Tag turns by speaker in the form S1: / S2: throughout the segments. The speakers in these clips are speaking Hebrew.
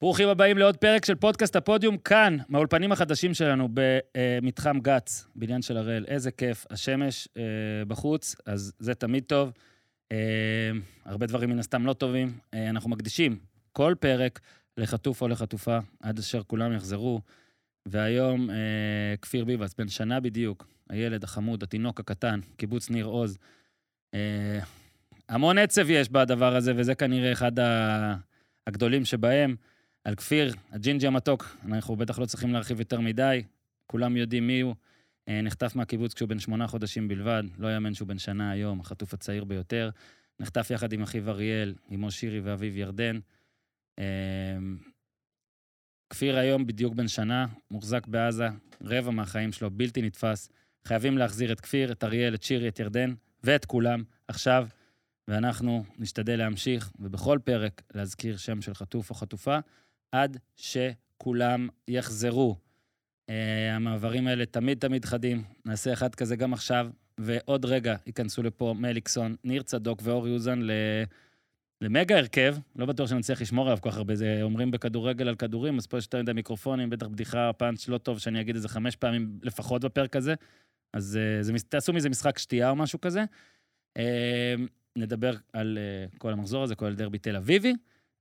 S1: ברוכים הבאים לעוד פרק של פודקאסט הפודיום, כאן, מהאולפנים החדשים שלנו במתחם גץ, בניין של הראל. איזה כיף, השמש אה, בחוץ, אז זה תמיד טוב. אה, הרבה דברים מן הסתם לא טובים. אה, אנחנו מקדישים כל פרק לחטוף או לחטופה, עד אשר כולם יחזרו. והיום אה, כפיר ביבס, בן שנה בדיוק, הילד החמוד, התינוק הקטן, קיבוץ ניר עוז. אה, המון עצב יש בדבר הזה, וזה כנראה אחד ה... הגדולים שבהם. על כפיר, הג'ינג'י המתוק, אנחנו בטח לא צריכים להרחיב יותר מדי, כולם יודעים מי הוא. אה, נחטף מהקיבוץ כשהוא בן שמונה חודשים בלבד, לא יאמן שהוא בן שנה היום, החטוף הצעיר ביותר. נחטף יחד עם אחיו אריאל, אמו שירי ואביו ירדן. אה, כפיר היום בדיוק בן שנה, מוחזק בעזה, רבע מהחיים שלו בלתי נתפס. חייבים להחזיר את כפיר, את אריאל, את שירי, את ירדן ואת כולם עכשיו, ואנחנו נשתדל להמשיך, ובכל פרק להזכיר שם של חטוף או חטופה. עד שכולם יחזרו. Uh, המעברים האלה תמיד תמיד חדים, נעשה אחד כזה גם עכשיו, ועוד רגע ייכנסו לפה מליקסון, ניר צדוק ואור יוזן ל... למגה הרכב, לא בטוח שנצליח לשמור עליו כל כך הרבה, זה אומרים בכדורגל על כדורים, אז פה יש יותר מדי מיקרופונים, בטח בדיחה, פאנץ' לא טוב, שאני אגיד איזה חמש פעמים לפחות בפרק הזה, אז uh, זה, מס- תעשו מזה משחק שתייה או משהו כזה. Uh, נדבר על uh, כל המחזור הזה, כולל דרבי תל אביבי.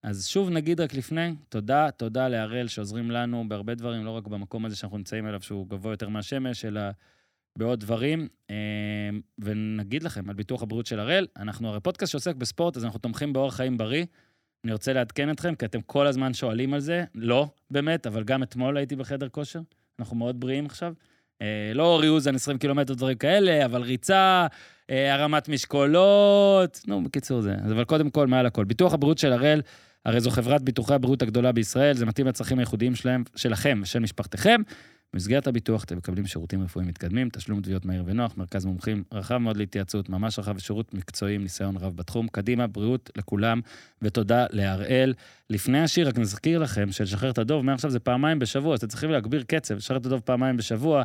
S1: אז שוב נגיד רק לפני, תודה, תודה להראל שעוזרים לנו בהרבה דברים, לא רק במקום הזה שאנחנו נמצאים אליו, שהוא גבוה יותר מהשמש, אלא בעוד דברים. אה, ונגיד לכם על ביטוח הבריאות של הראל, אנחנו הרי פודקאסט שעוסק בספורט, אז אנחנו תומכים באורח חיים בריא. אני רוצה לעדכן אתכם, כי אתם כל הזמן שואלים על זה, לא, באמת, אבל גם אתמול הייתי בחדר כושר, אנחנו מאוד בריאים עכשיו. אה, לא אורי אוזן 20 קילומטר, דברים כאלה, אבל ריצה, אה, הרמת משקולות, נו, בקיצור זה. אז אבל קודם כל, מעל הכל, ביטוח הבריאות של הראל, הרי זו חברת ביטוחי הבריאות הגדולה בישראל, זה מתאים לצרכים הייחודיים שלהם, שלכם ושל משפחתכם. במסגרת הביטוח אתם מקבלים שירותים רפואיים מתקדמים, תשלום תביעות מהיר ונוח, מרכז מומחים רחב מאוד להתייעצות, ממש רחב, ושירות מקצועי עם ניסיון רב בתחום. קדימה, בריאות לכולם, ותודה להראל. לפני השיר, רק נזכיר לכם שלשחרר את הדוב, מעכשיו זה פעמיים בשבוע, אז אתם צריכים להגביר קצב, לשחרר את הדוב פעמיים בשבוע.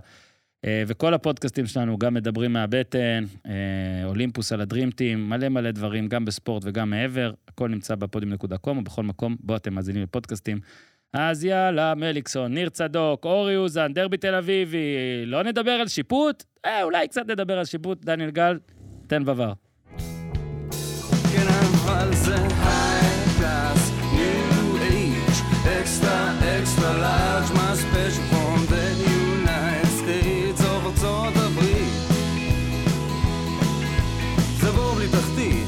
S1: אה, וכל הפודקאסטים שלנו גם מדברים מהבטן, אה, אולימפוס על הדרימטים, מלא מלא דברים, גם בספורט וגם מעבר. הכל נמצא בפודיום.com ובכל מקום בו אתם מאזינים לפודקאסטים. אז יאללה, מליקסון, ניר צדוק, אורי אוזן, דרבי תל אביבי, לא נדבר על שיפוט? אה, אולי קצת נדבר על שיפוט, דניאל גל, תן בבר.
S2: כן, אבל זה high class, new age, extra, extra large, my special from the United States, או ארצות הברית. זה בור בלי תחתית,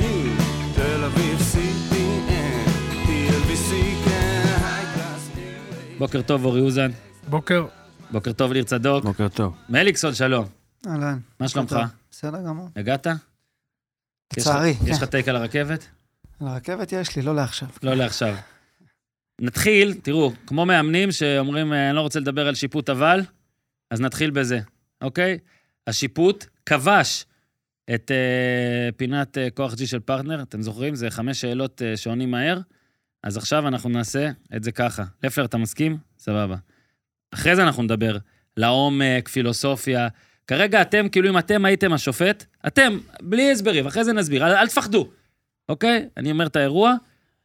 S2: new, תל אביב, CPN, TLBC, כן, high class, new age.
S1: בוקר טוב, אורי אוזן.
S3: בוקר.
S1: בוקר טוב, ניר צדוק.
S4: בוקר טוב.
S1: מליקסון, שלום.
S3: אהלן.
S1: מה שלומך?
S3: בסדר גמור.
S1: הגעת?
S3: לצערי,
S1: יש לך- יש לך
S3: כן.
S1: טייק על הרכבת?
S3: לרכבת יש לי, לא לעכשיו.
S1: לא לעכשיו. נתחיל, תראו, כמו מאמנים שאומרים, "אה, אני לא רוצה לדבר על שיפוט אבל, אז נתחיל בזה, אוקיי? השיפוט כבש את אה, פינת אה, כוח G של פרטנר, אתם זוכרים? זה חמש שאלות אה, שעונים מהר, אז עכשיו אנחנו נעשה את זה ככה. לפלר, אתה מסכים? סבבה. אחרי זה אנחנו נדבר לעומק, פילוסופיה. כרגע אתם, כאילו אם אתם הייתם השופט, אתם, בלי הסברים, אחרי זה נסביר, אל, אל תפחדו, אוקיי? אני אומר את האירוע,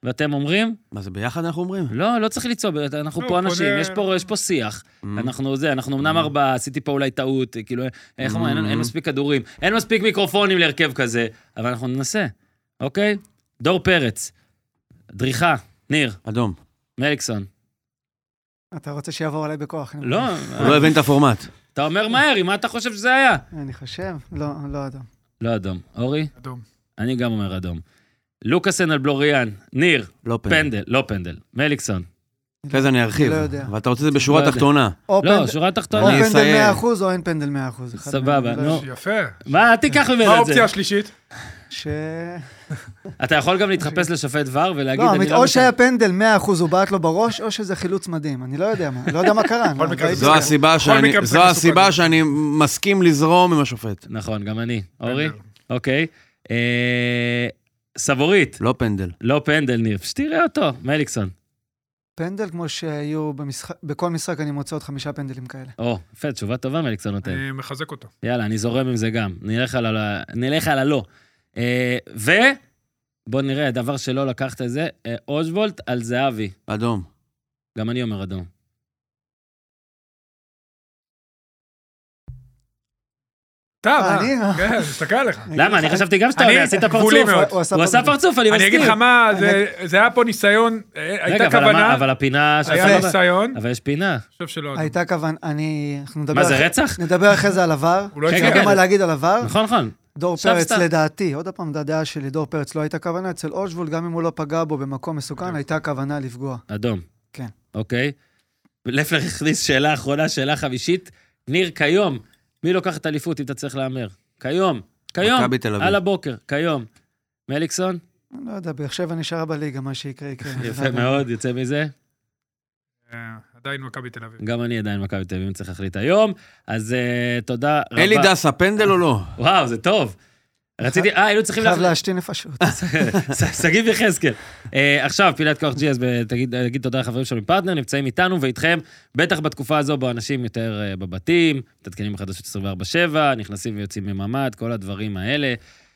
S1: ואתם אומרים,
S4: מה זה ביחד אנחנו אומרים?
S1: לא, לא צריך לצעוק, אנחנו
S3: לא,
S1: פה
S3: פה
S1: אנשים,
S3: זה-
S1: יש פה- יש פה שיח.
S4: Mm.
S1: אנחנו זה, אנחנו אמנם ארבעה, עשיתי פה אולי טעות, כאילו, איך אומרים, אין- אין
S4: Mm-hmm.
S1: מספיק כדורים, אין מספיק מיקרופונים להרכב כזה, אבל אנחנו ננסה, אוקיי? דור פרץ, דריכה, ניר,
S4: אדום.
S1: מליקסון. אתה
S3: רוצה שיעבור עליי בכוח. אני
S1: לא,
S4: הוא לא הבין את הפורמט.
S1: אתה אומר מהר, עם מה אתה חושב שזה היה?
S3: אני חושב, לא, לא אדום.
S1: לא אדום. אורי?
S5: אדום.
S1: אני גם אומר אדום. לוקאסן על בלוריאן, ניר,
S4: לא פנדל.
S1: פנדל, לא פנדל, מליקסון.
S4: אחרי זה אני ארחיב.
S3: לא יודע.
S4: אבל אתה רוצה את זה בשורה
S1: לא יודע.
S4: התחתונה.
S3: או
S1: לא,
S3: פנדל-
S1: שורה
S3: או
S1: תחתונה.
S4: אני אסיים.
S3: פנדל 100% או אין פנדל 100%. אחד
S1: סבבה,
S3: מהם, לא
S1: נו.
S3: יודע.
S5: יפה.
S1: מה, אל תיקח ממנו את זה.
S5: מה האופציה השלישית?
S3: ש...
S1: אתה יכול גם להתחפש לשופט ור ולהגיד...
S3: לא,
S1: אני
S3: המית- או
S1: רוצה-
S3: שהיה פנדל 100% הוא בעט לו בראש, או שזה חילוץ מדהים. אני לא יודע מה, לא יודע מה קרה.
S5: בכל
S3: לא,
S5: מקרה זה
S3: ראיתי
S4: זו
S3: את
S5: בסדר.
S4: הסיבה שאני-
S5: מקרה
S4: זו
S5: משחק
S4: הסיבה
S5: מסוכן.
S4: שאני מסכים לזרום עם השופט.
S1: נכון, גם אני. אורי?
S5: פנדל.
S1: אוקיי. אה, סבורית,
S4: לא פנדל.
S1: לא פנדל, ניר. שתראה אותו, מליקסון.
S3: פנדל כמו שהיו במשחק, בכל משחק אני מוצא עוד חמישה פנדלים כאלה.
S1: או, יפה, תשובה טובה מליקסון נותן.
S5: אני מחזק אותו.
S1: יאללה, אני זורם עם זה גם. נלך על ה- נלך על הלא. אה, בוא נראה, דבר שלא לקחת את זה, אה, אוזוולט על זהבי.
S4: אדום.
S1: גם אני אומר אדום.
S5: אתה,
S3: אה,
S5: מה?
S3: אני?
S5: כן, מסתכל עליך.
S1: למה? אני חשבתי גם שאתה
S5: אני-
S1: עולה, עשית
S5: גבולי
S1: פרצוף.
S5: מאוד.
S1: הוא עשה פרצוף, אני
S5: אני
S1: מסכים.
S5: אגיד לך מה, זה- זה היה פה ניסיון, אה,
S1: רגע,
S5: הייתה
S1: אבל
S5: כוונה,
S1: מה- אבל הפינה... של-
S5: היה
S3: יפה.
S5: ניסיון, אני
S1: אבל יש פינה.
S5: חושב שלא.
S3: הייתה כוונה, אני... אנחנו נדבר
S1: מה, זה
S3: אחרי-
S1: רצח?
S3: נדבר אחרי זה על עבר.
S5: הוא לא
S1: רגע, כן.
S3: יש
S5: הצליח.
S3: לך מה
S1: רגע.
S3: להגיד על עבר?
S1: נכון, נכון.
S3: דור
S1: עכשיו
S3: פרץ,
S1: סתם.
S3: לדעתי, עוד פעם, הדעה שלי, דור פרץ לא הייתה כוונה, אצל אושבולד, גם אם הוא לא פגע בו במקום מסוכן, הייתה כוונה לפגוע.
S1: אדום.
S3: כן.
S1: אוקיי. לפלר הכניס שאלה אחרונה, שאלה חמישית. ניר, כיום, מי לוקח את האליפות אם אתה צריך להמר? כיום, כיום,
S4: מכבי תל אביב.
S1: על הבוקר, כיום. מליקסון,
S3: אני לא יודע, באר שבע נשארה בליגה, מה שיקרה כן, יקרה.
S1: יפה מאוד, יוצא מזה.
S5: אה, עדיין מכבי תל אביב.
S1: גם אני עדיין מכבי תל אביב, אם צריך להחליט היום. אז אה, תודה רבה.
S4: אלי דסה, פנדל או לא?
S1: וואו, זה טוב. רציתי, אה, היינו צריכים
S3: חייב
S1: להחליט.
S3: להשתין נפשות.
S1: ש- שגיב יחזקאל. אה, עכשיו, פינת כוח ג'י, אז ב- תגיד תגיד תודה לחברים שלנו מפרטנר, נמצאים איתנו ואיתכם, בטח בתקופה הזו, בו אנשים יותר אה, בבתים, מתעדכנים בחדשות 24/7, נכנסים ויוצאים מממ"ד, כל הדברים האלה.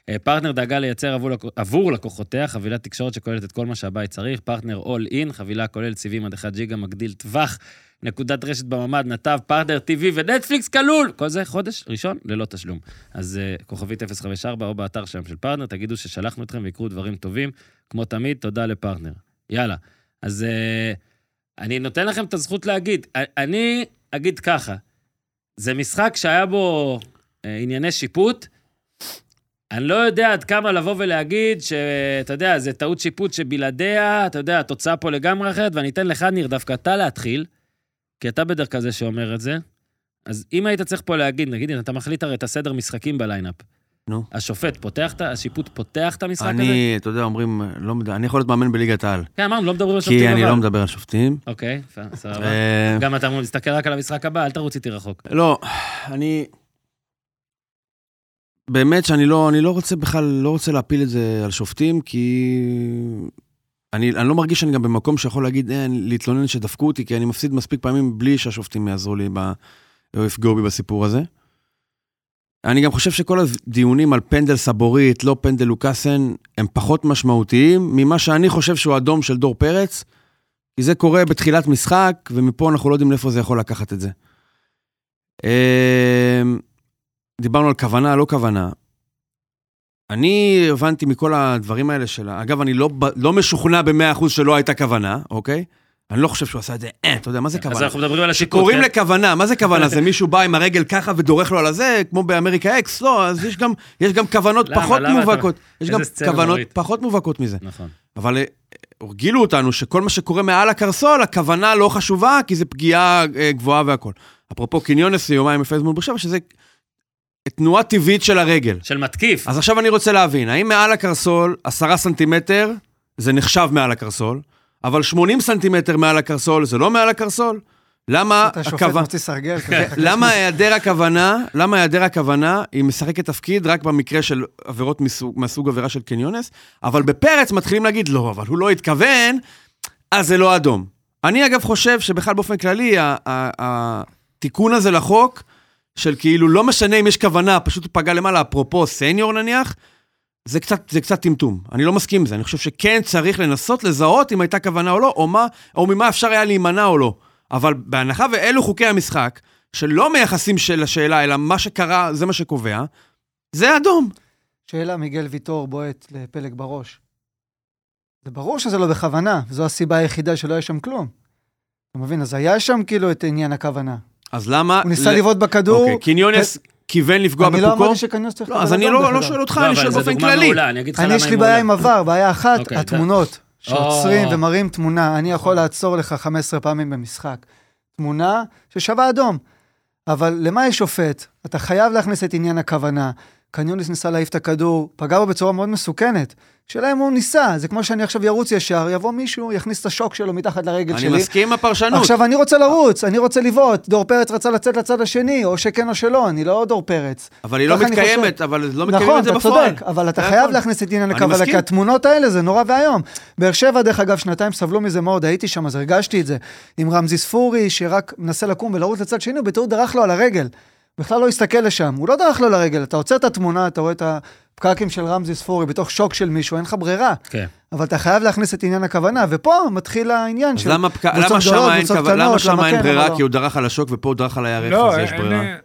S1: אה, פרטנר דאגה לייצר עבור, לקוח- עבור לקוחותיה חבילת תקשורת שכוללת את כל מה שהבית צריך, פרטנר אול אין, חבילה כוללת סיבים עד 1 ג'יגה, מגדיל טווח, נקודת רשת בממ"ד, נתב, פרטנר TV ונטפליקס כלול! כל זה חודש ראשון ללא תשלום. אז אה, כוכבית 054 או באתר שלהם של פרטנר, תגידו ששלחנו אתכם ויקרו דברים טובים. כמו תמיד, תודה לפרטנר. יאללה. אז אה, אני נותן לכם את הזכות להגיד. א- אני אגיד ככה, זה משחק שהיה בו אה, ענייני שיפוט. אני לא יודע עד כמה לבוא ולהגיד שאתה יודע, זה טעות שיפוט שבלעדיה, אתה יודע, התוצאה פה לגמרי אחרת, ואני אתן לך, ניר, דווקא אתה להתחיל, כי אתה בדרך כלל זה שאומר את זה. אז אם היית צריך פה להגיד, נגיד, הנה, אתה מחליט הרי את הסדר משחקים בליינאפ.
S4: נו.
S1: השופט פותח את, ה- השיפוט פותח את המשחק הזה?
S4: אני, אתה יודע, אומרים, לא יודע, אני יכול להיות מאמן בליגת העל.
S1: כן, אמרנו, לא מדברים על שופטים,
S4: כי
S1: אבל...
S4: אני לא מדבר על שופטים.
S1: אוקיי, יפה, סבבה.
S4: אה,
S1: גם אתה מסתכל רק על המשחק הבא, אל תרוץ איתי רחוק.
S4: לא, אני... באמת שאני לא, אני לא רוצה בכלל, לא רוצה להפיל את זה על שופטים, כי... אני, אני לא מרגיש שאני גם במקום שיכול להגיד, אה, להתלונן שדפקו אותי, כי אני מפסיד מספיק פעמים בלי שהשופטים יעזרו לי ב... או לא יפגעו בי בסיפור הזה. אני גם חושב שכל הדיונים על פנדל סבורית, לא פנדל לוקאסן, הם פחות משמעותיים ממה שאני חושב שהוא אדום של דור פרץ, כי זה קורה בתחילת משחק, ומפה אנחנו לא יודעים לאיפה זה יכול לקחת את זה. אמ, דיברנו על כוונה, לא כוונה. אני הבנתי מכל הדברים האלה שלה, אגב, אני לא, ב- לא משוכנע ב-100% שלא הייתה כוונה, אוקיי? אני לא חושב שהוא עשה את זה, אה, אתה יודע, מה זה כוונה?
S1: אז אנחנו מדברים על השיפוט,
S4: קוראים
S1: כן?
S4: לכוונה, מה זה כוונה? זה מישהו בא עם הרגל ככה ודורך לו על הזה, כמו באמריקה אקס? לא, אז יש גם, יש גם כוונות
S1: למה?
S4: פחות
S1: למה אתה-
S4: מובהקות. יש
S1: איזה
S4: גם
S1: סצנה
S4: כוונות
S1: נוראית.
S4: פחות מובהקות מזה.
S1: נכון.
S4: אבל אה, הרגילו אותנו שכל מה שקורה מעל הקרסול, הכוונה לא חשובה, כי זה פגיעה אה, גבוהה והכול. אפרופו קניונס יומיים לפני זמן באר שבע, שזה תנועה טבעית של הרגל.
S1: של מתקיף.
S4: אז עכשיו אני רוצה להבין, האם מעל הקרסול, עשרה סנטימטר, זה נחשב מעל הקרסול, אבל 80 סנטימטר מעל הקרסול, זה לא מעל הקרסול? למה
S3: אתה שופט
S4: הכוו-
S3: מוציא סרגל כזה. אתה
S4: כן. למה היעדר הכוונה, למה היעדר הכוונה, היא משחקת תפקיד רק במקרה של עבירות מסוג, מסוג עבירה של קניונס, אבל בפרץ מתחילים להגיד, לא, אבל הוא לא התכוון, אז זה לא אדום. אני אגב חושב שבכלל באופן כללי, ה- ה- התיקון הזה לחוק, של כאילו לא משנה אם יש כוונה, פשוט הוא פגע למעלה, אפרופו סניור נניח, זה קצת, זה קצת טמטום. אני לא מסכים עם זה, אני חושב שכן צריך לנסות לזהות אם הייתה כוונה או לא, או, מה, או ממה אפשר היה להימנע או לא. אבל בהנחה ואלו חוקי המשחק, שלא מייחסים של השאלה, אלא מה שקרה, זה מה שקובע, זה אדום.
S3: שאלה, מיגל ויטור בועט לפלג בראש. זה ברור שזה לא בכוונה, וזו הסיבה היחידה שלא היה שם כלום. אתה מבין? אז היה שם כאילו את עניין הכוונה.
S4: אז למה...
S3: הוא ניסה לבעוט בכדור.
S4: אוקיי, קיניונס כיוון לפגוע
S3: אני לא
S4: בפוקו?
S3: אמרתי שקניוס צריך
S4: לא, אז
S3: לקבל
S4: אני
S3: אדום,
S4: לא
S3: דרך
S4: לא
S3: אגב.
S4: שואל אותך,
S1: לא,
S4: אני
S1: אבל
S4: שואל
S1: זו
S4: באופן
S1: דוגמה
S4: כללי.
S1: מעולה, אני אגיד לך למה
S3: אני,
S1: היא
S3: יש לי
S1: מעולה.
S3: בעיה עם עבר, בעיה אחת,
S1: אוקיי, די.
S3: התמונות. שעוצרים
S1: או. נכון.
S3: ומראים תמונה. אני יכול לעצור לך 15 פעמים במשחק. תמונה ששווה אדום. אבל למה יש שופט? אתה חייב להכניס את עניין הכוונה. קניוניס ניסה להעיף את הכדור, פגע בו בצורה מאוד מסוכנת. שאלה אם הוא ניסה, זה כמו שאני עכשיו ירוץ ישר, יבוא מישהו, יכניס את השוק שלו מתחת לרגל
S4: אני
S3: שלי.
S4: מסכים עם הפרשנות.
S3: עכשיו, אני רוצה לרוץ, אני רוצה לבעוט, דור פרץ רצה לצאת לצד השני, או שכן או שלא, אני לא דור פרץ.
S4: אבל היא לא
S3: ככה אני
S4: מתקיימת,
S3: חושב.
S4: אבל לא מקיימים
S3: נכון,
S4: את זה
S3: אתה
S4: בפועל.
S3: צודק, אבל אתה
S4: זה
S3: חייב
S4: הכל.
S3: להכניס את עניין
S4: אני
S3: הכוונה,
S4: מסכים.
S3: כי התמונות האלה זה נורא ואיום. באר שבע, דרך אגב, שנתיים סבלו מזה מאוד, הייתי שם, אז הרגשתי את זה. עם רמזי ספורי, שרק מנסה לקום ולרוץ לצד שני, הוא בטעות דרך לו על הרגל. בכלל לא הסתכל לשם, הוא לא דרך לו לרגל, אתה עוצר את התמונה, אתה רואה את הפקקים של רמזי ספורי בתוך שוק של מישהו, אין לך ברירה.
S1: כן.
S3: אבל אתה חייב להכניס את עניין הכוונה, ופה מתחיל העניין
S4: אז
S3: של...
S4: למה פק-
S3: קבוצות
S4: למה שם
S3: גדולות,
S4: אין
S3: קבוצות
S4: כוו- למה
S3: קטנות,
S4: שם
S3: למה
S4: אין
S3: כן,
S4: ברירה?
S3: למה
S4: כי הוא דרך על השוק ופה הוא דרך על הירך,
S5: לא,
S4: אז יש
S5: אין-
S4: ברירה.
S5: אה,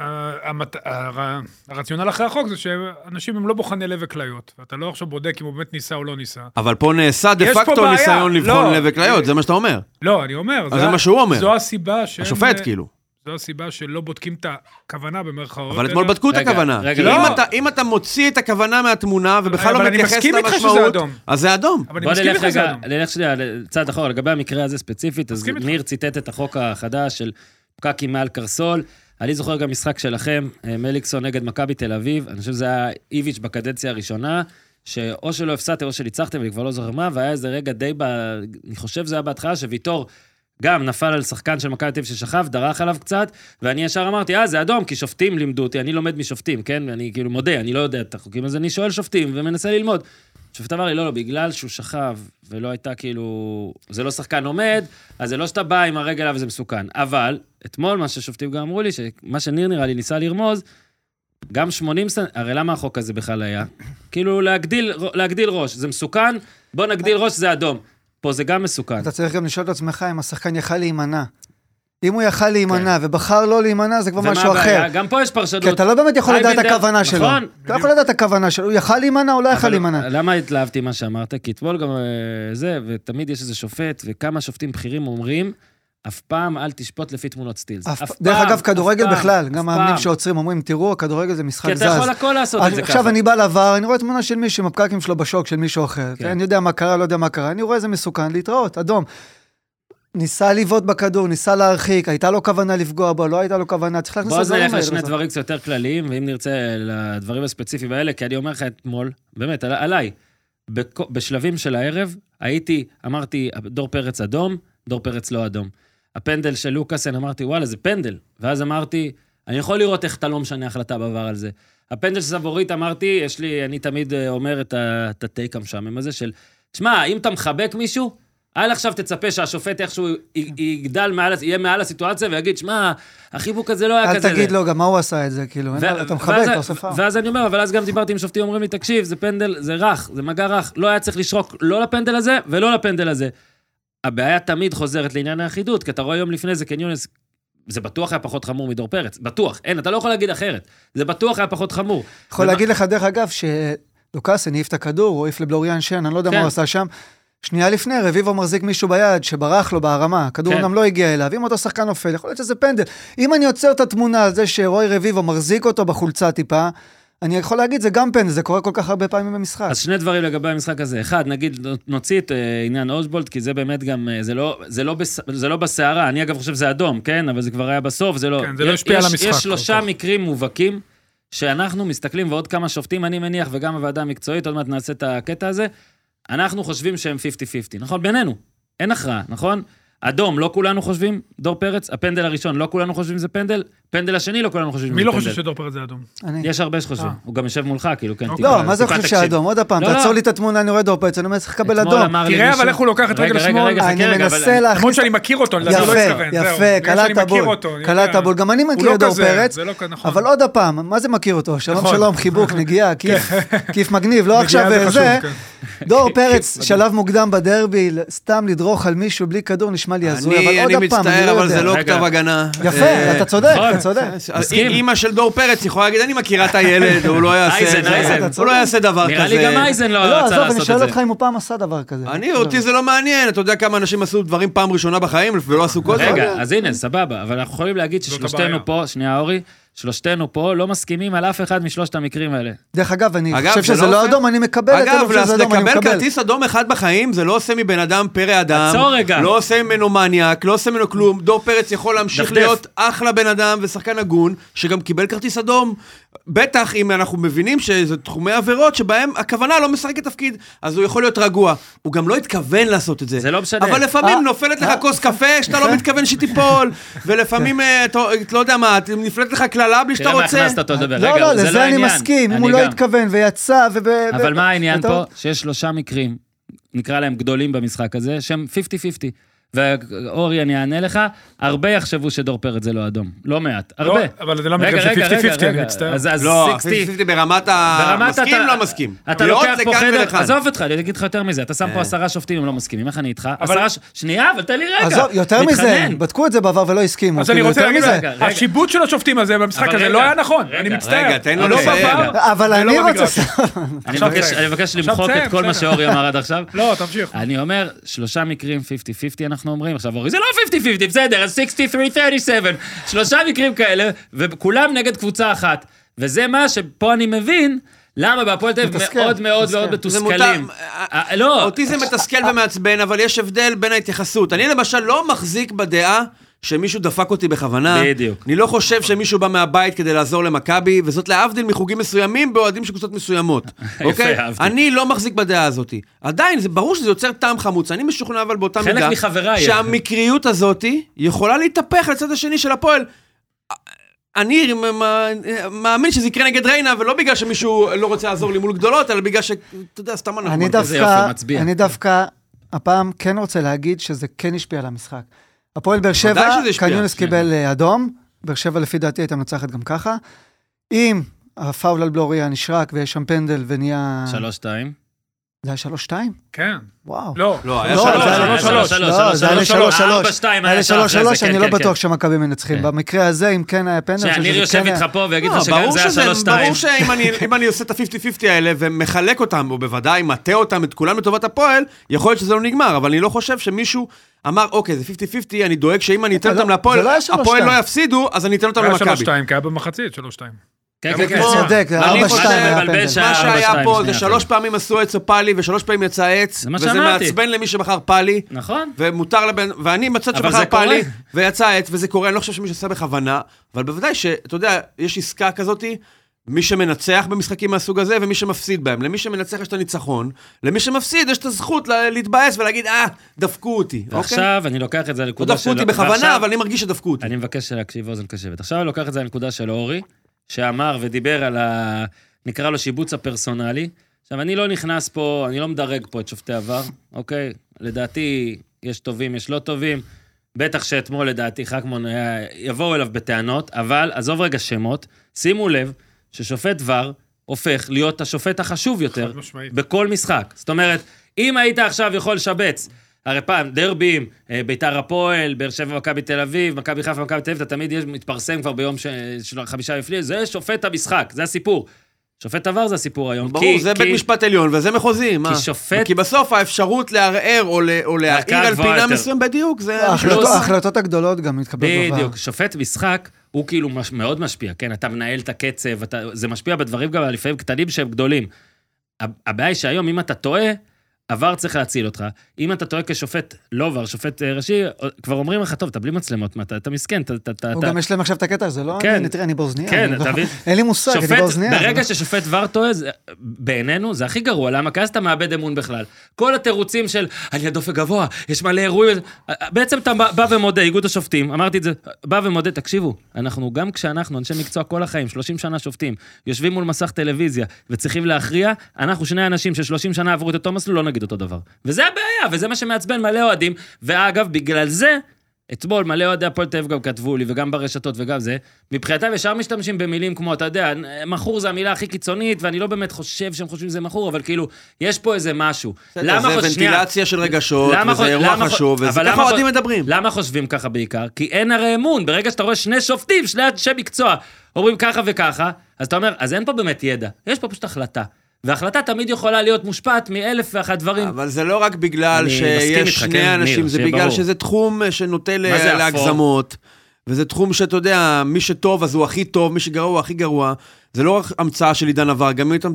S5: אה, המת- הר- הרציונל אחרי החוק זה שאנשים הם לא בוחני לב וכליות, ואתה לא עכשיו בודק אם הוא באמת ניסה או לא ניסה.
S4: אבל פה נעשה דה
S5: יש פה
S4: פקטו
S5: בעיה,
S4: ניסיון
S5: לא.
S4: לבחון לב וכליות, זה מה שאתה אומר.
S5: לא, אני אומר.
S4: אז זה מה שהוא אומר.
S5: זו הסיבה שהם...
S4: השופט כאילו.
S5: זו הסיבה שלא בודקים את הכוונה במרכאות.
S4: אבל אתמול
S5: אלא-
S4: בדקו את
S1: רגע,
S4: הכוונה.
S1: רגע,
S4: כי
S5: אוקיי. לא. אה,
S4: אם אתה- אם אתה מוציא את הכוונה מהתמונה ובכלל
S5: אבל
S4: לא
S5: אני
S4: מתייחס
S5: מסכים איתך שזה
S4: למשמעות,
S5: אדום.
S4: אז זה אדום.
S5: אבל אני
S1: בוא
S5: מסכים
S1: נלך
S5: איתך
S1: רגע,
S5: שאדום.
S1: נלך שנייה צעד אחורה, לגבי המקרה הזה ספציפית, אז
S5: מסכים איתך.
S1: ניר ציטט את החוק החדש של פקקים מעל קרסול. אני זוכר גם משחק שלכם, אה, מליקסון נגד מכבי תל אביב, אני חושב שזה היה איביץ' בקדנציה הראשונה, שאו שלא הפסדתם או שניצחתם, אני כבר לא זוכר מה, והיה איזה רגע די ב... אני חושב שזה היה בהתחלה, שוויטור גם נפל על שחקן של מכבי תל אביב ששכב, דרך עליו קצת, ואני ישר אמרתי, אה, זה אדום, כי שופטים לימדו אותי, אני לומד משופטים, כן? אני כאילו מודה, אני לא יודע את החוקים, אז אני שואל שופטים ומנסה ללמוד. השופט אמר לי, לא, לא, בגלל שהוא שכב, ולא הייתה כאילו... זה לא שחקן עומד, אז זה לא שאתה בא עם הרגל עליו וזה מסוכן. אבל, אתמול מה ששופטים גם אמרו לי, שמה שניר נראה לי ניסה לרמוז, גם 80 סנט... הרי למה החוק הזה בכלל היה? כאילו, להגדיל, להגדיל ראש, זה מסוכן, בוא נגדיל ראש, זה אדום. פה זה גם מסוכן.
S3: אתה צריך גם לשאול את עצמך אם השחקן יכל להימנע. אם הוא יכל
S4: כן.
S3: להימנע ובחר לא להימנע, זה כבר משהו אחר.
S1: גם פה יש פרשנות.
S3: כי אתה לא באמת יכול לדעת את
S1: אייבנדר-
S3: הכוונה שלו.
S1: נכון.
S3: אתה לא יכול לדעת את הכוונה שלו, הוא יכל להימנע או לא יכל
S1: אבל
S3: להימנע.
S1: למה התלהבתי מה שאמרת? כי אתמול גם אה, זה, ותמיד יש איזה שופט, וכמה שופטים בכירים אומרים, אף פעם אל תשפוט לפי תמונות סטילס.
S3: אף-
S1: אף
S3: דרך
S1: פעם,
S3: אגב,
S1: אף
S3: כדורגל
S1: פעם,
S3: בכלל,
S1: אף
S3: גם מאמנים
S1: פעם.
S3: שעוצרים אומרים, תראו, הכדורגל זה משחק
S1: כי
S3: זז.
S1: אתה יכול הכל לעשות את
S3: אז
S1: זה ככה.
S3: עכשיו אני בא לעבר, אני רואה תמונה של מישהו עם הפקק עם שלו בשוק של מישהו אחר.
S1: כן.
S3: אני יודע מה קרה, לא יודע מה קרה, אני רואה איזה מסוכן, להתראות, אדום. ניסה לבעוט בכדור, ניסה להרחיק, הייתה לו כוונה לפגוע בו, לא הייתה לו כוונה, צריך להכניס את
S1: בוא אז
S3: הדברים
S1: נלך
S3: האלה.
S1: לשני
S3: בסוף.
S1: דברים קצת יותר כלליים, ואם נרצה לדברים הספציפיים האלה, כי אני אומר לך אתמול, באמת, על- עליי, בכ- בשלבים של הערב, הייתי, אמרתי, דור פרץ אדום, דור פרץ לא אדום. הפנדל של לוקאסן, אמרתי, וואלה, זה פנדל. ואז אמרתי, אני יכול לראות איך אתה לא משנה החלטה בעבר על זה. הפנדל של סבורית, אמרתי, יש לי, אני תמיד אה, אומר את ה- את הטייק המשעמם הזה של, שמע, אם אתה מחבק מישהו, אל עכשיו תצפה שהשופט איכשהו י- יגדל מעל, הס- יהיה מעל הסיטואציה ויגיד, שמע, החיבוק הזה לא היה
S3: אל
S1: כזה.
S3: תגיד
S1: זה."
S3: לו גם מה הוא עשה את זה, כאילו, אין-
S1: ו-
S3: אתה מחבק,
S1: ואז-
S3: אתה עושה פאול.
S1: ואז אני אומר, אבל אז גם דיברתי עם שופטים, אומרים לי, תקשיב, זה פנדל, זה רך, זה מגע רך, לא היה צריך לשרוק לא לפנדל הזה ולא לפנדל הזה. הבעיה תמיד חוזרת לעניין האחידות, כי אתה רואה יום לפני זה קניונס, זה בטוח היה פחות חמור מדור פרץ, בטוח, אין, אתה לא יכול להגיד אחרת, זה בטוח היה פחות חמור.
S3: יכול
S1: ומה-
S3: להגיד לך, דרך אגב, שלוקאסן העיף את הכדור, הוא העיף לבלוריאן שן, אני לא יודע
S1: כן.
S3: מה הוא עשה שם. שנייה לפני, רביבו מחזיק מישהו ביד שברח לו בהרמה, הכדור
S1: כן.
S3: אומנם לא הגיע אליו, אם אותו שחקן נופל, יכול להיות שזה פנדל. אם אני עוצר את התמונה על זה שרוי רביבו מחזיק אותו בחולצה טיפה, אני יכול להגיד, זה גם פנדל, זה קורה כל כך הרבה פעמים במשחק.
S1: אז שני דברים לגבי המשחק הזה. אחד, נגיד, נוציא את אה, עניין אושבולט, כי זה באמת גם, אה, זה לא, זה, לא בס, זה לא בסערה, אני אגב חושב שזה אדום, כן? אבל זה כבר היה בסוף, זה לא...
S5: כן, זה לא השפיע
S1: יש,
S5: על המשחק
S1: יש
S5: כל
S1: שלושה
S5: כך.
S1: מקרים מובהקים, שאנחנו מסתכלים, ועוד כמה שופטים, אני מניח, וגם הוועדה המקצועית, עוד מעט נעשה את הקטע הזה, אנחנו חושבים שהם 50-50, נכון? בינינו, אין הכרעה, נכון? אדום, לא כולנו חושבים, דור פרץ, הפנדל הראשון, לא כולנו חושבים שזה פנדל, פנדל השני, לא כולנו חושבים שזה
S5: מי
S1: פנדל.
S5: לא חושב שדור פרץ זה אדום?
S3: אני-
S1: יש הרבה שחושבים,
S5: אה.
S1: הוא גם יושב מולך, כאילו, כן,
S5: לא,
S3: לא, מה זה
S1: טיפה
S3: חושב
S1: תקשיב.
S3: שאדום? עוד פעם,
S1: לא, לא.
S3: תעצור לי את התמונה, אני רואה דור פרץ, אני אומר, צריך לקבל
S1: אתמול
S3: אדום.
S1: אמר לי
S5: תראה,
S1: מישהו-
S5: אבל איך הוא לוקח את רגל
S1: רגע,
S5: שמאל?
S1: רגע, חכה,
S3: אני
S1: רגע,
S3: מנסה
S1: אבל-
S5: למרות
S3: להכניס...
S5: שאני מכיר אותו, לדעתי הוא לא
S3: יפה,
S5: התכוון. זהו,
S3: יפה,
S5: בגלל שאני
S3: קלעת
S5: מכיר
S3: בול.
S5: אותו, אני
S3: קלעת
S5: יודע.
S3: בול. גם אני מכיר
S5: הוא לא
S3: את דור
S5: כזה,
S3: פרץ,
S5: זה לא כ- נכון.
S3: אבל עוד פעם, מה זה מכיר אותו? שלום
S5: נכון. כן.
S3: שלום, חיבוק, נגיעה, כיף, כיף מגניב, לא עכשיו
S5: נגיעה זה
S3: זה.
S5: חשוב, כן.
S3: דור פרץ, שלב מוקדם בדרבי, סתם לדרוך על מישהו בלי כדור נשמע לי הזוי, אבל
S4: אני
S3: עוד
S4: אני
S3: הפעם, אני
S4: מצטער,
S3: לא
S4: אבל זה
S3: יודע.
S4: לא
S1: רגע.
S4: כתב הגנה.
S3: יפה,
S4: אה,
S3: אתה צודק,
S1: נכון.
S3: אתה צודק.
S1: מסכים.
S4: אימא של דור פרץ יכולה להגיד, אני מכירה את הילד, הוא לא יעשה
S1: אייזן,
S4: את זה."
S1: אייזן.
S4: הוא לא יעשה דבר כזה.
S1: נראה לי גם אייזן לא
S3: לא,
S1: רצה
S3: עזוב, אני
S1: לעשות את
S3: שואל
S1: זה.
S3: אותך אם הוא פעם עשה דבר כזה.
S4: אני, אותי זה לא מעניין, אתה יודע כמה אנשים עשו דברים פעם ראשונה בחיים ולא עשו כל זה.
S1: רגע, אז הנה, סבבה, אבל אנחנו יכולים להגיד
S5: זאת
S1: ששלושתנו
S5: הבעיה.
S1: פה, שנייה אורי, שלושתנו פה לא מסכימים על אף אחד משלושת המקרים האלה.
S3: דרך אגב, אני
S4: אגב,
S3: חושב
S4: זה
S3: שזה
S4: לא
S3: לא
S4: עושה-
S3: אדום, אני מקבל את זה, אני
S4: אגב,
S3: חושב שזה אדום, אני
S4: לקבל
S3: מקבל.
S4: כרטיס אדום אחד בחיים, זה לא עושה מבן אדם פרא אדם.
S1: עצור רגע.
S4: לא עושה ממנו מניאק, לא עושה ממנו כלום. דור פרץ יכול להמשיך
S1: דפדף.
S4: להיות אחלה בן אדם ושחקן הגון, שגם קיבל כרטיס אדום. בטח אם אנחנו מבינים שזה תחומי עבירות שבהם הכוונה לא משחקת תפקיד, אז הוא יכול להיות רגוע. הוא גם לא התכוון לעשות את זה.
S1: זה לא משנה.
S4: אבל לפעמים
S3: אה,
S4: נופלת לך
S3: אה,
S4: כוס קפה שאתה לא מתכוון שתיפול,
S3: כן.
S4: ולפעמים, אה, אתה אתה לא יודע מה, נפלט לך קללה בלי שאתה
S1: תראה מה
S4: רוצה.
S1: הכנסת אותו לדבר.
S3: לא,
S1: רגע,
S3: לא,
S1: זה
S3: לזה אני
S1: העניין.
S3: מסכים, אם
S1: אני
S3: הוא לא
S1: גם.
S3: התכוון ויצא וב...
S1: אבל מה העניין
S3: אתה-
S1: פה? שיש שלושה מקרים, נקרא להם גדולים במשחק הזה, שהם 50-50. ואורי, אני אענה לך, הרבה יחשבו שדור פרץ זה לא אדום. לא מעט, הרבה.
S5: לא, אבל זה לא מקרה של 50-50, אני מצטער.
S1: אז אז
S4: לא,
S1: 60,
S4: 50-50 ברמת ה...
S1: ברמת
S4: מסכים,
S1: אתה-
S4: לא מסכים.
S1: אתה
S4: להיות
S1: לוקח פה
S4: לכאן
S1: חדר,
S4: ולכאן.
S1: עזוב אותך, אני אגיד לך יותר מזה, אתה שם פה
S4: אה.
S1: עשרה שופטים, הם לא מסכימים, איך אני איתך?
S5: אבל-
S1: עשרה ש... שנייה, אבל תן לי רגע.
S3: עזוב, יותר מזה,
S1: מתחנן.
S3: בדקו את זה בעבר ולא הסכימו.
S5: אז אני
S3: כאילו,
S5: רוצה
S3: יותר
S5: להגיד
S3: מזה.
S5: לך,
S1: רגע, רגע.
S5: השיבוט של השופטים הזה במשחק
S1: אבל
S5: הזה
S1: רגע,
S5: לא היה נכון,
S1: רגע.
S5: אני מצטער.
S4: רגע, תן לו
S5: לא
S4: לסיים.
S5: בעבר,
S3: אבל
S1: לא
S5: ולא
S3: אני
S5: במגרש.
S3: רוצה... ש-
S1: אני
S5: עכשיו
S1: מבקש-
S5: תסיים.
S1: אני מבקש
S5: עכשיו
S1: למחוק
S5: תסיים,
S1: את כל מה
S5: בסדר.
S1: שאורי אמר עד עכשיו.
S5: לא, תמשיך.
S1: אני אומר, שלושה מקרים 50-50 אנחנו אומרים, עכשיו אורי, זה לא 50-50, בסדר, אז 63-37, שלושה מקרים כאלה, וכולם נגד קבוצה אחת. וזה מה שפה אני מבין, למה בהפועל תל אביב
S3: מתסכל,
S1: מאוד מאוד מאוד
S4: זה
S1: מתוסכלים.
S4: מותר-
S1: אה, לא,
S4: אוטיזם מתסכל ומעצבן, אבל יש הבדל בין ההתייחסות. אני למשל לא מחזיק בדעה שמישהו דפק אותי בכוונה.
S1: בדיוק.
S4: אני לא חושב שמישהו בא מהבית כדי לעזור למכבי, וזאת להבדיל מחוגים מסוימים באוהדים של קבוצות מסוימות. אוקיי?
S1: אהבתי.
S4: אני לא מחזיק בדעה הזאת. עדיין, זה ברור שזה יוצר טעם חמוץ. אני משוכנע אבל באותה
S1: חלק
S4: מידה,
S1: מחבריי.
S4: שהמקריות הזאת יכולה להתהפך לצד השני של הפועל. אני מ- מאמין שזה יקרה נגד ריינה, ולא בגלל שמישהו לא רוצה לעזור לי מול גדולות, אלא בגלל ש... אתה יודע, סתם אנחנו...
S3: אני
S1: איזה
S3: דווקא,
S1: יופי, מצביע.
S3: אני דווקא, הפעם כן רוצה להגיד שזה כן השפיע על המשחק. הפועל באר שבע,
S4: שזה השפיע,
S3: קניונס
S1: כן.
S3: קיבל אה, אדום, באר שבע לפי דעתי הייתה מנצחת גם ככה. אם הפאול על בלורי היה נשרק ויש שם פנדל ונהיה...
S1: שלוש, שתיים.
S3: זה היה שלוש שתיים?
S5: כן,
S3: וואו.
S5: לא.
S4: לא, היה
S3: לא,
S4: שלוש,
S3: זה היה
S4: שלוש,
S1: שלוש,
S3: לא,
S1: שלוש,
S3: זה היה
S1: שלוש,
S3: לשלוש,
S1: שלוש,
S3: שלוש.
S1: ארבע, שתיים
S3: היה
S1: היה שעה
S3: לשלוש
S1: אחרי זה,
S3: שלוש,
S1: כן,
S3: אני לא
S1: כן,
S3: בטוח
S1: כן.
S3: שמכבי מנצחים.
S1: כן.
S3: במקרה הזה, אם כן היה פנדל, אני חושב
S1: שניר
S3: שזה
S1: יושב
S3: כן
S1: איתך
S3: היה...
S1: פה ויגיד
S4: לא,
S1: לך שגם
S4: ברור
S1: זה היה
S4: שזה-
S1: שלוש, שתיים.
S4: ברור שאם אני, אם אני עושה את ה-50-50 האלה ומחלק אותם, או בוודאי מטה אותם, את כולם לטובת הפועל, יכול להיות שזה לא נגמר, אבל אני לא חושב שמישהו אמר, אוקיי, זה 50-50, אני דואג שאם אני אתן
S3: אבל
S4: אותם
S3: לא-
S4: להפועל,
S3: זה לא היה שלוש,
S4: הפועל
S3: שתיים.
S4: לא יפסידו, אז אני אתן אותם
S5: היה
S4: למכבי.
S5: 3-2, כי היה במחצית 3-2.
S1: כן,
S5: גם
S1: כן, כן.
S5: כמו-
S3: צודק, זה
S4: אני
S3: ארבע
S4: חושב-
S3: שתיים היה
S1: מבלבל
S3: פנדל.
S1: שעה.
S4: מה שהיה
S1: ארבע,
S4: פה
S1: שתיים, שנייה.
S4: זה שלוש פעמים עשו עץ פאלי ושלוש פעמים יצא עץ,
S1: זה מה
S4: וזה
S1: שאמרתי.
S4: מעצבן למי שבחר פאלי,
S1: נכון.
S4: ומותר לבן, ואני מצד
S1: אבל זה
S4: שבחר
S1: קורה.
S4: פאלי, ויצא עץ, וזה קורה, אני לא חושב שמישהו עשה בכוונה, אבל בוודאי שאתה יודע, יש עסקה כזאת, מי שמנצח במשחקים מהסוג הזה, ומי שמפסיד בהם. למי שמנצח יש את הניצחון, למי שמפסיד יש את הזכות לה- להתבאס ולהגיד, אה, דפקו אותי, אוקיי?
S1: ועכשיו אני לוקח את זה
S4: לא
S1: לנקודה
S4: דפקו אותי בכוונה, אבל אני מרגיש שדפקו אותי.
S1: אני מבקש להקשיב אוזן קשבת. עכשיו אני לוקח את זה לנקודה של אורי, שאמר ודיבר על ה... נקרא לו שיבוץ הפרסונלי. עכשיו, אני לא נכנס פה, אני לא מדרג פה את שופטי עבר, אוקיי? לדעתי, יש טובים, יש לא טובים. בטח שאתמול, לדעתי, חכמון היה... יבואו אליו בטענות, אבל עזוב רגע שמות, שימו לב ששופט ור הופך להיות השופט החשוב יותר
S5: חד משמעית.
S1: בכל משחק. זאת אומרת, אם היית עכשיו יכול לשבץ, הרי פעם דרבים, אה, ביתר הפועל, באר שבע, מכבי תל אביב, מכבי חיפה, מכבי תל אביב, אתה תמיד יש, מתפרסם כבר ביום ש... של חמישה לפני, זה שופט המשחק, זה הסיפור. שופט עבר זה הסיפור היום.
S4: ברור,
S1: כי-
S4: זה
S1: כי-
S4: בית משפט עליון וזה מחוזי, מה?
S1: שופט-
S4: כי בסוף האפשרות לערער או ל- או להעיר על
S1: גבוהה
S4: פינה
S1: יותר.
S4: מסוימת, בדיוק, זה...
S1: לא,
S3: ההחלטות-
S1: פלוס-
S3: ההחלטות הגדולות גם מתקבלות בוועד.
S1: בדיוק, שופט משחק הוא כאילו מש, מאוד משפיע, כן? אתה מנהל את הקצב, אתה, זה משפיע בדברים גם לפעמים קטנים שהם גדולים. הב- הבעיה היא שהיום, אם אתה טועה, עבר צריך להציל אותך. אם אתה טועה כשופט לא עבר, שופט אה, ראשי, אה, כבר אומרים לך, טוב, אתה בלי מצלמות, מה, אתה, אתה מסכן, אתה... אתה, אתה
S3: הוא גם יש להם עכשיו את הקטע הזה, לא?
S1: כן.
S3: אני- תראה, אני באוזניה.
S1: כן,
S3: אני
S1: אתה
S3: לא-
S1: מבין?
S3: אין לי מושג, אני
S1: שופט,
S3: באוזניה. זה
S1: ברגע
S3: לא-
S1: ששופט ור טועה, זה- בעינינו זה הכי גרוע, למה? כי אז אתה מאבד אמון בכלל. כל התירוצים של, אני הדופק גבוה, יש מלא אירועים, בעצם אתה בא ומודה, איגוד השופטים, אמרתי את זה, בא ומודה, תקשיבו, אנחנו, גם כשאנחנו, אנשי מקצוע כל החיים, 30 שנה שופטים, יושבים מול מסך טלוויזיה וצריכים להכריע, אנחנו שני אנשים ש-30 שנה עברו את אותו מסלול, לא נגיד אותו דבר. וזה הבעיה, וזה מה שמעצבן מלא אוהדים, ואגב, בגלל זה, אתמול מלא אוהדי הפועל תל אביב גם כתבו לי, וגם ברשתות וגם זה, מבחינתם ישר משתמשים במילים כמו, אתה יודע, מכור זה המילה הכי קיצונית, ואני לא באמת חושב שהם חושבים שזה מכור, אבל כאילו, יש פה איזה משהו. למה
S4: זה
S1: חוש- שנייה.
S4: ונטילציה של רגשות,
S1: למה
S4: וזה
S1: חוש-
S4: אירוע
S1: למה חוש-
S4: חשוב, וזה
S1: אבל
S4: ככה
S1: למה חוש-
S4: אוהדים מדברים.
S1: למה חושבים ככה בעיקר? כי אין הרי אמון. ברגע שאתה רואה שני שופטים, שני אנשי מקצוע, אומרים ככה וככה, אז אתה אומר, אז אין פה באמת ידע, יש פה פשוט החלטה. והחלטה תמיד יכולה להיות מושפעת מאלף ואחת דברים.
S4: אבל זה לא רק בגלל
S1: כן. אני מסכים
S4: שיש
S1: איתך, כן,
S4: שני
S1: ניר,
S4: אנשים, זה
S1: שיהיה
S4: בגלל
S1: ברור.
S4: שזה תחום אה, שנוטה ל-
S1: מה זה אפור?
S4: להגזמות, וזה תחום שאתה יודע, מי שטוב אז הוא הכי טוב, מי שגרוע הוא הכי גרוע. זה לא רק המצאה של עידן עבר, גם אם אתם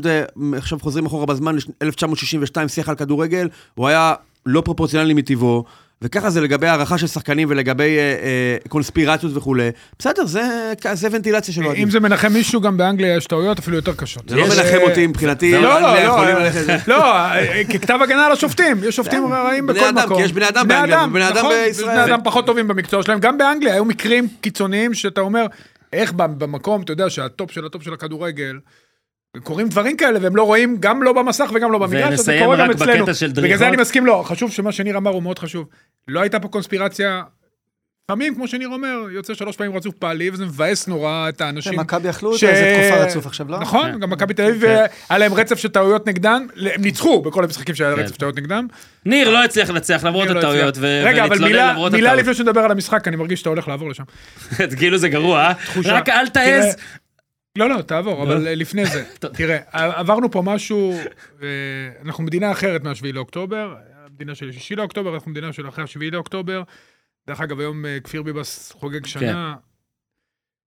S4: עכשיו חוזרים אחורה בזמן, לש- 1962, שיח על כדורגל, הוא היה לא פרופורציונלי מטבעו. וככה זה לגבי הערכה של שחקנים ולגבי אה, אה, קונספירציות וכולי. בסדר, זה, זה ונטילציה של אוהדים.
S5: אה, אם זה מנחם מישהו, גם באנגליה יש טעויות אפילו יותר קשות.
S4: זה לא
S1: יש-
S4: מנחם אותי מבחינתי,
S5: לא, לא,
S4: אנגליה
S5: לא,
S4: יכולים ללכת- כן.
S5: לא, ככתב הגנה על השופטים, יש שופטים רעים
S4: בני
S5: בכל
S4: אדם,
S5: מקום.
S4: כי יש בני אדם באנגליה, ובני אדם
S5: נכון,
S4: בישראל.
S5: בני אדם פחות טובים במקצוע שלהם, גם באנגליה היו מקרים קיצוניים שאתה אומר, איך במקום, אתה יודע, שהטופ של הטופ של הכדורגל, קורים דברים כאלה והם לא רואים גם לא במסך וגם לא במגרש, אז זה
S1: ונסיים
S5: קורה גם
S1: רק
S5: אצלנו.
S1: בקטע של
S5: בגלל זה אני
S1: דריכות.
S5: מסכים, לא, חשוב שמה שניר אמר הוא מאוד חשוב. לא הייתה פה קונספירציה. לפעמים, כמו שניר אומר, יוצא שלוש פעמים רצוף פעלי, וזה מבאס נורא את האנשים.
S3: כן, מכבי אכלו אותה איזה תקופה רצוף עכשיו, לא?
S5: נכון,
S1: כן.
S5: גם מכבי תל אביב,
S1: כן.
S5: היה להם רצף של טעויות נגדם, הם ניצחו בכל המשחקים שהיה
S1: כן.
S5: רצף טעויות נגדם.
S1: ניר לא הצליח לנצח למרות
S5: לא
S1: הטעויות,
S5: הצליח.
S1: ו-
S5: רגע, אבל מילה-
S1: ולהתלונן למרות
S5: מילה
S1: הטעויות.
S5: לפני שנדבר על המשחק, אני מרגיש שאתה הולך לעבור לשם.
S1: כאילו זה גרוע, אה?
S5: תחושה.
S1: רק אל תעז.
S5: תראה, לא, לא, תעבור, אבל אה, לפני זה, תראה, עברנו פה משהו, אה, אנחנו מדינה אחרת מה-7 לאוקטובר, המדינה של 6 לאוקטובר, אנחנו מדינה של אחרי ה-7 לאוקטובר. דרך אגב, היום אה, כפיר ביבס חוגג שנה.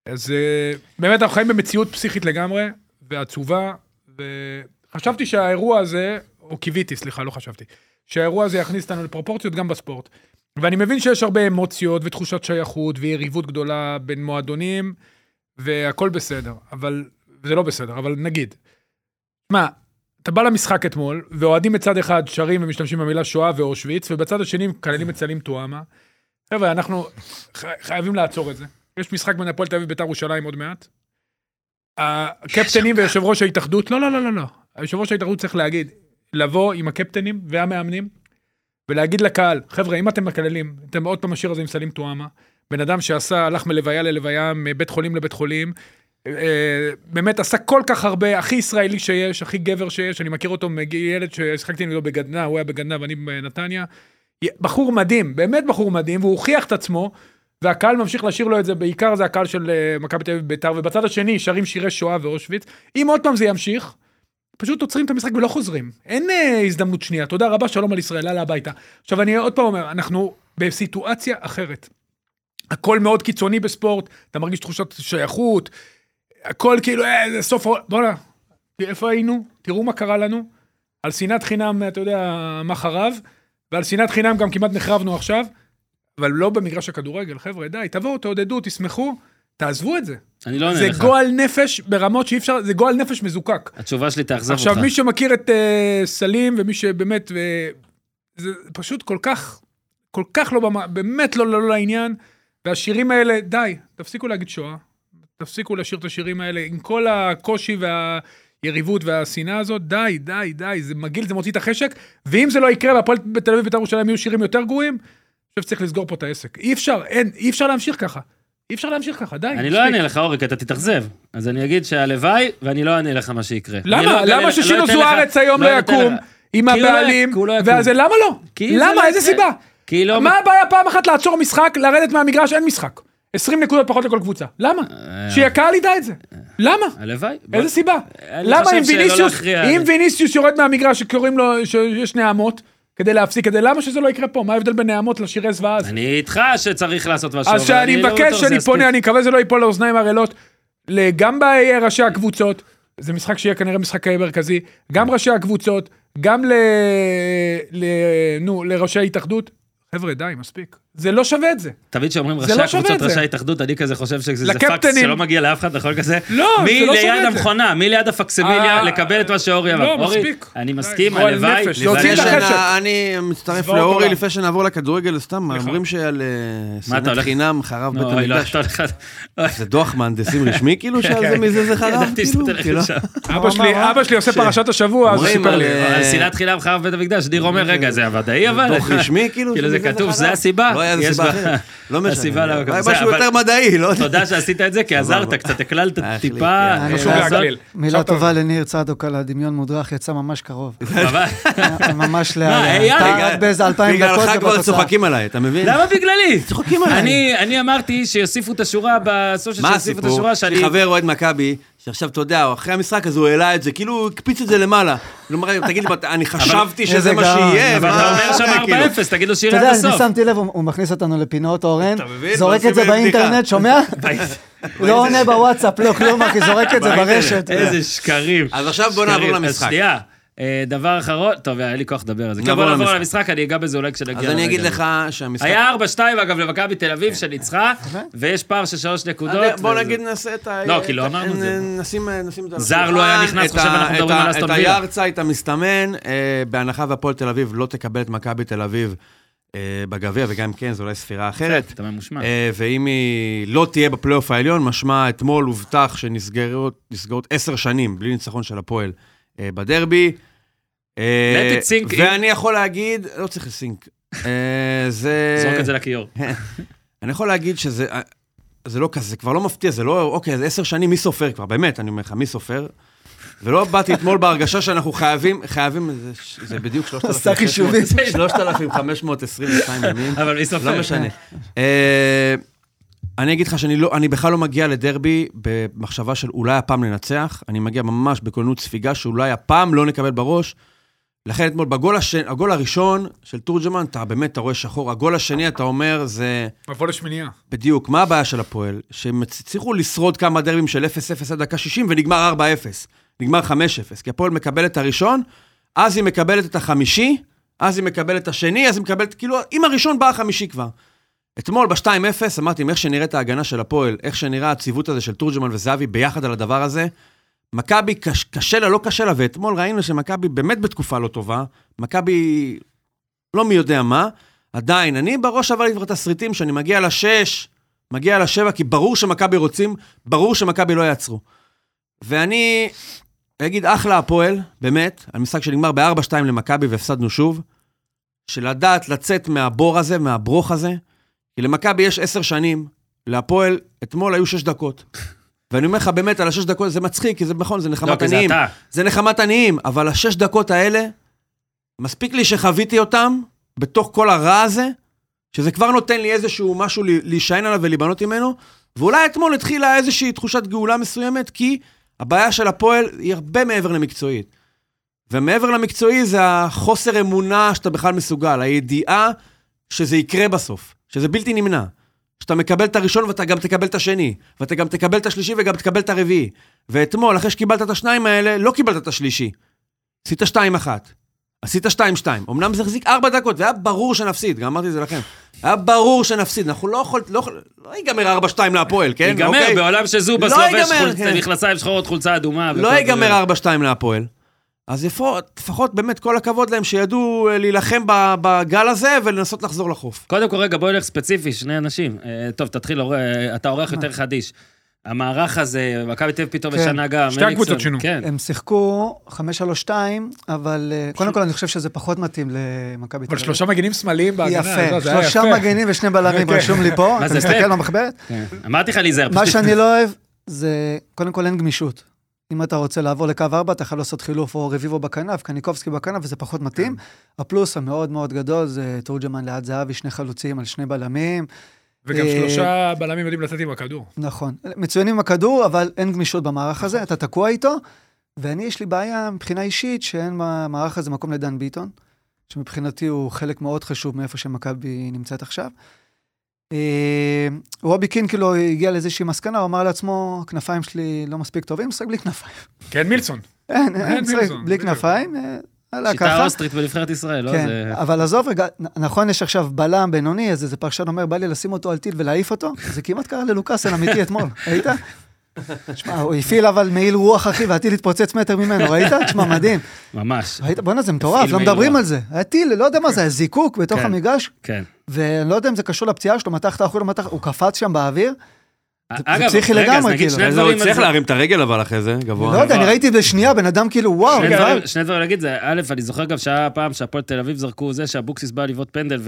S5: אז אה, באמת אנחנו חיים במציאות פסיכית לגמרי, ועצובה, וחשבתי שהאירוע הזה, או קיוויתי, סליחה, לא חשבתי, שהאירוע הזה יכניס אותנו לפרופורציות גם בספורט. ואני מבין שיש הרבה אמוציות ותחושת שייכות ויריבות גדולה בין מועדונים, והכל בסדר, אבל, זה לא בסדר, אבל נגיד. מה, אתה בא למשחק אתמול, ואוהדים מצד אחד שרים ומשתמשים במילה שואה ואושוויץ, ובצד השני מקללים את סלים טועמה. חבר'ה, אנחנו ח- חייבים לעצור את זה. יש משחק בין הפועל תל אביב בית"ר ירושלים עוד מעט. הקפטנים ויושב ראש ההתאחדות, לא, לא, לא, לא, לא. יושב ראש ההתאחדות צריך להגיד, לבוא עם הקפטנים והמאמנים, ולהגיד לקהל, חבר'ה, אם אתם מקללים, אתם עוד פעם השיר הזה עם סלים טועמה, בן אדם שעשה, הלך מלוויה ללוויה, מבית חולים לבית חולים, אה, באמת עשה כל כך הרבה, הכי ישראלי שיש, הכי גבר שיש, אני מכיר אותו מילד ששיחקתי נגדו בגדנ"ע, הוא היה בגדנ"ע ואני בנתניה. בחור מדהים, באמת בחור מדהים, והוא הוכיח את עצמו, והקהל ממשיך לשיר לו את זה, בעיקר זה הקהל של אה, מכבי תל אביב בית"ר, ובצד השני שרים שירי שואה ואושוויץ. אם עוד פעם זה ימשיך, פשוט עוצרים את המשחק ולא חוזרים. אין אה, הזדמנות שנייה. תודה רבה, שלום על ישראל, יאללה הביתה. עכשיו אני עוד פעם אומר, אנחנו בסיטואציה אחרת. הכל מאוד קיצוני בספורט, אתה מרגיש תחושת שייכות, הכל כאילו, אה, זה סוף... העול- בוא'נה, תראה, איפה היינו? תראו מה קרה לנו. על שנאת חינם, אתה יודע, מה חרב, ועל שנאת חינם גם כמעט נחרבנו עכשיו, אבל לא במגרש הכדורגל, חבר'ה, די, תבואו, תעודדו, תשמחו, תעזבו את זה.
S1: אני לא עונה
S5: זה
S1: לך.
S5: גועל נפש ברמות שאי אפשר, זה גועל נפש מזוקק.
S1: התשובה שלי תאכזב אותך.
S5: עכשיו, מי שמכיר את אה, סלים, ומי שבאמת, אה, זה פשוט כל כך, כל כך לא, במה- באמת לא, לא, לא לעניין, והשירים האלה, די, תפסיקו להגיד שואה, תפסיקו לשיר את השירים האלה, עם כל הקושי והיריבות והשנאה הזאת, די, די, די, זה מגעיל, זה מוציא את החשק, ואם זה לא יקרה, והפועל בתל אביב ובית"ר ירושלים יהיו שירים יותר גרועים, אני חושב שצריך לסגור פה את העסק. אי אפשר, אין, אי אפשר להמשיך ככה. אי אפשר להמשיך ככה, די.
S1: אני
S5: מספיק.
S1: לא אענה לך, אורי, כי אתה תתאכזב. אז אני אגיד שהלוואי, ואני לא אענה לך מה שיקרה. אני לא
S5: למה?
S1: אתן
S5: למה
S1: לך- לא
S5: ששינו
S1: אתן
S5: זוארץ
S1: לך-
S5: היום לא
S1: אתן
S5: יקום
S1: לך.
S5: עם
S1: כי הוא לא-
S5: הבעלים?
S1: כי הוא לא יקום.
S5: ואז למה לא?
S1: כי זה לא
S5: למה? איזה
S1: יקרה.
S5: סיבה?
S1: כי לא...
S5: מה הבעיה פעם אחת לעצור משחק, לרדת מהמגרש, אין משחק. 20 נקודות פחות לכל קבוצה. למה?
S1: אה.
S5: שהקהל ידע את זה. למה?
S1: הלוואי. בוא-
S5: איזה סיבה?
S1: אה. אני
S5: למה
S1: חושב
S5: אם
S1: שלא
S5: ויניסיוס,
S1: להכריע.
S5: אם ויניסיוס יורד מהמגרש שקוראים לו, שיש נעמות, כדי להפסיק את זה, למה שזה לא יקרה פה? מה ההבדל בין נעמות לשירי זוועה הזה?
S1: אני איתך שצריך לעשות משהו.
S5: אז
S1: אבל
S5: שאני
S1: אני לא
S5: מבקש,
S1: בטוח שזה
S5: שאני פונה,
S1: יספיק.
S5: אני מקווה שזה לא ייפול לאוזניים ערלות, ל- גם בראשי הקבוצות, זה משחק שיהיה כנראה משחק אה, מרכזי, גם ראשי הקבוצות, גם ל... ל... נו, לראשי ההתאחדות. חבר'ה, די, מספיק. זה לא שווה את זה.
S1: תמיד כשאומרים
S5: זה
S1: ראשי
S5: לא שווה
S1: הקבוצות,
S5: את זה.
S1: ראשי ההתאחדות, אני כזה חושב שזה זה
S5: לקפטנים.
S1: פקס שלא מגיע לאף אחד נכון כזה.
S5: לא, זה
S1: מי
S5: לא שווה
S1: ליד
S5: את זה.
S1: המכונה, מי ליד הפקסימיליה,
S5: אה,
S1: לקבל את מה שאורי אמר.
S5: לא,
S1: אורי,
S5: מספיק.
S1: אני
S5: די,
S1: מסכים,
S5: גועל
S1: הלוואי.
S5: נפש,
S1: הלוואי
S5: להוציא את
S4: לפני
S1: ש-
S5: החשק.
S4: שנה, אני מצטרף
S5: צבאות
S4: לאורי
S5: עולם.
S4: לפני שנעבור לכדורגל, סתם, אומרים שעל אה,
S1: נכון. מה, אתה
S4: סנט
S1: הולך-
S4: חינם חרב
S1: נו,
S4: בית
S1: אוי, לא,
S4: המקדש.
S1: אתה הולך... אוי,
S4: זה דוח מהנדסים רשמי כאילו, שעל זה
S5: כן.
S4: מזה זה חרב?
S1: ידעתי
S4: כאילו,
S1: שאתה תלך
S4: כאילו,
S1: לשם.
S5: אבא שלי, אבא שלי עושה פרשת השבוע, אז הוא
S4: אומרים
S5: סיפר
S4: על,
S5: לי.
S4: אה,
S1: על שנאת חינם חרב בית המקדש, ניר אומר, רגע, זה הוודאי אבל?
S4: דוח רשמי כאילו?
S1: כאילו זה
S4: שמזה
S1: כתוב,
S4: חרב?
S1: זה הסיבה.
S4: לא היה לזה
S1: יש
S4: סיבה
S1: בה-
S4: אחרת. לא משנה.
S1: הסיבה לא-
S4: אולי
S1: זה,
S4: משהו
S1: אבל-
S4: יותר מדעי, לא יודע.
S1: תודה שעשית את זה, כי עזרת
S4: סבבה.
S1: קצת, הקללת
S4: היה שלי,
S1: טיפה.
S4: כן.
S1: אה,
S3: חשוב
S1: לעזור.
S5: להקליל.
S3: מילה טובה לניר צדוק על הדמיון מודרך, יצא ממש קרוב.
S1: אבל-
S3: היה ממש
S1: מה, AI?
S3: לאט.
S4: בגלל-
S3: אתה רק באיזה אלפיים דקות
S4: בגללך כבר
S3: ובתוצאה.
S4: צוחקים עליי, אתה מבין?
S1: למה בגללי?
S4: צוחקים עליי.
S1: אני- אני אמרתי שיוסיפו את השורה בסושיאל,
S4: מה
S1: שיוסיפו את
S4: הסיפור?
S1: השורה
S4: יש
S1: שאני...
S4: לי חבר אוהד מכבי, שעכשיו, אתה יודע, אחרי המשחק הזה הוא העלה את זה, כאילו הוא הקפיץ את זה למעלה. כלומר, תגיד לי, אני חשבתי שזה
S3: איזה
S4: מה
S3: גאון.
S4: שיהיה.
S1: אבל
S4: מה-
S1: אתה אומר
S4: כאילו.
S1: שם 4-0, תגיד לו
S3: אתה
S1: שירי
S3: יודע,
S1: עד
S3: אני
S1: הסוף.
S3: שמתי לב, הוא הוא מכניס אותנו לפינות, אורן,
S4: מבין?
S3: זורק
S4: ועושים
S3: את זה
S4: מהם בדיחה.
S3: באינטרנט, שומע? לא עונה בוואטסאפ, לא כלום, אחי, זורק את זה ברשת.
S4: כן.
S1: איזה שקרים.
S4: אז עכשיו בוא נעבור
S1: שקרים. אז
S4: למשחק.
S1: שנייה. אה, דבר אחרון, טוב, היה לי כוח לדבר על זה. כן,
S4: נעבור
S1: בוא נעבור
S4: למשחק.
S1: למשחק, אני אגע בזה אולי כשנגיע.
S4: אז אני
S1: לרגע
S4: אגיד
S1: הזה.
S4: לך שהמשחק...
S1: היה 4-2 אגב למכבי תל אביב שניצחה, ויש פער של שלוש נקודות.
S4: אוקיי. בוא
S1: וזה-
S4: נגיד נעשה את ה...
S1: לא, כי לא
S4: את-
S1: אמרנו את זה.
S4: נשים נשים את זה על
S1: זר
S4: השולחן,
S1: לא היה נכנס,
S4: את
S1: חושב,
S4: ה-
S1: אנחנו מדברים
S4: את ה-
S1: על אסטון וילה.
S4: את היארצייט המסתמן, אה, בהנחה והפועל תל אביב לא תקבל את מכבי תל אביב. אה, אה, בגביע, וגם כן, זו אולי ספירה אחרת.
S1: אתה ממושמע.
S4: אה, ואם היא לא תהיה בפלייאוף העליון, משמע אתמול הובטח שנסגרות נסגרות עשר שנים בלי ניצחון של הפועל אה, בדרבי. אה,
S1: Let it sink in.
S4: ואני יכול להגיד, לא צריך לסינק. אה, זה...
S1: זרוק את זה לכיור.
S4: אה, אני יכול להגיד שזה אה, זה לא כזה, זה כבר לא מפתיע, זה לא, אוקיי, זה עשר שנים, מי סופר כבר, באמת, אני אומר לך, מי סופר? ולא באתי אתמול בהרגשה שאנחנו חייבים, חייבים, זה, זה בדיוק
S3: עשה
S4: 3,500,
S3: חישובים.
S4: 3,522 ימים.
S1: אבל מי סופר?
S4: לא משנה. אה, אני אגיד לך שאני לא, אני בכלל לא מגיע לדרבי במחשבה של אולי הפעם ננצח, אני מגיע ממש בכוננות ספיגה שאולי הפעם לא נקבל בראש. לכן אתמול בגול השני, הגול הראשון של תורג'מן, אתה באמת, אתה רואה שחור, הגול השני, אתה אומר, זה...
S5: מבוא לשמינייה.
S4: בדיוק, מה הבעיה של הפועל? שהם הצליחו לשרוד כמה דרבים של 0-0 עד דקה 60 ונגמר 4-0. נגמר 5-0, כי הפועל מקבלת את הראשון, אז היא מקבלת את החמישי, אז היא מקבלת את השני, אז היא מקבלת, כאילו, עם הראשון בא החמישי כבר. אתמול ב-2-0 אמרתי, "עם איך שנראית ההגנה של הפועל, איך שנראה הציוות הזה של תורג'מן וזהבי ביחד על הדבר הזה, מכבי קש, קשה לה, לא קשה לה, ואתמול ראינו שמכבי באמת בתקופה לא טובה, מכבי לא מי יודע מה, עדיין, אני בראש עבר לי כבר תסריטים שאני מגיע לשש, מגיע לשבע, כי ברור שמכבי רוצים, ברור שמכבי לא יעצרו. ואני אגיד אחלה הפועל, באמת, על משחק שנגמר ב-4-2 למכבי והפסדנו שוב, שלדעת לצאת מהבור הזה, מהברוך הזה, כי למכבי יש עשר שנים, להפועל אתמול היו שש דקות. ואני אומר לך באמת, על השש דקות זה מצחיק, כי זה נכון, זה
S1: לא,
S4: נחמת
S1: כי זה
S4: עניים.
S1: אתה.
S4: זה נחמת עניים, אבל השש דקות האלה, מספיק לי שחוויתי אותם בתוך כל הרע הזה, שזה כבר נותן לי איזשהו משהו ל- להישען עליו ולהיבנות ממנו, ואולי אתמול התחילה איזושהי תחושת גאולה מסוימת, כי הבעיה של הפועל היא הרבה מעבר למקצועית. ומעבר למקצועי זה החוסר אמונה שאתה בכלל מסוגל, הידיעה שזה יקרה בסוף, שזה בלתי נמנע. שאתה מקבל את הראשון ואתה גם תקבל את השני, ואתה גם תקבל את השלישי וגם תקבל את הרביעי. ואתמול, אחרי שקיבלת את השניים האלה, לא קיבלת את השלישי. עשית 2-1. עשית 2-2. אמנם זה החזיק 4 דקות, והיה ברור שנפסיד, גם אמרתי את זה לכם. היה ברור שנפסיד, אנחנו לא יכולת, לא, יכול- לא ייגמר 4-2 להפועל, כן?
S1: ייגמר,
S4: אוקיי?
S1: בעולם שזובס
S4: לא
S1: לובש
S4: ייגמר,
S1: חולצה-
S4: כן.
S1: מכנסיים שחורות, חולצה אדומה. וכל
S4: לא ייגמר
S1: זה.
S4: 4-2 להפועל. אז לפחות, לפחות באמת כל הכבוד להם שידעו אה, להילחם ב- בגל הזה ולנסות לחזור לחוף.
S1: קודם כל, רגע, בוא נלך ספציפי, שני אנשים. אה, טוב, תתחיל, אור- אה, אתה אורח יותר חדיש. המערך הזה, מכבי תל אביב פתאום
S3: כן.
S1: משנה גם.
S5: שתי הקבוצות
S1: מליקסון,
S5: שינו.
S1: כן.
S3: הם שיחקו 5-3-2, אבל אה, קודם כל אני חושב שזה פחות מתאים למכבי תל
S5: אבל
S3: אביב.
S5: שלושה מגנים שמאליים בהגנה, לא,
S3: יפה,
S5: זה- זה היה
S3: שלושה
S5: יפה.
S3: מגנים ושני בלמים
S5: כן.
S3: רשום לי פה,
S1: מה
S3: אתה
S1: זה,
S3: מסתכל
S1: סלאק?
S3: במחברת?
S1: כן. אמרתי לך להיזהר.
S3: מה
S1: פשוט-
S3: שאני לא אוהב זה, קודם כל אין גמישות. אם אתה רוצה לעבור לקו 4, אתה חייב לעשות חילוף או רביבו בכנף, קניקובסקי בכנף, וזה פחות מתאים.
S5: כן.
S3: הפלוס המאוד מאוד גדול זה תורג'מן ליד זהבי, שני חלוצים על שני בלמים.
S5: וגם
S3: אה,
S5: שלושה בלמים יודעים לצאת עם הכדור.
S3: נכון. מצוינים עם הכדור, אבל אין גמישות במערך הזה, אתה תקוע איתו. ואני, יש לי בעיה מבחינה אישית, שאין במערך הזה מקום לדן ביטון, שמבחינתי הוא חלק מאוד חשוב מאיפה שמכבי נמצאת עכשיו. אה, רובי קין כאילו הגיע לאיזושהי מסקנה, הוא אמר לעצמו, הכנפיים שלי לא מספיק טובים, משחק בלי כנפיים.
S5: כן, מילסון.
S3: אין, אין, משחק
S5: מילסון,
S3: בלי
S5: בדיוק.
S3: כנפיים, אה, הלאה
S1: שיטה
S3: ככה.
S1: אוסטרית בנבחרת ישראל, לא?
S3: כן,
S1: זה-
S3: אבל עזוב רגע, נ- נכון, יש עכשיו בלם בינוני, אז איזה פרשן אומר, בא לי לשים אותו על טיל ולהעיף אותו? זה כמעט קרה ללוקאסן אמיתי אתמול, ראית? שמע, הוא הפעיל אבל מעיל רוח, אחי, והטיל התפוצץ מטר ממנו, ראית? תשמע, מדהים.
S1: ממש.
S3: ראית? בואנה, זה מטורף,
S1: הפעיל
S3: לא
S1: מעיל
S3: מדברים
S1: רוח.
S3: על זה. היה טיל, לא יודע מה זה, היה זיקוק בתוך
S1: כן.
S3: המגרש,
S1: כן.
S3: ואני לא יודע אם זה קשור לפציעה שלו, מתח את האחוז, מתח, הוא קפץ שם באוויר.
S1: אגב,
S3: פסיכי
S1: רגע, אז
S3: לגמרי,
S1: נגיד
S3: כאילו.
S1: שני דברים על זה.
S4: את הרגל אבל אחרי זה, גבוה.
S3: לא יודע, אני ראיתי בשנייה, בן אדם כאילו, וואו,
S1: שני
S3: גבר.
S1: דברים- שני דברים להגיד, זה, א', אני זוכר גם שהיה פעם שהפועל תל אביב זרקו זה שאבוקסיס בא לבעוט פנדל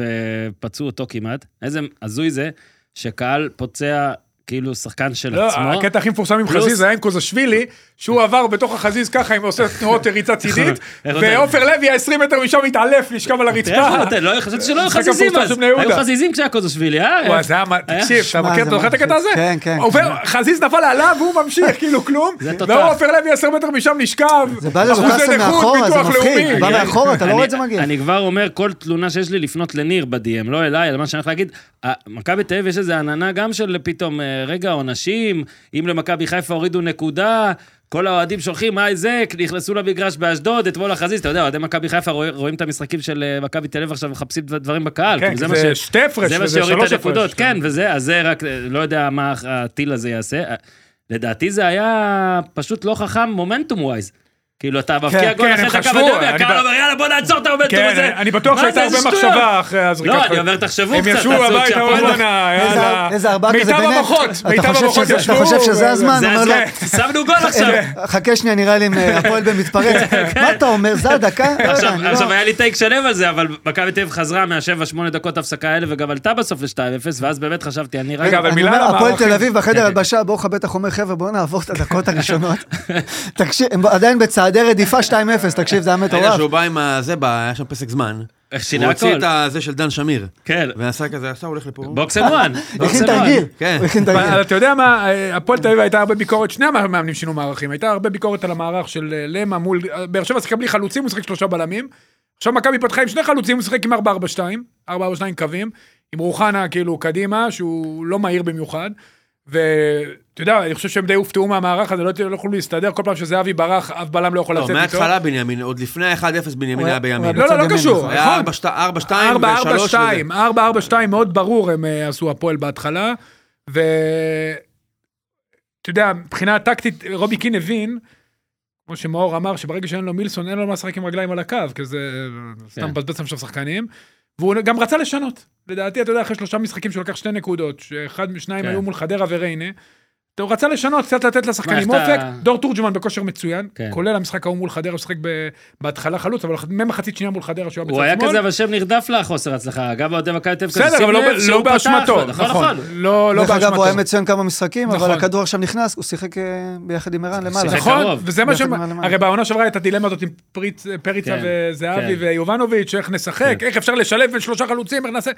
S1: ופצעו אותו כמעט. איזה הזוי זה שקהל פוצע כאילו שחקן של
S5: לא,
S1: עצמו.
S5: הקטע הכי מפורסם עם
S1: פלוס-
S5: חזיז היה עם קוזשווילי, שהוא עבר בתוך החזיז ככה, עם עושה תנועות ריצה צידית,
S1: איך הוא
S5: ועופר לוי היה 20 מטר משם מתעלף, נשכב על
S1: תראה איך הוא
S5: הרצפה.
S1: נותן, לא, חשבתי שלא היו
S5: משחק
S1: חזיזים
S5: הפורסם
S1: אז.
S5: של בני יהודה.
S1: היו חזיזים כשהיה קוזושווילי, אה?
S5: וואי, זה היה, מה-
S1: היה-
S5: תקשיב, אתה
S3: שמע,
S5: מכיר,
S3: זה
S5: אתה זוכר את הקטע
S3: מלחיץ.
S5: הזה?
S3: כן, כן.
S5: עובר, חזיז נפל עליו והוא ממשיך, כאילו כלום,
S1: זה תותח.
S5: ועופר לוי 10 מטר משם נשכב,
S3: זה בא ללוקאסן מאחורה, זה מפחיד.
S5: כן,
S3: בא
S1: אני-
S3: מאחורה, אתה לא רואה את זה
S1: אני-
S3: מגיע.
S1: אני כבר אומר, כל תלונה שיש לי לפנות לניר ב-DM, לא אליי, על מה שאני הולך להגיד. אה, מכבי תל אביב יש איזו עננה גם של פתאום, אה, רגע, עונשים, אם למכבי חיפה הורידו נקודה, כל האוהדים שולחים, מה זה, נכנסו למגרש באשדוד, אתמול החזיז, אתה יודע, אוהדי מכבי חיפה רואים רואים את המשחקים של אה, מכבי תל אביב עכשיו, מחפשים דבר- דברים בקהל.
S5: כן,
S1: כאילו,
S5: זה
S1: מה ש-
S5: שתי הפרש
S1: זה מה
S5: וזה
S1: שיוריד את
S5: שלוש הפרש.
S1: הנקודות, כן, וזה, אז זה רק, אה, לא יודע מה הטיל הזה יעשה. אה, לדעתי זה היה פשוט לא חכם מומנטום ווייז. כאילו, אתה מבקיע
S5: כן,
S1: גול
S5: כן,
S1: אחרי
S5: הם
S1: דקה
S5: חשבו,
S1: ואתה יודע,
S5: אני
S1: הקהל
S5: ב-
S1: אומר, יאללה, בוא נעצור את המומנטום הזה.
S5: כן, אני בטוח
S1: מה
S5: שהייתה
S1: זה
S5: הרבה
S1: השטויות?
S5: מחשבה אחרי הזריקה.
S1: לא, אני אומר, תחשבו
S5: הם
S1: קצת,
S5: ישבו
S1: תעשו את
S5: בבית,
S1: שהפועל-
S5: אמרו בואנה,
S3: איזה-
S5: יאללה.
S3: איזה ארבעה כזה
S5: מיטב
S3: ביניהם?
S5: המוחות,
S3: אתה
S5: מיטב
S3: חושב
S5: המוחות
S3: שזה- אתה
S5: ישבו.
S3: חושב שזה הזמן?
S1: זה
S3: אה, אומר לא. לו-
S5: כן.
S1: הזמן, שמנו גול עכשיו.
S3: חכה שנייה, נראה לי אם אה, הפועל בן מתפרץ. מה אתה אומר, זה הדקה? לא יודע,
S1: עכשיו,
S3: אני לא-
S1: עכשיו היה לי טייק שלם על זה, אבל מכבי תל אביב חזרה מהשבע, שמונה דקות הפסקה האלה, וגם עלתה בסוף ל-2-0, ואז באמת חשבתי, אני רק...
S5: רגע, אבל
S3: אני
S5: מילה
S3: אומר,
S5: על
S3: הפועל
S5: המערכים. כן,
S3: תל אביב בחדר הלבשה, בורחה בטח אומר, חבר'ה, בואו נעבור את הדקות הראשונות. תקשיב, הם עדיין בצעדי רדיפה 2-0, תקשיב, זה היה
S4: רגע
S3: מטורף.
S4: שהוא בא עם הזה, בא, היה שם פסק זמן.
S1: איך שינה
S4: הוא הוציא
S1: הכל.
S4: את הזה של דן שמיר.
S1: כן,
S4: ועשה כזה, עכשיו הוא הולך לפה.
S1: בוקס אנד וואן.
S3: הכין
S5: לא,
S3: תרגיל,
S4: כן.
S3: הוא הכין
S5: אבל אבל
S3: תרגיל.
S5: אתה יודע מה, אה, הפועל תל אביב הייתה הרבה ביקורת, שני המאמנים שינו מערכים, הייתה הרבה ביקורת על המערך של אה, למה מול, אה, באר שבע שיחקה בלי חלוצים, הוא שיחק שלושה בלמים. עכשיו מכבי פתחה עם שני חלוצים, הוא שיחק עם 4-4-2, 4-4-2 קווים, עם רוחנה כאילו קדימה, שהוא לא מהיר במיוחד. ואתה יודע, אני חושב שהם די הופתעו מהמערך הזה, לא לא יכלו להסתדר, כל פעם שזהבי ברח, אף בלם לא יכול
S4: לא,
S5: לצאת איתו.
S4: מההתחלה בנימין, עוד לפני ה-1-0 בנימין
S3: הוא
S4: היה
S3: היה-
S4: בימין.
S5: לא, לא, לא
S3: בצד ימין,
S5: קשור,
S3: נכון.
S4: היה
S5: נכון.
S4: 4-2 ו-3
S5: 4-4-2, 4-4-2, מאוד ברור הם אה, עשו הפועל בהתחלה, ו... אתה יודע, מבחינה טקטית, רובי קין הבין, כמו שמאור אמר, שברגע שאין לו מילסון, אין לו מה לשחק עם רגליים על הקו, כי זה אה, סתם
S1: כן.
S5: מבזבז שם שם שחקנים, והוא גם רצה לשנות. לדעתי, אתה יודע, אחרי שלושה משחקים שהוא לקח שתי נקודות, שאחד משניים
S1: כן.
S5: היו מול חדרה וריינה, הוא רצה לשנות, קצת לתת לשחקנים
S1: מה, איך
S5: אופק,
S1: אתה-
S5: דור תורג'מן בכושר מצוין,
S1: כן.
S5: כולל המשחק ההוא מול חדרה, הוא שיחק ב- בהתחלה חלוץ, אבל ממחצית שנייה מול חדרה שהוא היה בצד שמאל.
S1: הוא היה כזה, אבל שם נרדף לחוסר הצלחה. גם אוהדי מכבי תל אביב כזה,
S5: בסדר,
S1: שים
S5: אבל לא-
S1: לב
S5: לא
S1: שהוא פתח,
S5: באשמתו,
S1: נכון, נכון.
S5: לא, לא
S3: דרך אגב, הוא היה
S5: באשמתו.
S3: מצוין כמה משחקים, אבל
S5: נכון.
S3: הכדור עכשיו נכנס, הוא שיחק אה, ביחד עם ערן למעלה.
S1: שיחק
S5: נכון,
S1: קרוב.
S5: וזה מה ש...
S3: ביחד עם הלמעלה.
S5: הרי בעונה שעברה הייתה דילמה הזאת עם פריצ- פריצה
S1: כן,
S5: וזהבי
S1: כן.
S5: ויובנוביץ', איך נשחק, איך אפשר לשלב בין שלושה חלוצים, איך נעשה...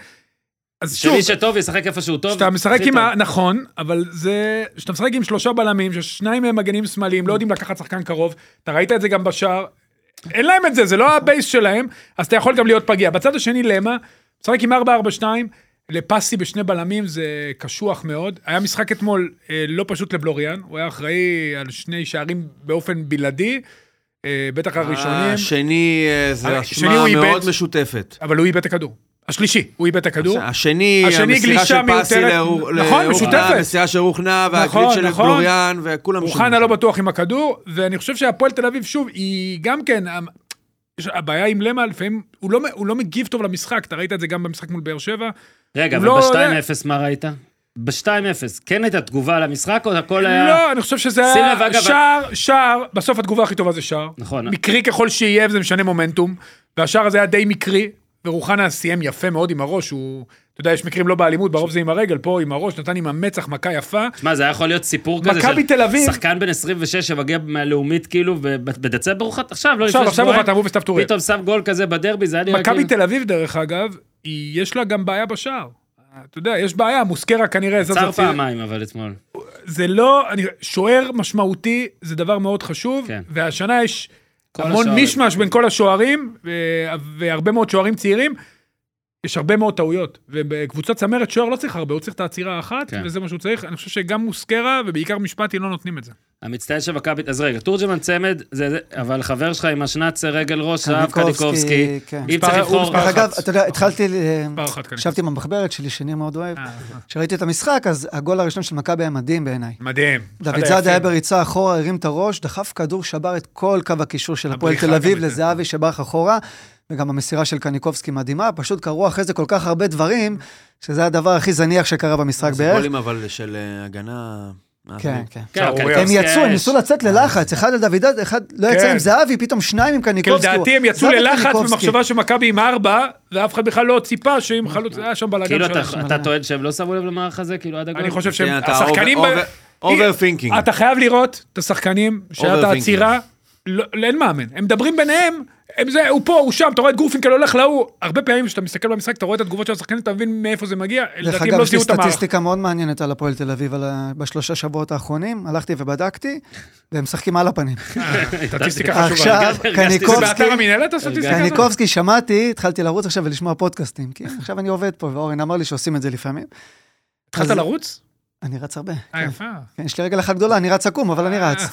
S5: אז שוב,
S1: שמי שטוב ישחק איפה שהוא טוב.
S5: כשאתה משחק
S1: הכי
S5: עם...
S1: טוב.
S5: ה- נכון, אבל זה... כשאתה משחק עם שלושה בלמים, ששניים מהם מגנים שמאליים,
S1: Mm.
S5: לא יודעים לקחת שחקן קרוב, אתה ראית את זה גם בשער, אין להם את זה, זה לא הבייס שלהם, אז אתה יכול גם להיות פגיע. בצד השני, למה? משחק עם 4-4-2, לפסי בשני בלמים זה קשוח מאוד. היה משחק אתמול אה, לא פשוט לבלוריאן, הוא היה אחראי על שני שערים באופן בלעדי, אה, בטח הראשונים,
S4: השני אה,
S5: הרי-
S4: זה
S5: שני
S4: אשמה
S5: הוא איבד.
S4: מאוד משותפת.
S5: אבל הוא איבד את הכדור. השלישי, הוא איבד את הכדור.
S4: השני,
S5: השני,
S4: המסירה
S5: גלישה
S4: של פסי
S5: מיותרת.
S4: לאור-
S5: נכון,
S4: לאורנה,
S5: משותפת.
S4: המסירה של רוחנה,
S5: נכון,
S4: והגליד של
S5: נכון.
S4: בלוריאן, וכולם
S5: אוחנה לא בטוח עם הכדור, ואני חושב שהפועל תל אביב, שוב, היא גם כן, המ- יש- הבעיה עם למה, לפעמים הוא לא, הוא לא מגיב טוב למשחק, אתה ראית את זה גם במשחק מול באר שבע.
S1: רגע,
S5: הוא לא
S1: וב-2-0 מה ראית? ב-2-0, כן הייתה תגובה על המשחק, או הכל היה...
S5: לא, אני חושב שזה
S1: אה, שים לב,
S5: היה
S1: אגב,
S5: שער, שער, בסוף התגובה הכי טובה זה שער.
S1: נכון.
S5: מקרי ככל שיהיה, וזה משנה מומנטום, והשער הזה היה די מקרי, ורוחנה סיים יפה מאוד עם הראש, הוא, אתה יודע, יש מקרים לא באלימות, ברוב זה עם הרגל, פה עם הראש, נתן עם המצח מכה יפה.
S1: שמע, זה היה יכול להיות סיפור כזה
S5: מכבי תל אביב-
S1: שחקן בן 26 שמגיע מהלאומית, כאילו, ב- בדצמבר הוא חת... עכשיו, לא
S5: עכשיו,
S1: לפני
S5: עכשיו הוא
S1: שבועיים,
S5: חתם, הוא וסתיו טורי.
S1: פתאום שם גול כזה בדרבי, זה היה נראה כאילו-
S5: מכבי תל אביב, דרך אגב, היא- יש לה גם בעיה בשער. אתה יודע, יש בעיה, מוסקרה כנראה זז
S1: צר
S5: הצידה.
S1: פעמיים, אבל אתמול.
S5: זה לא, אני, שוער משמעותי זה דבר מאוד חשוב,
S1: כן.
S5: והשנה יש
S1: כל
S5: המון
S1: השוערים.
S5: מישמש בין כל השוערים, ו- והרבה מאוד שוערים צעירים, יש הרבה מאוד טעויות, ובקבוצת צמרת שוער לא צריך הרבה, הוא צריך את העצירה האחת,
S1: כן.
S5: וזה מה שהוא צריך, אני חושב שגם מוסקרה ובעיקר משפטי לא נותנים את זה.
S1: המצטיין של מכבי... אז רגע, תורג'מן צמד, זה- זה- אבל חבר שלך עם השנאצר רגל ראש, זהב
S3: קניקובסקי,
S1: קניקובסקי.
S3: כן.
S1: אם צריך
S5: מספר- הוא
S1: לבחור...
S5: מספר-
S3: דרך אגב, אתה יודע, התחלתי, אה,
S5: פעם אחת כנראה.
S3: ישבתי עם המחברת שלי, שאני מאוד אוהב.
S5: אה,
S3: כשראיתי את המשחק, אז הגול הראשון של מכבי היה מדהים בעיניי.
S5: מדהים.
S3: דוד
S5: אחד
S3: זאדה היה
S5: היפים.
S3: בריצה אחורה, הרים את הראש, דחף כדור, שבר את כל קו הקישור של הפועל
S5: הבריחה
S3: תל אביב
S5: גם את זה.
S3: לזהבי שברח אחורה, וגם המסירה של קניקובסקי מדהימה. פשוט קרו אחרי זה כל כך הרבה דברים, שזה הדבר הכי זניח שקרה במשחק בערך.
S4: גולים אבל של אה, הגנה... מה זה?
S3: כן, כן.
S1: כן,
S5: שערוריה.
S3: הם
S1: קניקובסקי
S3: יצאו,
S1: היה
S3: הם
S1: אש.
S3: ניסו לצאת ללחץ, אחד על דוידד, אחד לא יצא
S5: אה. כן.
S3: עם זהבי, פתאום שניים עם
S5: כי
S3: קניקובסקי.
S5: לדעתי הם יצאו
S3: זהבי
S5: ללחץ
S3: קניקובסקי.
S5: במחשבה שמכבי עם ארבע, ואף אחד בכלל לא ציפה שאם חלוץ, היה שם בלאגן
S1: כאילו,
S5: של
S1: אתה-
S5: אנשים.
S1: אתה טוען שהם לא שמו לב למערך הזה, כאילו, עד הגול?
S5: אני חושב
S4: כן, אתה
S5: שהשחקנים...
S4: אובר-
S5: ב-
S4: אובר- אוברפינקינג.
S5: אתה חייב לראות את השחקנים שהיה את
S4: Overthinking.
S5: העצירה, לא- לא- אין מאמן, הם מדברים ביניהם, הם זה, הוא פה, הוא שם, אתה רואה את גורפינקל הולך להוא, הרבה פעמים כשאתה מסתכל במשחק, אתה רואה את התגובות של השחקנים, אתה מבין מאיפה זה מגיע,
S3: דרך
S5: לדעתי הם
S3: אגב,
S5: לא
S3: יש לי
S5: זיהו את המערכת.
S3: סטטיסטיקה מאוד מעניינת על הפועל תל אביב על ה- בשלושה שבועות האחרונים, הלכתי ובדקתי, והם משחקים על הפנים.
S5: סטטיסטיקה חשובה.
S3: אה, עכשיו,
S1: הרגשתי את זה
S5: זה
S3: קניקובסקי...
S5: באתר המנהלת
S1: כן.
S5: הסטטיסטיקה הזאת?
S3: קניקובסקי, שמעתי, התחלתי לרוץ עכשיו ולשמוע פודקאסטים, כי עכשיו אני עובד פה, ואורן אמר לי שעושים את זה לפעמים.
S5: התחלת
S3: אז-
S5: לרוץ?
S3: אני רץ הרבה.
S5: אה,
S3: כן.
S5: יפה.
S3: כן, יש לי רגל אחת גדולה, אני רץ עקום, אבל אני רץ.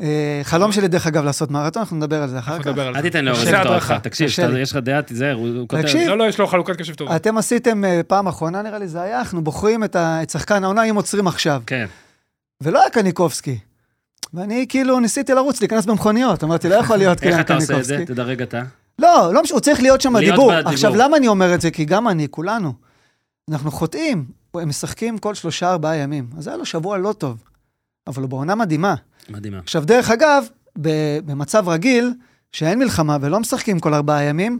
S3: אה, חלום שלי, דרך אגב, לעשות מרתון, אנחנו נדבר על זה אחר
S5: אנחנו
S3: כך.
S5: נדבר על
S1: אל
S5: זה.
S1: תיתן לאורן
S5: זה
S1: לפתור אותך,
S5: הדרכה.
S1: תקשיב,
S3: קשה
S1: שאתה-
S3: לי.
S1: יש לך דעה, תיזהר, הוא הוא כותב.
S3: תקשיב.
S5: לא, לא, יש לו חלוקת קשב טוב.
S3: אתם עשיתם אה, פעם אחרונה, נראה לי זה היה, אנחנו בוחרים את ה- את שחקן העונה, אם עוצרים עכשיו.
S1: כן.
S3: ולא היה קניקובסקי. ואני כאילו ניסיתי לרוץ, להיכנס במכוניות, אמרתי, לא יכול להיות
S1: איך
S3: קריאן
S1: אתה עושה את זה?
S3: קניקובסקי.
S1: תדרג אתה.
S3: לא, לא משנה, הוא צריך להיות שם
S1: להיות
S3: הדיבור.
S1: בדיבור.
S3: עכשיו, למה אני אומר את זה? כי גם אני, כולנו, אנחנו חוטאים. הם משחקים כל שלושה, ארבעה ימים. אז היה לו שבוע לא טוב, אבל הוא בעונה מדהימה.
S1: מדהימה.
S3: עכשיו, דרך אגב, ב- במצב רגיל, שאין מלחמה ולא משחקים כל ארבעה ימים,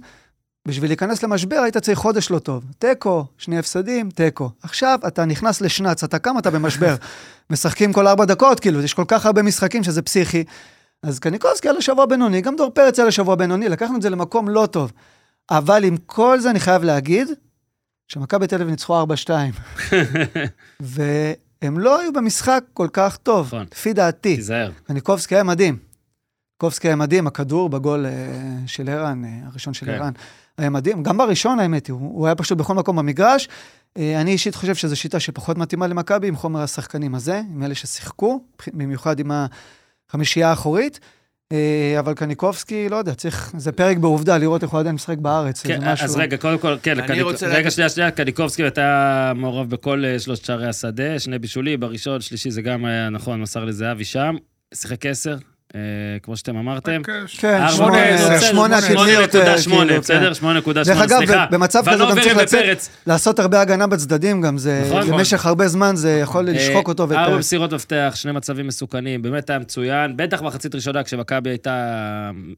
S3: בשביל להיכנס למשבר היית צריך חודש לא טוב. תיקו, שני הפסדים, תיקו. עכשיו אתה נכנס לשנץ, אתה קם, אתה במשבר. משחקים כל ארבע דקות, כאילו, יש כל כך הרבה משחקים שזה פסיכי. אז קניקובסקי היה לו שבוע בינוני, גם דור פרץ היה לו שבוע בינוני, לקחנו את זה למקום לא טוב. אבל עם כל זה אני חייב להגיד, שמכבי תל אביב ניצחו 4-2. והם לא היו במשחק כל כך טוב,
S1: נכון.
S3: לפי דעתי.
S1: תיזהר.
S3: קניקובסקי היה מדהים. קניקובסקי היה מדהים, הכדור בגול אה, של ערן, אה, הראשון של
S1: כן.
S3: ערן, היה מדהים. גם בראשון, האמת היא, הוא הוא היה פשוט בכל מקום במגרש. אה, אני אישית חושב שזו שיטה שפחות מתאימה למכבי עם חומר השחקנים הזה, עם אלה ששיחקו, במיוחד עם החמישייה האחורית. אה, אבל קניקובסקי, לא יודע, צריך, זה פרק בעובדה, לראות איך הוא עדיין משחק בארץ.
S1: כן,
S3: זה משהו-
S1: אז רגע, קודם כל, כן,
S4: אני
S1: קניק-
S4: רוצה
S1: רגע,
S4: להגיד-
S1: שנייה, שנייה, קניקובסקי הייתה מעורב בכל אה, שלושת שערי השדה, שני בישולים, בראשון, שלישי, זה גם היה נכון, מסר לזהבי שם, שיחק עשר, אה, כמו שאתם אמרתם.
S3: כן,
S1: ארבע,
S3: שמונה,
S5: בסדר,
S3: שמונה
S5: שמונה,
S3: עקיצים
S1: אה, שמונה
S3: יותר,
S1: נקודה
S3: כאילו,
S1: שמונה,
S3: כן.
S1: בסדר? שמונה נקודה
S3: דרך
S1: שמונה,
S3: אגב,
S1: סליחה. לא
S3: במצב כזה אתה
S1: ונוברים
S3: צריך לצאת-
S1: ופרץ.
S3: לעשות הרבה הגנה בצדדים גם, זה
S1: נכון, אה, נכון.
S3: למשך הרבה זמן, זה יכול לשחוק אותו. ואת-
S1: ואת... ארבע מסירות מפתח, שני מצבים מסוכנים, באמת היה מצוין, בטח מחצית ראשונה כשמכבי הייתה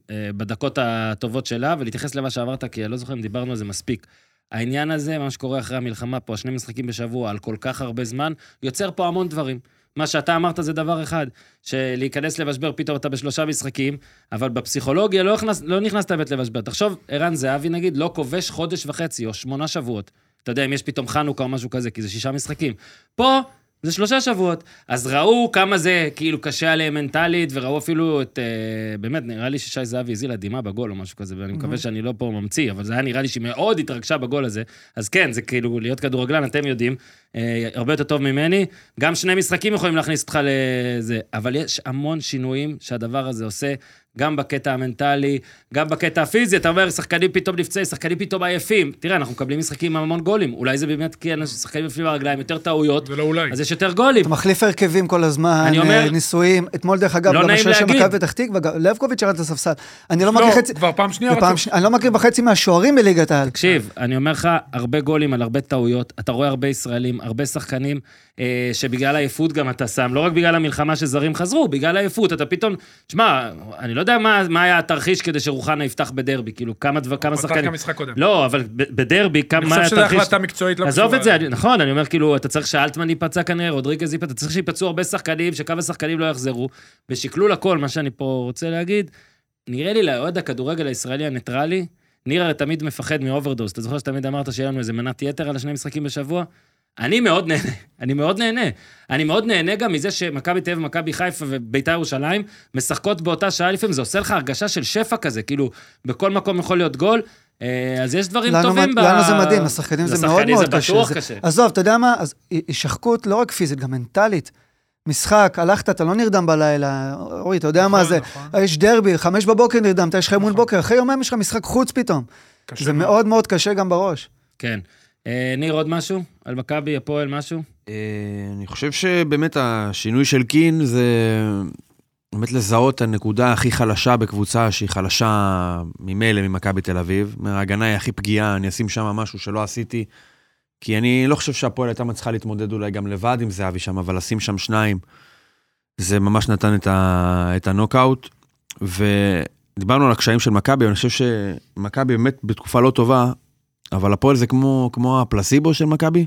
S1: אה, בדקות הטובות שלה, ולהתייחס למה שאמרת, כי אני לא זוכר אם דיברנו על זה מספיק. העניין הזה, מה שקורה אחרי המלחמה פה, שני משחקים בשבוע, על כל כך הרבה זמן, יוצר פה המון דברים. מה שאתה אמרת זה דבר אחד, שלהיכנס למשבר, פתאום אתה בשלושה משחקים, אבל בפסיכולוגיה לא, הכנס, לא נכנסת באמת למשבר. תחשוב, ערן זהבי נגיד לא כובש חודש וחצי או שמונה שבועות. אתה יודע, אם יש פתאום חנוכה או משהו כזה, כי זה שישה משחקים. פה זה שלושה שבועות. אז ראו כמה זה כאילו קשה עליהם מנטלית, וראו אפילו את... אה, באמת, נראה לי ששי זהבי הזילה דמעה בגול או משהו כזה, ואני מקווה שאני לא פה ממציא, אבל זה היה נראה לי שהיא מאוד התרגשה בגול הזה. אז כן, זה כאילו להיות כדורגלן, אתם יודעים, אה, הרבה יותר טוב ממני. גם שני משחקים יכולים להכניס אותך לזה, אבל יש המון שינויים שהדבר הזה עושה. גם בקטע המנטלי, גם בקטע הפיזי, אתה אומר, שחקנים פתאום נפצעים, שחקנים פתאום עייפים. תראה, אנחנו מקבלים משחקים עם המון גולים. אולי זה באמת כי אנשים שחקנים נופלים ברגליים, יותר טעויות,
S5: זה לא אולי.
S1: אז יש יותר גולים.
S3: אתה מחליף הרכבים כל הזמן,
S1: אני אומר-
S3: אה, ניסויים. אתמול, דרך אגב,
S1: לא
S3: גם
S1: נעים
S3: השוער של
S1: להגיד.
S3: מכבי פתח תקווה, גם- לבקוביץ' ירד לספסל. אני לא
S5: לא,
S3: מכיר חצי...
S5: כבר פעם שנייה
S3: ופעם
S5: רצוף.
S3: שנייה- אני לא מכיר בחצי מהשוערים בליגת העל.
S1: תקשיב, אני אומר לך, הרבה גולים על הרבה טעויות, אתה רואה הרבה ישראלים, הרבה שחקנים, אה, שבגלל עייפות גם אתה שם, לא רק בגלל המלחמה שזרים חזרו, בגלל עייפות, אתה פתאום, שמע, אני לא יודע מה, מה היה התרחיש כדי שרוחנה יפתח בדרבי, כאילו, כמה, דבר, כמה
S5: פתח
S1: שחקנים...
S5: גם משחק קודם.
S1: לא, אבל ב- בדרבי, כמה
S5: אני
S1: מה
S5: חושב
S1: היה
S5: שזו
S1: התרחיש...
S5: החלטה מקצועית לא
S1: עזוב
S5: קשורה.
S1: את זה, אני- נכון, אני אומר כאילו, אתה צריך שאלטמן ייפצע כנראה, רודריגז ייפצע, אתה צריך שייפצעו הרבה שחקנים, שכמה שחקנים לא יחזרו. בשקלול הכל, מה שאני פה רוצה להגיד, נראה לי לאוהד הכדורגל הישראלי הניטרלי, ניר הרי תמיד מפחד מאוברדוס. אתה זוכר שתמיד אמרת שיהיה לנו איזה מנת יתר על השני משחקים בשבוע? אני מאוד נהנה, אני מאוד נהנה. אני מאוד נהנה גם מזה שמכבי תל אביב, מכבי חיפה וביתר ירושלים משחקות באותה שעה לפעמים, זה עושה לך הרגשה של שפע כזה, כאילו, בכל מקום יכול להיות גול, אה, אז יש דברים
S3: לנו
S1: טובים
S3: מד- לנו זה מדהים, לשחקנים זה מאוד
S1: לשחקנים
S3: מאוד
S1: זה
S3: קשה.
S1: בטוח
S3: זה-
S1: קשה.
S3: עזוב, אתה יודע מה? אז ה- הישחקות לא רק פיזית, גם מנטלית. משחק, הלכת, אתה לא נרדם בלילה, אורי, אתה יודע מה
S5: נכון,
S3: זה,
S5: נכון.
S3: יש דרבי, חמש בבוקר נרדמת, יש לך
S1: נכון.
S3: אימון בוקר, אחרי יומיים יש לך משחק חוץ פתאום.
S5: קשה
S3: זה מאוד מאוד קשה גם בראש.
S1: כן. אה, ניר, עוד משהו? על מכבי, הפועל, משהו?
S4: אה, אני חושב שבאמת השינוי של קין זה באמת לזהות את הנקודה הכי חלשה בקבוצה שהיא חלשה ממילא ממכבי תל אביב. ההגנה היא הכי פגיעה, אני אשים שם משהו שלא עשיתי, כי אני לא חושב שהפועל הייתה מצליחה להתמודד אולי גם לבד עם זהבי שם, אבל לשים שם שניים, זה ממש נתן את, ה, את הנוקאוט. ודיברנו על הקשיים של מכבי, אני חושב שמכבי באמת בתקופה לא טובה, אבל הפועל זה כמו, כמו הפלסיבו של מכבי.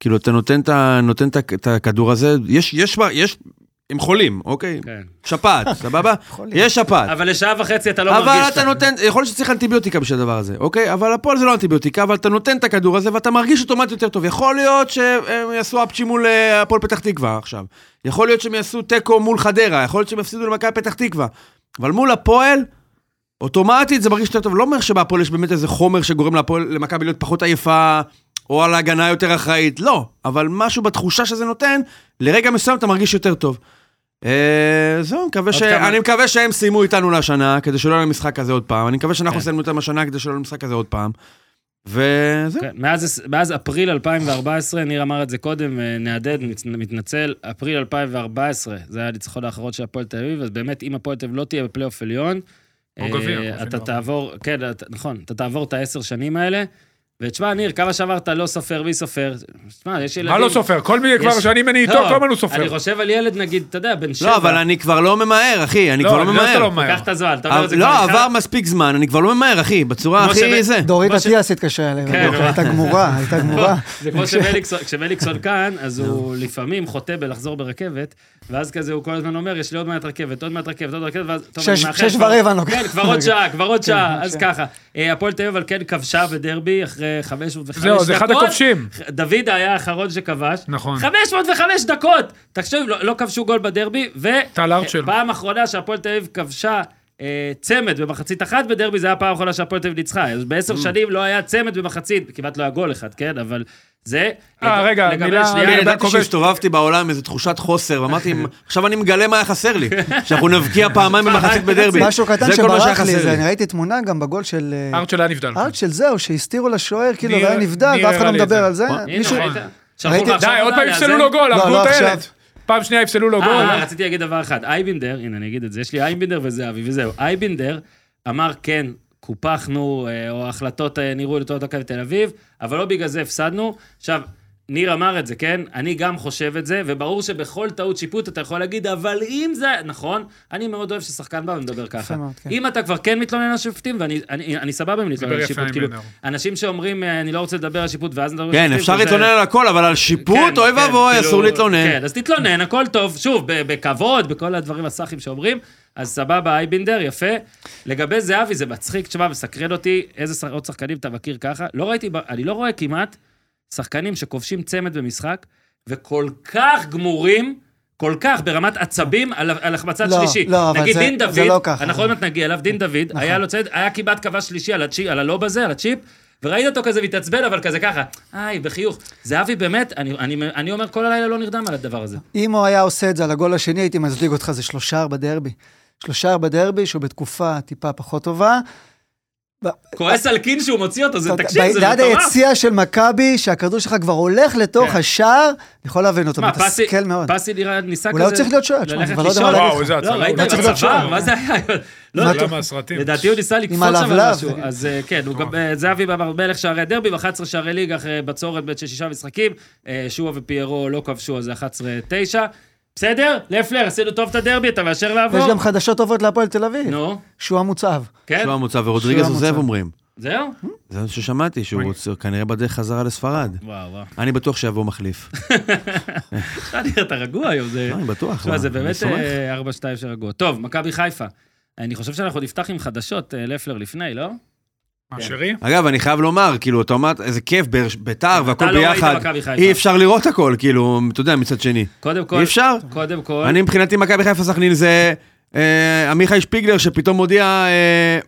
S4: כאילו, אתה נותן את ה- נותן את ה- את הכדור הזה, יש, יש, מה- יש, הם חולים, אוקיי?
S1: כן.
S4: שפעת, סבבה? יש שפעת.
S1: אבל לשעה וחצי אתה לא מרגיש...
S4: אבל אתה
S1: ככה.
S4: נותן, יכול להיות שצריך אנטיביוטיקה בשביל הדבר הזה, אוקיי? אבל הפועל זה לא אנטיביוטיקה, אבל אתה נותן את הכדור הזה ואתה מרגיש אוטומט יותר טוב. יכול להיות שהם יעשו אפצ'י מול אה, הפועל פתח תקווה עכשיו. יכול להיות שהם יעשו תיקו מול חדרה, יכול להיות שהם יפסידו למכבי פתח תקווה. אבל מול הפועל, אוטומטית זה מרגיש יותר טוב. לא אומר שבהפועל יש באמת איזה חומר שגורם להפועל- למכבי להיות פחות עייפה, או על ההגנה יותר אחראית, לא. אבל משהו בתחושה שזה נותן, לרגע מסוים אתה מרגיש יותר טוב. אה, זהו, מקווה ש...
S1: עוד כמה-
S4: אני מקווה שהם סיימו איתנו לשנה, כדי שלא יהיה להם משחק כזה עוד פעם. אני מקווה שאנחנו
S1: כן.
S4: סיימנו איתם השנה, כדי שלא יהיה להם משחק כזה עוד פעם. וזהו.
S1: כן, מאז, מאז אפריל 2014, ניר אמר את זה קודם, אה, נהדהד, מצ- מתנצל, אפריל 2014, זה היה הניצחון האחרון של הפועל תל אביב, אז באמת, אם הפועל תל אביב לא תהיה בפלייאוף עליון,
S5: או
S1: אה,
S5: גביע, כמו
S1: אתה
S5: שנאמר.
S1: תעבור, כן, אתה- נכון, אתה תעבור את העשר שנים האלה, ותשמע, ניר, כמה שעברת לא סופר, מי סופר? תשמע, יש ילדים...
S5: מה לא סופר? כל מיני כבר שאני מני איתו,
S1: לא,
S5: כל הזמן הוא
S1: אני
S5: סופר.
S1: חושב על ילד, נגיד, אתה יודע, בן שבע.
S4: לא, אבל אני כבר לא ממהר, אחי, אני
S5: לא,
S4: כבר לא
S5: אני לא שאתה
S4: ממהר.
S5: לא ממהר.
S1: קח את הזמן, אתה אומר את
S4: אבל-
S1: זה כבר
S4: לא,
S1: אחד.
S4: עבר מספיק זמן, אני כבר לא ממהר, אחי, בצורה
S1: כמו
S4: הכי
S1: שבן-
S4: זה.
S3: דורית
S1: כמו כן, ש-
S3: אטיאס התקשר אליי,
S1: כן,
S3: בבוקר, הייתה גמורה, הייתה גמורה.
S1: זה כמו שמליקסון, כשמליקסון כאן, אז הוא לפעמים חוטא בלחזור ברכבת, ואז כזה הוא כל הזמן אומר, יש לי עוד מעט רכבת, עוד מעט רכבת, עוד מעט רכבת, ואז... טוב, אני
S3: שש-
S1: מאחר
S3: שש
S1: כבר-
S3: ורבע כן. אני לוקח.
S1: כן, כבר עוד שעה, כבר עוד שעה, אז
S3: שעה.
S1: ככה. אה, הפועל תל אביב, אבל כן, כבשה בדרבי אחרי 505 דקות.
S5: זהו, לא, זה אחד הכובשים.
S1: דוידה היה האחרון שכבש.
S5: נכון.
S1: 505 דקות! תחשוב, לא לא כבשו גול בדרבי, ו...
S5: טל ארצ'ל.
S1: פעם אחרונה שהפועל תל אביב כבשה... אה, צמד במחצית אחת בדרבי, זה היה הפעם האחרונה שהפועל תל אביב ניצחה. אז
S5: Mm.
S1: בעשר שנים לא היה צמד במחצית, כמעט לא היה גול אחד, כן? אבל זה...
S5: אה,
S1: לג-
S5: רגע,
S1: לגבי
S5: מילה-
S1: השנייה-
S4: אני
S5: מילה- בן אדם
S4: כן, ידעתי
S5: כובש.
S4: שהסתובבתי בעולם עם איזו תחושת חוסר, ואמרתי, עכשיו אני מגלה מה היה חסר לי, שאנחנו נבקיע פעמיים במחצית בדרבי.
S3: משהו קטן
S4: זה כל מה שהיה
S3: שברח לי,
S4: חסר
S3: זה,
S4: לי.
S3: אני ראיתי תמונה גם בגול של... אה,
S5: ארצ'ל היה נבדל.
S3: ארצ'ל, זהו, שהסתירו לשוער, כאילו,
S5: ניר-
S3: והיה נבדל,
S5: ניר
S3: ואף אחד
S5: הראה
S3: לא
S5: לי את
S3: מדבר
S5: זה.
S3: על זה.
S1: הנה,
S3: מישהו-
S1: ראית? שלחו
S3: ראיתי-
S1: לך עכשיו
S5: די, עוד
S1: הודעה
S5: פעם
S1: לאזן.
S5: יפסלו לו גול,
S3: לא,
S5: הרגו
S3: לא
S5: את
S3: עכשיו.
S5: הילד. פעם שנייה יפסלו לו גול.
S1: אה, רציתי להגיד דבר אחד, אייבינדר, הנה אני אגיד את זה, יש לי אייבינדר וזהבי וזהו. אייבינדר אמר כן, קופחנו, אה, או החלטות אה, נראו לטובת מכבי תל אביב, אבל לא בגלל זה הפסדנו. עכשיו, ניר אמר את זה, כן? אני גם חושב את זה, וברור שבכל טעות שיפוט אתה יכול להגיד, אבל אם זה... נכון, אני מאוד אוהב ששחקן בא ומדבר ככה.
S3: יפה מאוד, כן.
S1: אם אתה כבר כן מתלונן על שופטים, ואני אני- אני סבבה עם להתלונן על
S5: דיבר יפה
S1: שיפוט,
S5: עם
S1: כאילו,
S5: בן אור.
S1: אנשים שאומרים, אה, אני לא רוצה לדבר על שיפוט, ואז מדברים על
S4: כן,
S1: שופטים,
S4: אפשר
S1: וזה-
S4: להתלונן על הכל, אבל על שיפוט,
S1: כן,
S4: אוי
S1: כן,
S4: ואבוי,
S1: כאילו,
S4: אסור להתלונן.
S1: כן, אז תתלונן, הכל טוב, שוב, ב- בכבוד, בכל הדברים הסאחים שאומרים, אז סבבה, אייבינדר, יפה. לגבי זהבי, זה מצחיק, תשמע, מסקרן אותי, איזה שח- עוד שחקנים אתה מכיר ככה? לא ראיתי, ב- אני לא רואה כמעט שחקנים שכובשים צמד במשחק, וכל כך גמורים, כל כך ברמת עצבים על, על החמצת
S3: לא,
S1: שלישי.
S3: לא, אבל
S1: נגיד
S3: זה-
S1: דין
S3: זה
S1: דוד,
S3: לא ככה. נכון.
S1: אנחנו עוד מעט נגיע אליו, דין דוד, היה לו צד, היה כמעט כבש שלישי על, הצ'י, על הלוב הזה, על הצ'יפ, וראית אותו כזה מתעצבן, אבל כזה ככה, היי, בחיוך. זהבי, באמת, אני, אני, אני אומר, כל הלילה לא נרדם על הדבר הזה.
S3: אם הוא היה עושה את זה על הגול השני, הייתי מצדיק אותך, זה שלושה בדרבי. שלושה בדרבי, שהוא בתקופה טיפה פחות טובה.
S1: כועס על קין שהוא מוציא אותו, זה
S3: אתה-
S1: תקשיב, זה
S3: ליד
S1: מטורף.
S3: היציאה של מכבי, שהכדור שלך כבר הולך לתוך
S1: כן.
S3: השער, אני יכול להבין אותו,
S1: מה, פסי-
S3: מתסכל מאוד.
S1: פסי נראה ניסה כזה...
S3: אולי הוא צריך להיות שוער, תשמע,
S1: ללכת
S3: אבל לא יודע מה
S1: לישון.
S5: להגיד לך. וואו, איזה הצלה,
S1: לא, ראית
S5: הוא
S1: את
S5: צריך להיות
S1: הצוואר,
S5: שוער.
S1: מה זה היה? לא,
S3: מה
S1: לא,
S5: למה הסרטים?
S1: לדעתי הוא ניסה לקפוץ
S3: הלבלב,
S1: שם על משהו.
S3: תגיד.
S1: אז אה, כן, הוא גם...
S5: מטורף.
S1: אה, זהבי במלך שערי דרבי, ב-11 שערי ליגה אחרי בצורת בין שישה משחקים. אה, שועה ופיירו לא כבשו, אז זה 11-9. בסדר? לפלר, עשינו טוב את הדרבי, אתה מאשר לעבור?
S3: ויש גם חדשות טובות להפועל תל אביב.
S1: נו,
S3: שהוא המוצב.
S1: כן?
S4: שהוא המוצא, ורודריגז
S3: שהוא
S4: עוזב
S3: המוצא.
S4: אומרים.
S1: זהו?
S4: זה מה ששמעתי, שהוא רוצה- כנראה בדרך חזרה לספרד.
S1: וואו, וואו.
S4: אני בטוח שיבוא מחליף.
S1: כן. אני, אתה רגוע היום, זה...
S4: לא, אני בטוח.
S1: תשמע,
S4: מה,
S1: זה
S4: אני
S1: באמת
S4: סומך.
S1: אה, 4-2 של רגוע. טוב, מכבי חיפה. אני חושב שאנחנו נפתח עם חדשות, אה, לפלר לפני, לא?
S5: מה, שרי?
S4: אגב, אני חייב לומר, כאילו, אתה אומר, איזה כיף, באר- ביתר
S1: אתה
S4: והכל
S1: לא ראית
S4: ביחד.
S1: מכבי חיפה.
S4: אי אפשר לראות הכל, כאילו, אתה יודע, מצד שני.
S1: קודם כל...
S4: אי אפשר?
S1: קודם כל...
S4: אני מבחינתי מכבי חיפה סכנין זה אה, עמיחי שפיגלר שפתאום הודיע אה,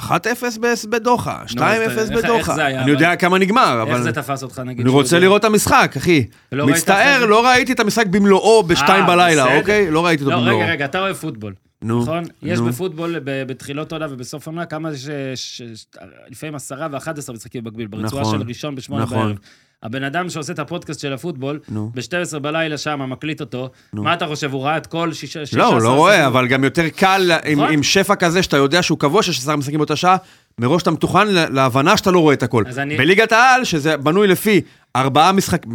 S4: 1-0 בס- בדוחה,
S1: איך-
S4: 2-0
S1: איך זה היה,
S4: בדוחה.
S1: אבל?
S4: אני יודע כמה נגמר,
S1: איך
S4: אבל
S1: זה תפס אותך, נגיד?
S4: אני
S1: שהוא
S4: רוצה
S1: יודע?
S4: לראות את המשחק, אחי.
S1: ולא ראית אחרי
S4: מצטער,
S1: זה?
S4: לא ראיתי את המשחק במלואו
S1: אה,
S4: ב-2 בלילה,
S1: בסדר.
S4: אוקיי? לא ראיתי אותו
S1: לא,
S4: במלואו.
S1: רגע, רגע, אתה אוהב פוטבול,
S4: נו,
S1: נכון? יש
S4: נו.
S1: בפוטבול, ב- בתחילות עונה ובסוף עונה, כמה ש... ש- ש- לפעמים עשרה ואחת עשרה משחקים במקביל, ברצועה
S4: נכון.
S1: של ראשון בשמונה
S4: נכון.
S1: בערב. הבן אדם שעושה את הפודקאסט של הפוטבול,
S4: נו.
S1: ב-12 בלילה שם, מקליט אותו, מה אתה חושב, הוא ראה את כל שישה...
S4: לא,
S1: שישה
S4: הוא
S1: עשר
S4: לא רואה,
S1: משחקים?
S4: אבל גם יותר קל עם-
S1: נכון.
S4: עם שפע כזה שאתה יודע שהוא קבוע 16 משחקים באותה שעה, מראש אתה מתוכן ל- להבנה שאתה לא רואה את הכל.
S1: אז אני-
S4: בליגת העל, שזה בנוי לפי ארבעה משחקים,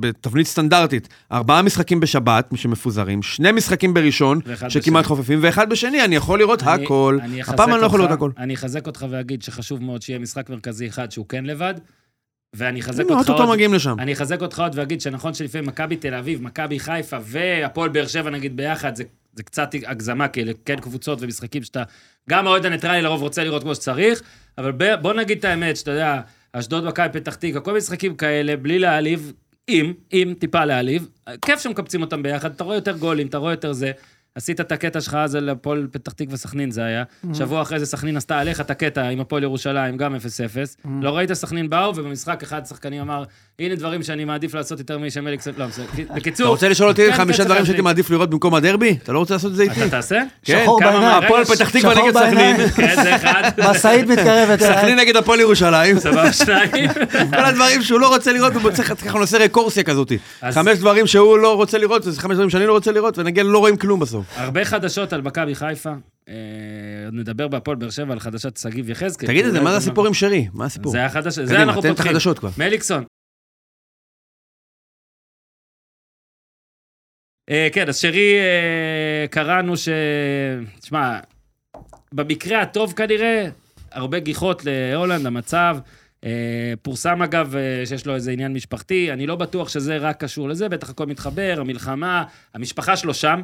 S4: בתבנית סטנדרטית, ארבעה משחקים בשבת שמפוזרים, שני משחקים בראשון,
S1: ואחד
S4: שכמעט
S1: בשני.
S4: חופפים, ואחד בשני, אני יכול לראות
S1: אני-
S4: הכל.
S1: אחזק
S4: הפעם אני לא יכול
S1: אותך-
S4: לראות הכל.
S1: אני אחזק אותך ואגיד שחשוב מאוד שיהיה משחק מרכזי אחד שהוא כן לבד, ואני אחזק
S4: הנה,
S1: אותך
S4: אוטוטו
S1: עוד...
S4: לא, מגיעים לשם.
S1: אני אחזק אותך עוד ואגיד שנכון שלפעמים מכבי תל אביב, מכבי חיפה והפועל באר שבע נגיד ביחד, זה, זה קצת הגזמה, כי אלה כן קבוצות ומשחקים שאתה, גם האוהד הניטרלי לרוב רוצה לראות כמו שצריך, אבל ב, בוא נגיד את האמת, שאתה יודע, אשדוד, מכבי, פתח תקווה, כל מיני משחקים כאלה, בלי להעליב, אם, אם טיפה להעליב, כיף שמקבצים אותם ביחד, אתה רואה יותר גולים, אתה רואה יותר זה. עשית את הקטע שלך אז על הפועל פתח תקווה סכנין זה היה.
S4: Mm-hmm.
S1: שבוע אחרי זה סכנין עשתה עליך את הקטע עם הפועל ירושלים, גם 0-0.
S4: Mm-hmm.
S1: לא ראית סכנין באו, ובמשחק אחד השחקנים אמר, הנה דברים שאני מעדיף לעשות יותר מאיש המלך. לא, בסדר.
S4: אתה
S1: בקיצור...
S4: רוצה לשאול אותי
S1: כן, זה
S4: חמישה
S1: צריך
S4: דברים שהייתי
S1: להחליט.
S4: מעדיף לראות במקום הדרבי? אתה לא רוצה לעשות את זה איתי?
S1: אתה תעשה?
S4: כן,
S3: שחור
S1: כמה
S3: בעיניים.
S1: מהרגע
S4: הפועל
S1: ש-
S4: פתח תקווה
S3: שחור
S4: נגד
S3: בעיניים.
S4: סכנין,
S1: כן, זה אחד.
S3: משאית מתקרבת.
S4: סכנין נגד הפועל ירושלים,
S1: סבבה, שניים.
S4: כל הדברים שהוא לא רוצה לראות, הוא צריך ככה נעשה רקורסיה כזאת.
S1: אז-
S4: חמש דברים שהוא לא רוצה לראות, זה חמש דברים שאני לא רוצה לראות, ונגיע לא רואים כלום בסוף.
S1: הרבה חדשות על מכבי חיפה. אה, עוד נדבר בהפועל באר שבע על חדשת שגיב יחזקאל.
S4: תגיד את זה,
S1: אולי
S4: מה זה
S1: אתם-
S4: הסיפור עם שרי? מה הסיפור?
S1: אה, זה החדש, זה
S4: קדימה,
S1: אנחנו
S4: תן את
S1: פותחים.
S4: החדשות כבר.
S1: מליקסון. אה, כן, אז שרי, אה, קראנו ש... תשמע, במקרה הטוב כנראה, הרבה גיחות להולנד, המצב. אה, פורסם אגב אה, שיש לו איזה עניין משפחתי, אני לא בטוח שזה רק קשור לזה, בטח הכל מתחבר, המלחמה, המשפחה שלו שם,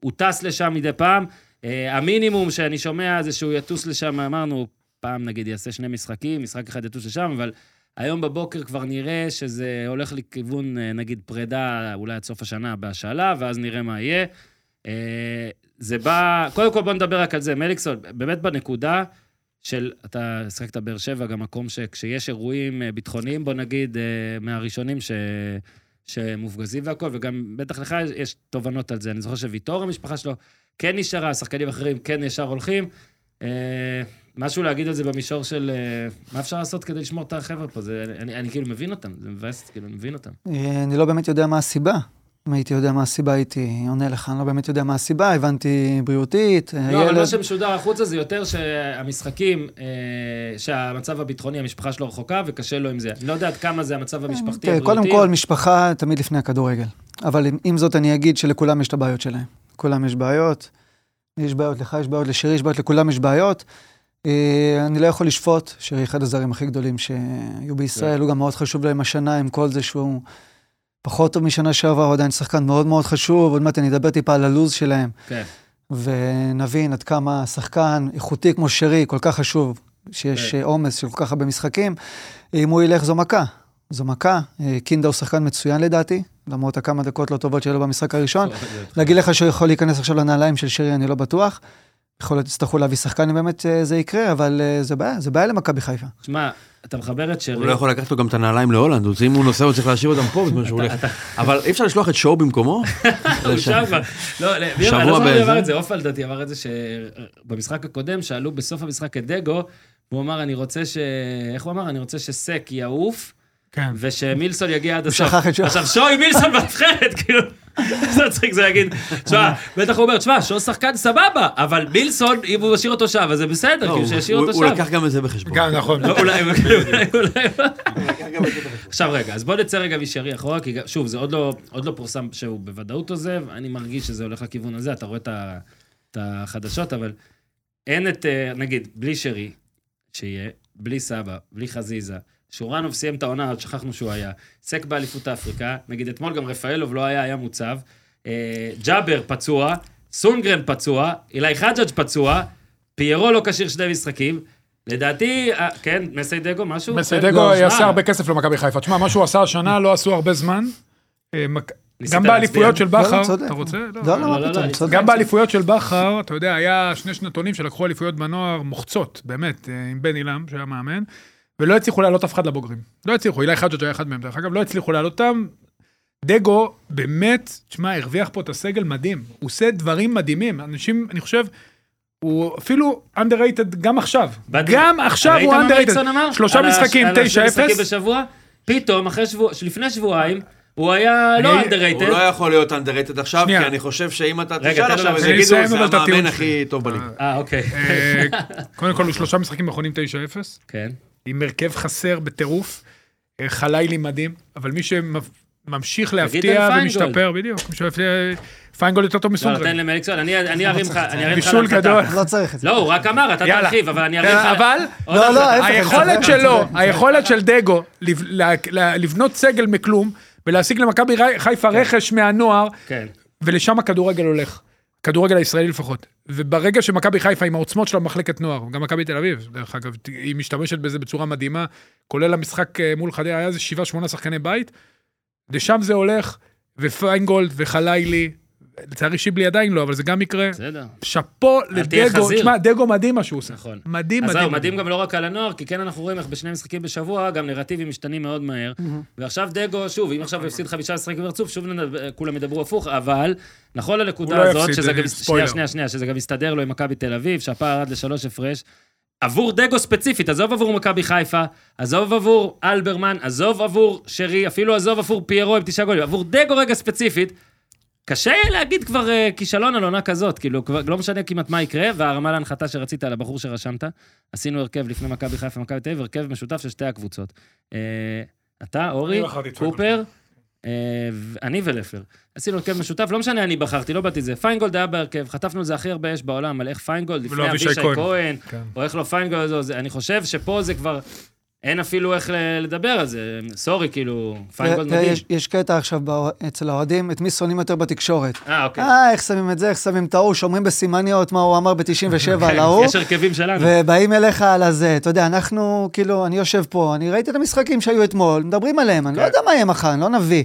S1: הוא טס לשם מדי פעם. אה, המינימום שאני שומע זה שהוא יטוס לשם, אמרנו, פעם נגיד יעשה שני משחקים, משחק אחד יטוס לשם, אבל היום בבוקר כבר נראה שזה הולך לכיוון, אה, נגיד, פרידה, אולי עד סוף השנה בהשאלה, ואז נראה מה יהיה. אה, זה בא, קודם כל בוא נדבר רק על זה. מליקסון, באמת בנקודה של, אתה שיחקת באר שבע, גם מקום שכשיש אירועים אה, ביטחוניים, בוא נגיד, אה, מהראשונים ש... שמופגזים והכל, וגם בטח לך יש- יש תובנות על זה. אני זוכר שוויטור, המשפחה שלו, כן נשארה, שחקנים אחרים כן ישר הולכים. אה, משהו להגיד על זה במישור של אה, מה אפשר לעשות כדי לשמור את החבר'ה פה? זה, אני, אני כאילו מבין אותם, זה מבאס, כאילו, אני מבין אותם.
S3: אה, אני לא באמת יודע מה הסיבה. אם הייתי יודע מה הסיבה, הייתי עונה לך, אני לא באמת יודע מה הסיבה, הבנתי בריאותית,
S1: לא, אבל
S3: הילד-
S1: מה שמשודר החוצה זה יותר שהמשחקים, אה, שהמצב הביטחוני, המשפחה שלו רחוקה וקשה לו עם זה. אני לא יודע עד כמה זה המצב המשפחתי,
S3: תראה,
S1: הבריאותי.
S3: כן, אה, קודם כל, משפחה תמיד לפני הכדורגל. אבל עם- עם זאת, אני אגיד שלכולם יש את הבעיות שלהם. לכולם יש בעיות. לי יש בעיות, לך יש בעיות, לשירי יש בעיות, לכולם יש בעיות. אה, אני לא יכול לשפוט, שירי אחד הזרים הכי גדולים שהיו
S1: כן.
S3: בישראל, הוא גם מאוד חשוב להם השנה, עם כל זה שהוא פחות טוב משנה שעברה, הוא עדיין שחקן מאוד מאוד חשוב, עוד מעט אני אדבר טיפה על הלוז שלהם.
S1: כן.
S3: ונבין עד כמה שחקן איכותי כמו שרי, כל כך חשוב, שיש
S1: כן.
S3: אה, עומס של כל כך הרבה משחקים, אם הוא ילך זו מכה. זו מכה. אה, קינדה הוא שחקן מצוין לדעתי, למרות הכמה דקות לא טובות שהיו לו במשחק הראשון.
S1: כן.
S3: להגיד לך שהוא יכול להיכנס עכשיו לנעליים של שרי, אני לא בטוח. יכול להיות שיצטרכו להביא שחקן אם באמת אה, זה יקרה, אבל אה, זה בעיה, זה בעיה למכבי חיפה.
S1: שמע, אתה מחבר את
S4: הוא
S1: שרי.
S4: לא יכול לקחת לו גם את הנעליים להולנד, הוא- אם הוא נוסע הוא צריך להשאיר אותם פה בזמן שהוא הולך. אבל אי אפשר לשלוח את שואו במקומו?
S1: הוא שם כבר. לא, לא, מי אמר? אני לא
S4: שבוע
S1: זוכר מי אמר
S4: באיזה?
S1: את זה, עופר לדעתי אמר את זה שבמשחק הקודם, שאלו בסוף המשחק את דגו, והוא אמר, אני רוצה ש... איך הוא אמר? אני רוצה שסק יעוף,
S5: כן.
S1: ושמילסון יגיע עד הסוף.
S3: שכח את שואו.
S1: עכשיו, שואי מילסון בנבחרת, כאילו, זה מצחיק, זה להגיד, תשמע, בטח הוא אומר, תשמע, שואו שחקן סבבה, אבל מילסון, אם הוא משאיר אותו שם, אז זה בסדר, כאילו, שישאיר
S4: לא, הוא-
S1: אותו
S4: הוא
S1: שם.
S4: לקח גם את זה בחשבון.
S5: גם נכון.
S1: לא, אולי, אולי, אולי. עכשיו רגע, אז בוא נצא רגע משארי אחורה, כי גם- שוב, זה עוד לא, עוד לא פורסם שהוא בוודאות עוזב, אני מרגיש שזה הולך לכיוון הזה, אתה רואה את, ה, את החדשות, אבל אין את, אה, נגיד, בלי שרי, שיהיה, בלי סבא, בלי חזיזה, שורנוב סיים את העונה, עוד שכחנו שהוא היה, סק באליפות אפריקה, נגיד אתמול גם רפאלוב לא היה, היה מוצב, אה, ג'אבר פצוע, סונגרן פצוע, אילי חג'ג' פצוע, פיירו לא כשיר שני משחקים, לדעתי, אה, כן, מסיידגו משהו?
S5: מסיידגו
S1: כן, שמע,
S5: יעשה הרבה כסף למכבי חיפה. תשמע, מה שהוא עשה השנה, לא עשו הרבה זמן. אה, מק-
S1: ניסית
S5: גם
S1: להצביע?
S5: באליפויות של
S3: לא, לא,
S5: בכר,
S3: צודק.
S5: אתה רוצה? לא.
S1: לא,
S3: לא, לא,
S1: לא,
S3: מה פתאום,
S1: אני-
S3: צודק.
S5: גם באליפויות של בכר, אתה יודע, היה שני שנתונים שלקחו אליפויות בנוער מוחצות, באמת, אה, עם בן אילם, שהיה מאמן, ולא הצליחו להעלות אף אחד לבוגרים. לא הצליחו, אילי חג'ג' היה אחד מהם, דרך אגב, לא הצליחו להעלות אותם. דגו, באמת, תשמע, הרוויח פה את הסגל מדהים. הוא עושה דברים מדהימים. אנשים, אני חושב, הוא אפילו underrated גם עכשיו.
S1: באתי-
S5: גם עכשיו הוא
S1: ראית מה
S5: underrated.
S1: מליקסון אמר?
S5: שלושה
S1: על ה-
S5: משחקים, 9-0.
S1: על השני משחקים בשבוע, פתאום, אחרי שבוע, לפני שבועיים, הוא היה לא
S5: אני-
S1: underrated.
S4: הוא לא יכול להיות underrated עכשיו, כי
S5: שנייה.
S4: אני חושב שאם אתה
S1: רגע, תן
S4: תשאל
S1: לו
S4: עכשיו, אז
S1: להמשיך.
S4: יגידו,
S5: אני אסיים
S4: זה
S5: אבל את הטיעון
S4: המאמן
S5: שלי."
S4: הכי טוב בליגה.
S1: אה, אוקיי,
S5: אה, קודם כל, הוא שלושה משחקים האחרונים 9-0.
S1: כן.
S5: עם הרכב חסר בטירוף, אה, חלילי מדהים, אבל מי שממשיך להפתיע
S1: על פיינגולד.
S5: ומשתפר, בדיוק, מי שמפתיע, פיינגולד יותר טוב
S1: לא, תן
S5: מסונגרן.
S1: למליקסון, אני אני ארים לך, אני ארים לך
S5: בישול
S1: להנחתה.
S5: גדול.
S3: לא צריך את זה.
S1: לא, הוא רק אמר, אתה
S5: יאללה.
S1: תרחיב, אבל אני ארים
S5: כן,
S1: לך...
S5: אבל-
S1: עוד
S3: לא,
S1: אחת.
S3: לא, ההפך.
S5: היכולת
S3: צודק,
S5: שלו,
S3: צודק.
S5: היכולת של דגו לב- לה- לה- לבנות סגל מכלום ולהשיג למכבי רי- חיפה רכש מהנוער,
S1: כן.
S5: ולשם הכדורגל הולך. כדורגל הישראלי לפחות. וברגע שמכבי חיפה עם העוצמות שלה במחלקת נוער, גם מכבי תל אביב, דרך אגב, ת- היא משתמשת בזה בצורה מדהימה, כולל המשחק אה, מול חדרה, היה איזה שבעה, שמונה שחקני בית, לשם זה הולך, ופיינגולד וחלילי, לצערי שיבלי עדיין לא, אבל זה גם יקרה.
S1: בסדר.
S5: שאפו
S1: תהיה
S5: לדגו,
S1: חזיר.
S5: תשמע, דגו מדהים מה שהוא עושה.
S1: נכון.
S5: מדהים,
S1: אז
S5: מדהים.
S1: זהו, מדהים גם לא רק על הנוער, כי כן אנחנו רואים איך בשני משחקים בשבוע, גם נרטיבים משתנים מאוד מהר. ועכשיו דגו, שוב, אם עכשיו הוא הפסיד חמישה משחקים ברצוף, שוב נדב- כולם ידברו הפוך, אבל נכון
S5: הוא
S1: לנקודה
S5: לא
S1: הזאת,
S5: יפסיד,
S1: שזה
S5: אה,
S1: גם,
S5: ספוילר.
S1: שנייה, שנייה, שנייה, שזה גם הסתדר לו עם מכבי תל אביב, שהפער ירד לשלוש הפרש. עבור דגו ספציפית, עזוב עבור מכבי חיפה, עזוב עבור אלברמן, עזוב עבור שרי, אפילו עזוב עבור פיירו עם תשעה גולים, עבור דגו רגע ספציפית, קשה יהיה להגיד כבר אה, כישלון על עונה כזאת, כאילו, כבר, לא משנה כמעט מה יקרה, והרמה להנחתה שרצית על הבחור שרשמת. עשינו הרכב לפני מכבי חיפה ומכבי תל אביב, הרכב משותף של שתי הקבוצות. אה, אתה, אורי,
S5: אני בחרתי את
S1: קופר, אה, ו- אני ולפלר. עשינו הרכב משותף, לא משנה, אני בחרתי, לא באתי זה. פיינגולד היה בהרכב, חטפנו על זה הכי הרבה אש בעולם, על איך פיינגולד לפני
S5: אבישי
S1: אבישי
S5: כהן.
S1: כהן,
S5: כן.
S1: או איך לא פיינגולד, או זה. אני חושב שפה זה כבר, אין אפילו איך ל- לדבר על זה. סורי, כאילו, פיינגולד מדהים.
S3: ויש- יש קטע עכשיו באוה- אצל האוהדים, את מי שונאים יותר בתקשורת.
S1: אה, אוקיי.
S3: אה, איך שמים את זה, איך שמים את ההוא, שומרים בסימניות מה הוא אמר ב-97
S1: כן,
S3: על ההוא,
S1: יש הרכבים שלנו.
S3: ובאים אליך על הזה. אתה יודע, אנחנו, כאילו, אני יושב פה, אני ראיתי את המשחקים שהיו אתמול, מדברים עליהם,
S1: כן.
S3: אני לא יודע מה יהיה מחר, אני לא נביא.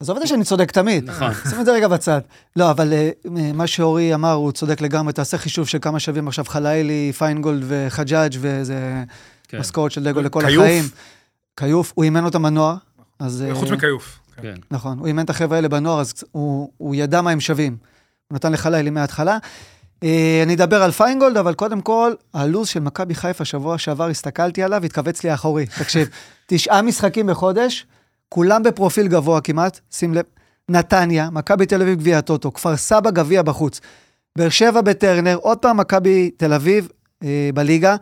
S3: עזוב את זה שאני צודק תמיד.
S1: נכון.
S3: שים את זה רגע בצד. לא, אבל אה, מה שאורי אמר, הוא צודק לגמרי, תעשה חישוב של כמה שווים עכשיו חלאילי, פיינגולד וחג'אג' וזה
S1: כן.
S3: משכורת של דגו לכל
S5: כיוף.
S3: החיים. כיוף, הוא אימן אותם בנוער, אז... אה,
S5: חוץ מכיוף. כן.
S1: כן.
S3: נכון, הוא אימן את החבר'ה האלה בנוער, אז הוא, הוא ידע מה הם שווים. הוא נתן לחלילי מההתחלה. אה, אני אדבר על פיינגולד, אבל קודם כל, הלו"ז של מכבי חיפה שבוע שעבר, הסתכלתי עליו, התכווץ לי האחורי. תקשיב, תשעה משחקים בחודש, כולם בפרופיל גבוה כמעט, שים לב. נתניה, מכבי תל אביב גביע הטוטו, כפר סבא גביע בחוץ. באר שבע בטרנר, עוד פעם מכבי תל אביב אה, בליגה.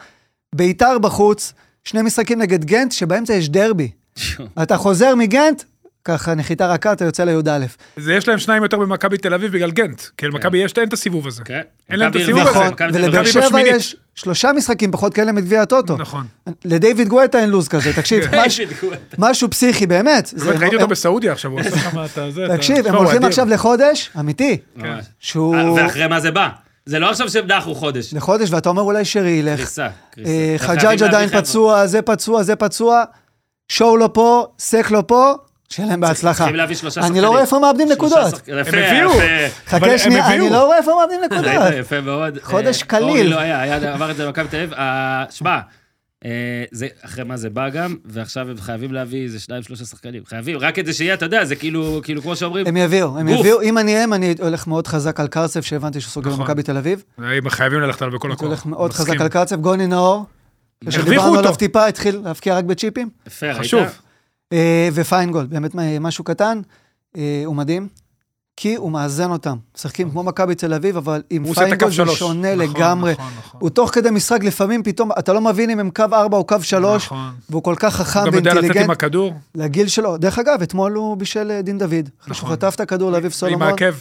S3: ביתר בחוץ, שני משחקים נגד גנט, שבאמצע יש דרבי. אתה חוזר מגנט, ככה נחיתה רכה, אתה יוצא לי"א.
S5: זה יש להם שניים יותר במכבי תל אביב בגלל גנט, כי למכבי יש, אין את הסיבוב הזה.
S1: כן.
S5: אין להם את
S1: מכבי
S5: הסיבוב
S1: הרוויחה,
S5: הזה.
S3: נכון,
S1: מכבי תל אביב
S3: ולבאר שבע
S5: בשמינית.
S3: יש שלושה משחקים פחות כאלה מגביע הטוטו.
S5: נכון.
S3: לדיוויד גואטה אין לו"ז כזה, תקשיב, מש- משהו פסיכי, באמת. זה- לא-
S5: באמת, ראיתי
S3: הם-
S5: אותו בסעודיה עכשיו, הוא עשה כמה אתה זה. אתה-
S3: תקשיב,
S5: תשמע,
S3: הם
S5: הוא
S3: הולכים
S5: אדיר.
S3: עכשיו לחודש, אמיתי,
S1: ממש.
S5: כן.
S3: שהוא
S1: אה, ואחרי מה זה בא? זה לא עכשיו שדחו חודש.
S3: לחודש, ואתה אומר אולי שרי ילך.
S1: קריסה, קריסה.
S3: אה,
S1: וחייבים
S3: חג'אג'
S1: להביא
S3: עדיין
S1: חבר'ה.
S3: פצוע, זה פצוע, זה פצוע, שואו לא פה, סק לא פה, שיהיה להם בהצלחה.
S1: צריכים להביא שלושה
S3: אני
S1: שחקנים.
S3: לא רואה איפה מאבדים
S1: שלושה
S3: נקודות.
S1: שחק- יפה,
S5: הביאו.
S1: יפה.
S5: אבל
S3: חכה
S5: הם
S3: שנייה,
S5: הביאו.
S3: אני לא רואה איפה מאבדים נקודות.
S1: ראית? יפה מאוד.
S3: חודש
S1: אה,
S3: קליל.
S1: אורלי לא היה, היה עבר את זה במכבי תל אביב. אה, שמע, אה, זה אחרי מה זה בא גם, ועכשיו הם חייבים להביא איזה שניים, שלושה שחקנים. חייבים, רק את זה שיהיה, אתה יודע, זה כאילו, כאילו, כמו שאומרים,
S3: הם יביאו, הם
S1: גוף.
S3: יביאו. אם אני הם, אני הולך מאוד חזק על קרצב, שהבנתי שהוא סוגר
S5: נכון.
S3: במכבי תל אביב.
S5: הם חייבים ללכת עליו בכל
S3: הוא
S5: הכוח.
S3: הולך מאוד
S5: מסכים.
S3: חזק על קרצב. גוני נאור,
S5: הרוויחו
S3: שדיברנו
S5: אותו.
S3: עליו טיפה, התחיל להבקיע רק בצ'יפים.
S1: יפה, ראית?
S5: חשוב.
S3: אה, ופיינגולד, באמת מה- משהו קטן, אה, הוא מדהים, כי הוא מאזן אותם. משחקים כמו מכבי תל אביב, אבל עם
S5: הוא עושה את הקו
S3: פיינגולד זה
S5: שלוש.
S3: שונה
S5: נכון,
S3: לגמרי.
S5: נכון, נכון.
S3: הוא תוך כדי משחק, לפעמים פתאום, אתה לא מבין אם הם קו 4 או קו 3,
S5: נכון.
S3: והוא כל כך חכם
S5: הוא גם יודע לצאת עם
S3: ואינטליגנט
S5: הכדור,
S3: לגיל שלו. דרך אגב, אתמול הוא בישל אה, דין דוד. אחרי שהוא
S5: נכון.
S3: חטף את הכדור לאביב
S5: עם
S3: סולומון.
S5: העקב.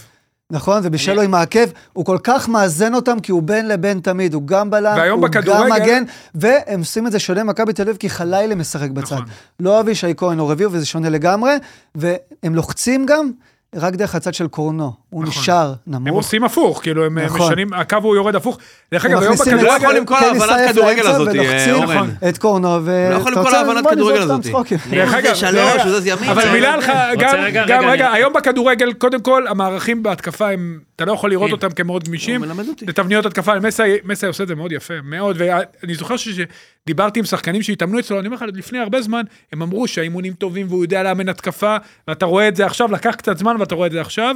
S3: נכון, ובשלו עם העקב, הוא כל כך מאזן אותם, כי הוא בין לבין תמיד, הוא גם בלם,
S5: והיום
S3: הוא
S5: בכדורגל-
S3: גם מגן, והם עושים את זה שונה ממכבי תל אביב, כי חלילה משחק בצד.
S5: נכון.
S3: לא אבישי כהן או רביעו, וזה שונה לגמרי, והם לוחצים גם רק דרך הצד של קורנו. הוא
S5: נכון.
S3: נשאר
S5: הם
S3: נמוך.
S5: עושים הפוך, כאילו הם
S3: נכון.
S5: משנים, הקו הוא יורד הפוך. דרך
S3: הם
S5: אגב, היום
S3: מכניסים
S4: לא
S5: בכדורגל...
S3: את- כן,
S4: יכול למכור
S3: טניס
S4: הבנת
S3: עייף
S4: כדורגל
S3: לאמצע,
S4: הזאת, אה,
S3: ולוחצים
S4: אורן. לא
S3: את קורנו, ו...
S4: יכול
S3: אתה
S4: למכור
S3: רוצה-
S4: הבנת
S3: בוא נזרוק
S4: כדורגל
S3: סתם
S4: הזאת.
S3: צחוקים.
S5: דרך
S4: הוא
S5: אגב,
S4: זה שלוש,
S5: לא,
S4: הוא זז ימינה.
S5: אבל מילה לך,
S1: רוצה
S5: גם,
S1: רגע,
S5: גם,
S1: רגע,
S5: רגע,
S1: אני-
S5: היום בכדורגל, קודם כל, המערכים בהתקפה הם, אתה לא יכול לראות
S1: כן.
S5: אותם כמאוד גמישים.
S4: הוא מלמד אותי.
S5: לתבניות התקפה, מסי מסי עושה את זה מאוד יפה, מאוד, ואני זוכר ש- שדיברתי עם שחקנים שהתאמנו אצלו, אני אומר לך, לפני הרבה זמן, הם אמרו שהאימונים טובים והוא יודע לאמן התקפה, ואתה רואה את זה עכשיו, לקח קצת זמן ואתה רואה את זה עכשיו.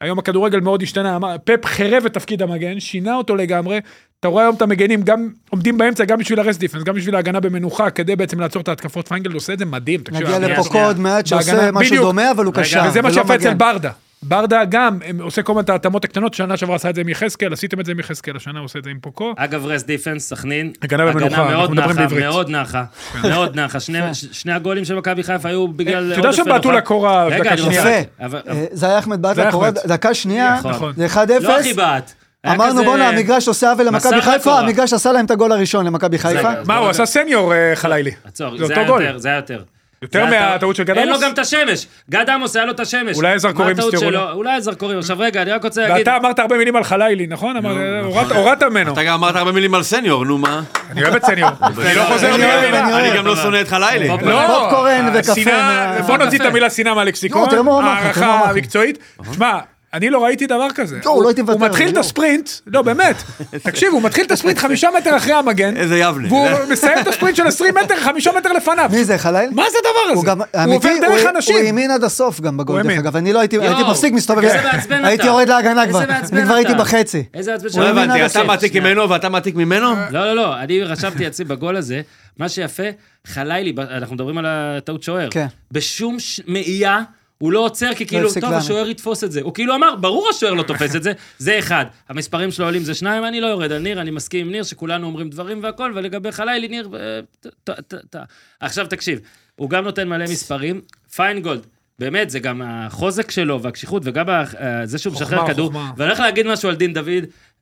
S5: היום הכדורגל מאוד השתנה, אמר- פפ חירב את תפקיד המגן, שינה אותו לגמרי. אתה רואה היום את המגנים, גם עומדים באמצע, גם בשביל הרס דיפנס, גם בשביל ההגנה במנוחה, כדי בעצם לעצור את ההתקפות. פיינגלד עושה את זה מדהים, תקשיב.
S3: נגיע
S1: שנייה,
S3: לפה
S1: שנייה.
S3: קוד מעט שעושה
S5: בהגנה,
S3: משהו
S5: בדיוק.
S3: דומה, אבל הוא
S1: רגע,
S3: קשר.
S5: וזה מה
S3: ולא
S5: שיפה אצל
S3: מגן.
S5: ברדה. ברדה גם הם, עושה כל הזמן את ההתאמות הקטנות, שנה שעברה עשה את זה עם יחזקאל, עשיתם את זה עם יחזקאל, השנה הוא עושה את זה עם פוקו.
S1: אגב, רס דיפנס, סכנין.
S5: הגנה במנוחה, אנחנו
S1: מאוד
S5: מדברים
S1: נחה,
S5: בעברית. כן.
S1: מאוד נחה, מאוד נחה. שני- ש- שני הגולים של מכבי חיפה היו בגלל...
S5: אתה יודע
S1: עודף
S5: שבעטו
S1: מנוחה.
S5: לקורה
S1: רגע,
S5: דקה
S1: אני
S5: שנייה.
S1: רוצה...
S3: יפה.
S1: אבל-
S3: אה, זה היה אחמד
S5: זה היה
S3: בעטה קורה,
S5: אחמד.
S3: דקה שנייה,
S1: נכון.
S3: זה 1-0.
S1: לא הכי בעט. היה
S3: אמרנו,
S1: כזה-
S3: בואנה, המגרש עושה עוול
S1: מסע
S3: למכבי חיפה,
S1: לקורה.
S3: המגרש עשה להם את הגול הראשון למכבי חיפה.
S1: רגע, אז בוא
S5: מה, הוא
S1: נדבר.
S5: עשה סניור אה, חלילי.
S1: עצור,
S5: זה
S1: זה
S5: אותו
S1: היה
S5: גול.
S1: יותר, זה היה יותר.
S5: יותר
S1: זה היה
S5: מהטעות
S1: טעות.
S5: של גד
S1: אין לו
S5: עמוס?
S1: גם את השמש. גד עמוס, היה לו את השמש.
S5: אולי הזרקורים
S1: מה הטעות
S5: הסתירו
S1: שלו?
S5: לו.
S1: אולי הזרקורים. עכשיו רגע, אני רק רוצה להגיד...
S5: ואתה אמרת הרבה מילים על חלילי, נכון? אמרת, הורדת- הורדת ממנו.
S4: אתה גם אמרת הרבה מילים על סניור, נו מה?
S5: אני אוהב את סניור. אני לא חוזר
S3: אני
S5: מילה
S3: אוהב,
S5: מילה.
S3: אני אוהב.
S4: אני גם לא שונא את חלילי.
S1: פופ-
S5: לא,
S3: פופקורן וקפה
S5: השנאה-
S3: מה-
S5: בוא נוציא
S1: קפה.
S5: את המילה שנאה
S3: לא,
S5: מהלקסיקון,
S3: תראה מה הוא אמר לך, תראה מה הוא אמר
S5: הערכה
S3: לך.
S5: מקצועית. שמע, אני לא ראיתי דבר כזה.
S3: לא, הוא לא הייתי מוותר,
S5: הוא מתחיל את
S3: לא.
S5: הספרינט, לא באמת, תקשיב, הוא מתחיל את הספרינט חמישה מטר אחרי המגן,
S4: איזה יבנה.
S5: והוא מסיים את הספרינט של 20 מטר, חמישה מטר לפניו.
S3: מי זה, חליל?
S5: מה זה הדבר הזה?
S3: הוא גם,
S5: הוא
S3: אמיתי,
S5: עובר דרך
S3: הוא- הוא
S5: אנשים.
S3: האמין עד הסוף גם
S5: הוא
S3: בגול, דרך
S5: האמין.
S3: אגב. אני לא הייתי, הייתי
S1: יואו,
S3: מפסיק מסתובב.
S1: איזה מעצבן
S3: הייתי
S1: אתה.
S3: יורד להגנה
S1: איזה
S3: כבר.
S1: מעצבן
S3: אני כבר
S1: אתה.
S3: הייתי בחצי.
S1: איזה עצבן
S4: לא
S1: שלא
S4: הבנתי,
S1: מבין
S4: אתה
S1: עד
S4: מעתיק
S1: הסוף.
S4: ממנו ואתה מעתיק ממנו?
S1: לא, לא, לא, אני רשמתי לעצמי בגול הזה, מה שיפה, חלילי, ב- אנחנו מדברים על הטעות שוער.
S3: כן.
S1: בשום ש- מעייה הוא לא עוצר, כי כאילו,
S3: הפסיק
S1: טוב,
S3: לענות."
S1: השוער יתפוס את זה. הוא כאילו אמר, ברור השוער לא תופס את זה, זה אחד. המספרים שלו עולים זה שניים, אני לא יורד על ניר, אני מסכים עם ניר, שכולנו אומרים דברים והכל, ולגבי חלילי, ניר... אה, ט- ט- ט- ט- עכשיו תקשיב, הוא גם נותן מלא מספרים, פיינגולד. באמת, זה גם החוזק שלו והקשיחות, וגם ה- אה, זה שהוא משחרר
S5: חוכמה,
S1: כדור.
S5: חוכמה.
S1: ואני הולך להגיד משהו על דין דוד,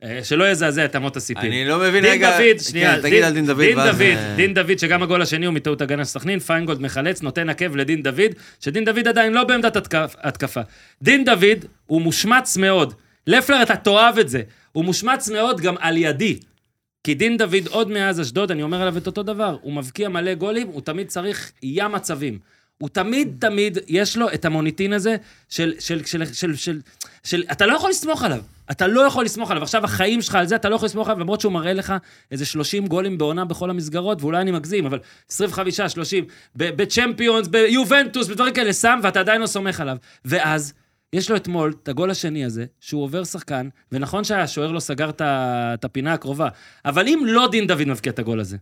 S1: אה, שלא יזעזע את אמות הסיפים.
S4: אני לא מבין
S1: דין
S4: רגע-
S1: דוד, שנייה.
S4: כן, תגיד על דין דוד,
S1: דין
S4: ואז,
S1: דוד,
S4: אה,
S1: דין דוד, שגם הגול השני הוא מטעות הגנה של סכנין, פיינגולד מחלץ, נותן עקב לדין דוד, שדין דוד עדיין לא בעמדת התקף- התקפה. דין דוד הוא מושמץ מאוד. לפלר, אתה תאהב את זה. הוא מושמץ מאוד גם על ידי. כי דין דוד עוד מאז אשדוד, אני אומר עליו את אותו דבר, הוא מבקיע מלא גולים, הוא תמיד צריך ים מצבים. הוא תמיד תמיד, יש לו את המוניטין הזה של, של, של, של, של, של, של, אתה לא יכול לסמוך עליו. אתה לא יכול לסמוך עליו. עכשיו החיים שלך על זה, אתה לא יכול לסמוך עליו, למרות שהוא מראה לך איזה 30 גולים בעונה בכל המסגרות, ואולי אני מגזים, אבל 25, 30, ב- בצ'מפיונס, ביובנטוס, בדברים כאלה, שם, ואתה עדיין לא סומך עליו. ואז, יש לו אתמול את הגול השני הזה, שהוא עובר שחקן, ונכון שהשוער לא סגר את ה- את הפינה הקרובה, אבל אם לא דין דוד מבקיע את הגול הזה,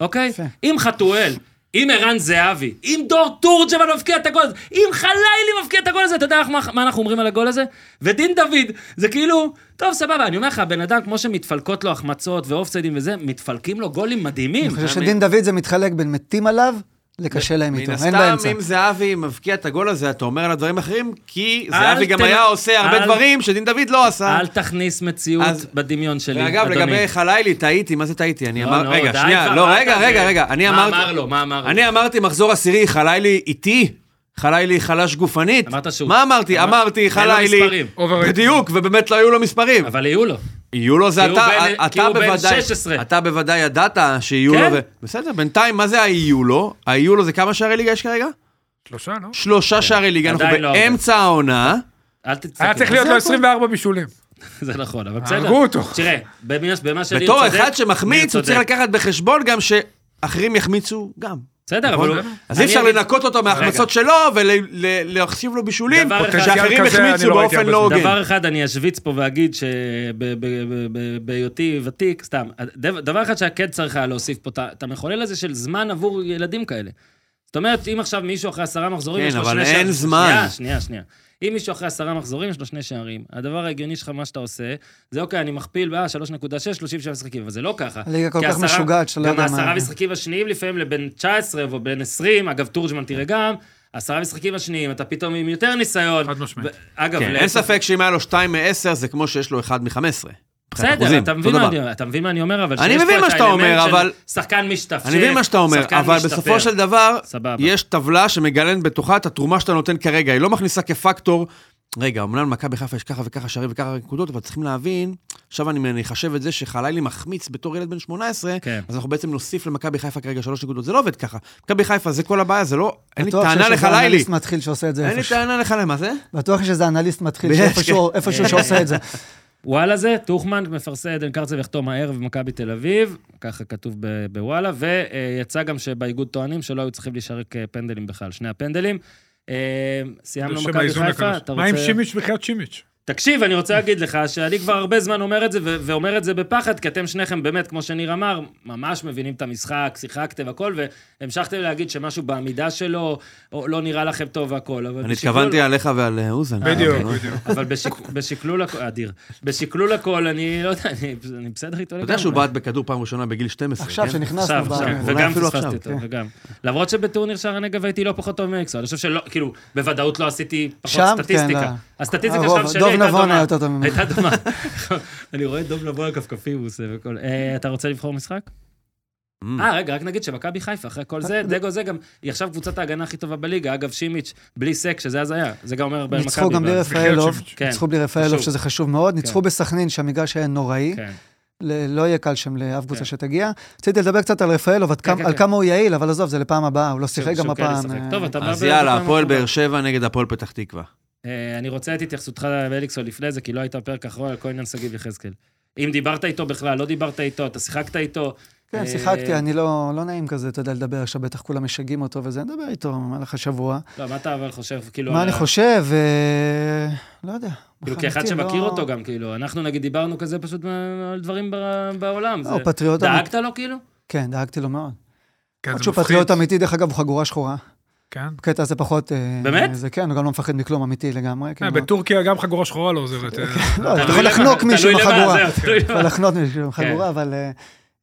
S1: אוקיי?
S3: יפה.
S1: אם חתואל, אם ערן זהבי, אם דור תורג'מן מבקיע את הגול הזה, אם חלילי מבקיע את הגול הזה, אתה יודע מה, מה אנחנו אומרים על הגול הזה? ודין דוד, זה כאילו, טוב, סבבה, אני אומר לך, הבן אדם, כמו שמתפלקות לו החמצות ואופסיידים וזה, מתפלקים לו גולים מדהימים.
S3: אני חושב שדין דוד זה מתחלק בין מתים עליו לקשה להם
S4: מן
S3: איתו. אין
S4: הסתם,
S3: באמצע.
S4: אם זהבי מבקיע את הגול הזה, אתה אומר על הדברים אחרים, כי
S1: אל
S4: זהבי גם
S1: ת-
S4: היה עושה
S1: אל-
S4: הרבה דברים שדין דוד לא עשה.
S1: אל תכניס מציאות
S4: אז-
S1: בדמיון שלי,
S4: ואגב,
S1: אדוני.
S4: לגבי חלילי, טעיתי, מה זה טעיתי? אני
S1: לא,
S4: אמר...
S1: לא,
S4: רגע,
S1: די
S4: שנייה,
S1: כבר,
S4: לא,
S1: מה
S4: רגע,
S1: אתה-
S4: רגע, רגע, אני
S1: מה
S4: אמרתי...
S1: אמר לו? מה אמר לו?
S4: אני אמרתי, מחזור עשירי, חלילי איתי, חלילי חלש גופנית.
S1: אמרת שהוא-
S4: מה אמרתי?
S1: אמר-
S4: אמרתי,
S1: אין לו מספרים.
S4: חלילי...
S5: Overrated.
S4: בדיוק, ובאמת לא היו לו מספרים.
S1: אבל יהיו לו.
S4: יהיו לו זה
S1: כי הוא
S4: אתה,
S1: בן-
S4: אתה
S1: כי הוא בן
S4: בוודאי,
S1: 16.
S4: אתה בוודאי ידעת שיהיו
S1: כן.
S4: לו, ו... בסדר, בינתיים, מה זה היהיו לו? היהיו לו זה כמה שערי ליגה יש כרגע?
S5: שלושה, לא?
S4: שלושה שערי ליגה, אנחנו
S1: עדיין לא הרבה.
S4: באמצע העונה,
S1: אל תצטרך.
S5: היה צריך להיות לו 24 בישולים.
S1: זה נכון, אבל בסדר.
S5: הרגו אותו.
S1: תראה, במה במה שניר צודק,
S4: בתור אחד
S1: ניר
S4: שמחמיץ, הוא
S1: צודק.
S4: צריך לקחת בחשבון גם שאחרים יחמיצו גם.
S1: בסדר, אבל הוא...
S4: נכון. אז אי
S1: אני
S4: אפשר
S1: אגיד-
S4: לנקות אותו מההחמצות שלו ולהחשיב לו בישולים,
S1: דבר אחד-
S4: שאחרים
S5: פוטנציאל כזה אני
S4: החמיצו
S5: לא ראיתי
S4: באופן
S5: הרבה
S4: לא
S5: זמן.
S4: הוגן.
S1: דבר אחד אני אשוויץ פה ואגיד שבהיותי ותיק, סתם, דבר- דבר אחד שהקד צריך היה להוסיף פה, את ה- את המחולל הזה של זמן עבור ילדים כאלה. זאת אומרת, אם עכשיו מישהו אחרי עשרה מחזורים,
S4: כן,
S1: יש לו
S4: אבל
S1: שני
S4: אין
S1: שערים-
S4: זמן.
S1: שנייה, שנייה, שנייה. אם מישהו אחרי עשרה מחזורים, יש לו שני שערים. הדבר ההגיוני שלך, מה שאתה עושה, זה אוקיי, אני מכפיל ב-3.6, 37 משחקים, אבל זה לא ככה.
S3: הליגה כל
S1: כי
S3: כך
S1: עשרה-
S3: משוגעת שאתה לא יודע
S1: גם
S3: מה-
S1: העשרה משחקים השניים לפעמים לבין 19 ובין 20, אגב, תורג'מן תראה גם, עשרה משחקים השניים, אתה פתאום עם יותר ניסיון.
S5: חד משמעית.
S1: ו- אגב,
S4: כן,
S1: להפך-
S4: אין ספק שאם היה לו 2 מ-10 זה כמו שיש לו 1 מ-15.
S1: בסדר, אתה מבין מה אני- אתה מבין מה אני אומר, אבל
S4: אני
S1: שיש פה
S4: מבין
S1: את
S4: מה שאתה
S1: האלמנט
S4: אומר,
S1: של
S4: אבל-
S1: שחקן משתפשף,
S4: אני מבין מה שאתה אומר,
S1: שחקן
S4: אבל
S1: משתפר.
S4: בסופו של דבר,
S1: סבבה.
S4: יש טבלה שמגלנת בתוכה את התרומה שאתה נותן כרגע, היא לא מכניסה כפקטור. רגע, אמנם למכבי חיפה יש ככה וככה שערים וככה נקודות, אבל צריכים להבין, עכשיו אני אני אחשב את זה שחלילי מחמיץ בתור ילד בן 18,
S1: כן.
S4: אז אנחנו בעצם נוסיף למכבי חיפה כרגע שלוש נקודות. זה לא עובד ככה. מכבי חיפה, זה כל הבעיה, זה לא... אין לי
S3: בטוח
S4: טענה
S3: שיש איזה
S4: לחלילי.
S3: אנליסט מתחיל שעושה את זה
S4: אין לי
S3: איפשהו.
S4: טענה לחלילי, מה זה?
S3: בטוח שיש איזה אנליסט מתחיל
S4: יש,
S3: שאיפשהו- איפשהו שעושה את זה.
S1: וואלה זה, טוחמן מפרסם עדן קרצב יחתום הערב במכבי תל אביב, ככה כתוב ב- בוואלה, ויצא גם שבאיגוד טוענים שלא היו צריכים להישרק אה, פנדלים בכלל, שני הפנדלים. אה, סיימנו
S5: לשם
S1: מכבי
S5: האיזון
S1: חיפה,
S5: הקדוש.
S1: אתה
S5: מה עם
S1: רוצה...
S5: שימיץ' וחיית שימיץ'?
S1: תקשיב, אני רוצה להגיד לך שאני כבר הרבה זמן אומר את זה, ו- ואומר את זה בפחד, כי אתם שניכם באמת, כמו שניר אמר, ממש מבינים את המשחק, שיחקתם הכל, והמשכתם להגיד שמשהו בעמידה שלו או, לא נראה לכם טוב והכל. אבל
S4: אני
S1: בשקלול-
S4: התכוונתי עליך ועל אה, אוזן.
S5: בדיוק,
S4: אבל-
S5: בדיוק.
S1: אבל בשק- בשקלול הכל, אדיר, בשקלול הכל, אני לא יודע, אני, אני בסדר איתו לגמרי.
S4: אתה יודע שהוא בעט בכדור פעם ראשונה בגיל 12,
S3: עכשיו
S4: כן?
S3: שנכנסנו
S1: עכשיו,
S3: ב-
S1: עכשיו,
S4: אולי
S1: וגם
S4: אפילו
S1: פספסתי
S4: עכשיו,
S1: אותו,
S3: כן.
S1: וגם. למרות שבטורניר שער הנגב הייתי לא פחות טוב ממקסו, אני חושב שלא, כאילו, בוודאות לא עשיתי פחות
S3: שם, כן,
S1: סטטיסטיקה.
S3: לא.
S1: הסטטיסטיקה
S3: הרוב,
S1: שם שלי
S3: דוב
S1: הייתה
S3: נבון
S1: דומה.
S3: היה יותר טוב ממנו.
S1: הייתה דומה. אני רואה את דוב נבון הכפכפי הוא עושה וכל... אה, אתה רוצה לבחור משחק?
S4: Mm.
S1: אה, רגע, רק נגיד שמכבי חיפה, אחרי כל זה, דגו זה גם, היא עכשיו קבוצת ההגנה הכי טובה בליגה, אגב, שימיץ', בלי סק, שזה הזיה, זה גם אומר הרבה על מכבי.
S3: ניצחו גם בלי
S1: ואז-
S3: רפאלוב,
S5: שימיץ'.
S1: כן,
S3: ניצחו בלי רפאלוב,
S1: חשוב.
S3: שזה חשוב מאוד. ניצחו בסכנין, שהמגרש היה נוראי.
S1: כן.
S3: ל- לא יהיה קל שם לאף
S1: כן.
S3: קבוצה שתגיע. רציתי לדבר קצת על רפאלוב, עד כמה-
S1: כן,
S3: על
S1: כן.
S3: כמה הוא יעיל, אבל עזוב, זה לפעם הבאה, הוא לא
S1: שהוא-
S3: שיחק גם
S1: שהוא כן
S3: הפעם.
S1: ישחק.
S3: אה,
S1: טוב, אתה בא
S4: אז
S1: ב-
S4: יאללה,
S1: בפעם
S4: הפועל
S1: הבאה.
S4: באר שבע נגד הפועל פתח תקווה.
S1: אה, אני רוצה את התייחסותך לאליקסון לפני זה, כי לא הייתה פרק אחרון על כל עניין שגיב יחזקאל. אם דיברת איתו בכלל, לא דיברת איתו, אתה שיחקת איתו.
S3: כן,
S1: אה,
S3: שיחקתי, אני לא, לא נעים כזה, אתה יודע, לדבר עכשיו, בטח כולם משגעים אותו וזה, נדבר איתו במהלך השבוע.
S1: לא, מה אתה אבל חושב, כאילו...
S3: מה
S1: על
S3: אני
S1: ה-
S3: חושב? אה, לא יודע.
S1: כאילו,
S3: בחרתי,
S1: כאחד שמכיר
S3: לא-
S1: אותו גם, כאילו, אנחנו נגיד דיברנו כזה פשוט מה- על דברים ב- בעולם.
S3: לא,
S1: זה-
S3: הוא פטריוט אמיתי.
S1: דאגת לו, כאילו?
S3: כן, דאגתי לו מאוד.
S5: כן,
S3: עוד
S5: זה
S3: שהוא
S5: מפחיד.
S3: פטריוט אמיתי, דרך אגב, הוא חגורה שחורה.
S5: כן.
S3: בקטע הזה פחות... אה,
S1: באמת?
S3: זה כן, הוא גם לא מפחד מכלום, אמיתי לגמרי.
S5: אה,
S3: כאילו.
S5: בטורקיה גם חגורה שחורה לא עוזרת. אה.
S3: לא, אתה
S1: תלוי
S3: יכול
S1: למה,
S3: לחנוק
S1: תלוי
S3: מישהו
S1: למה,
S3: בחגורה.
S1: זהו, תלוי
S3: יכול
S1: למה.
S3: לחנות מישהו עם
S1: כן.
S3: חגורה, אבל אה,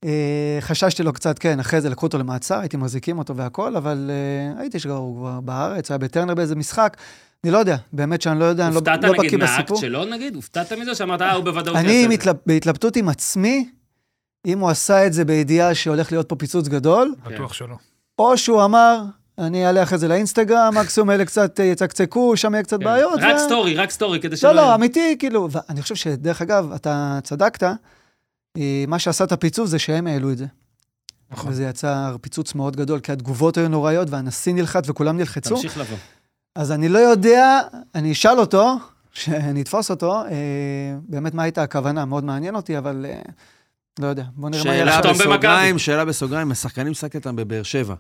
S3: אה, חששתי לו קצת, כן, אחרי זה לקחו אותו למעצר, הייתי מחזיקים אותו והכל, אבל אה, הייתי שהוא כבר בארץ, היה בטרנר באיזה משחק, אני לא יודע, באמת שאני לא יודע, אני לא
S1: הופתעת
S3: לא
S1: נגיד
S3: בקיא
S1: מהאקט
S3: בסיפור.
S1: שלו, נגיד? הופתעת מזה שאמרת, אה, הוא בוודאות יעשה
S3: אני
S1: את זה.
S3: מתלב- בהתלבטות עם עצמי, אם הוא עשה את זה בידיעה שהולך להיות פה פיצוץ גדול,
S5: בטוח
S3: לא,
S5: שלא.
S3: או שהוא אמר, אני אעלה אחרי זה לאינסטגרם, מקסימום אלה קצת אה, יצקצקו, שם יהיה קצת
S1: כן.
S3: בעיות.
S1: רק
S3: ו-
S1: סטורי, רק סטורי, כדי שלא...
S3: לא, לא, אמיתי, כאילו, ואני חושב שדרך אגב, אתה צדקת, אה, מה שעשה את הפיצוץ זה שהם העלו את זה.
S5: נכון.
S3: וזה יצר פיצוץ מאוד גדול, כי התגובות היו נוראיות, והנשיא נלחץ וכולם נלחצו.
S1: תמשיך לבוא.
S3: אז אני לא יודע, אני אשאל אותו, שאני אתפוס אותו, אה, באמת מה הייתה הכוונה, מאוד מעניין אותי, אבל אה, לא יודע, בוא נראה מה יהיה
S4: שאלה
S1: לחתום
S3: עכשיו.
S4: בסוגריים,
S1: במכבי.
S4: שאלה בסוגריים, השחקנים שחקת איתם בבאר שבע.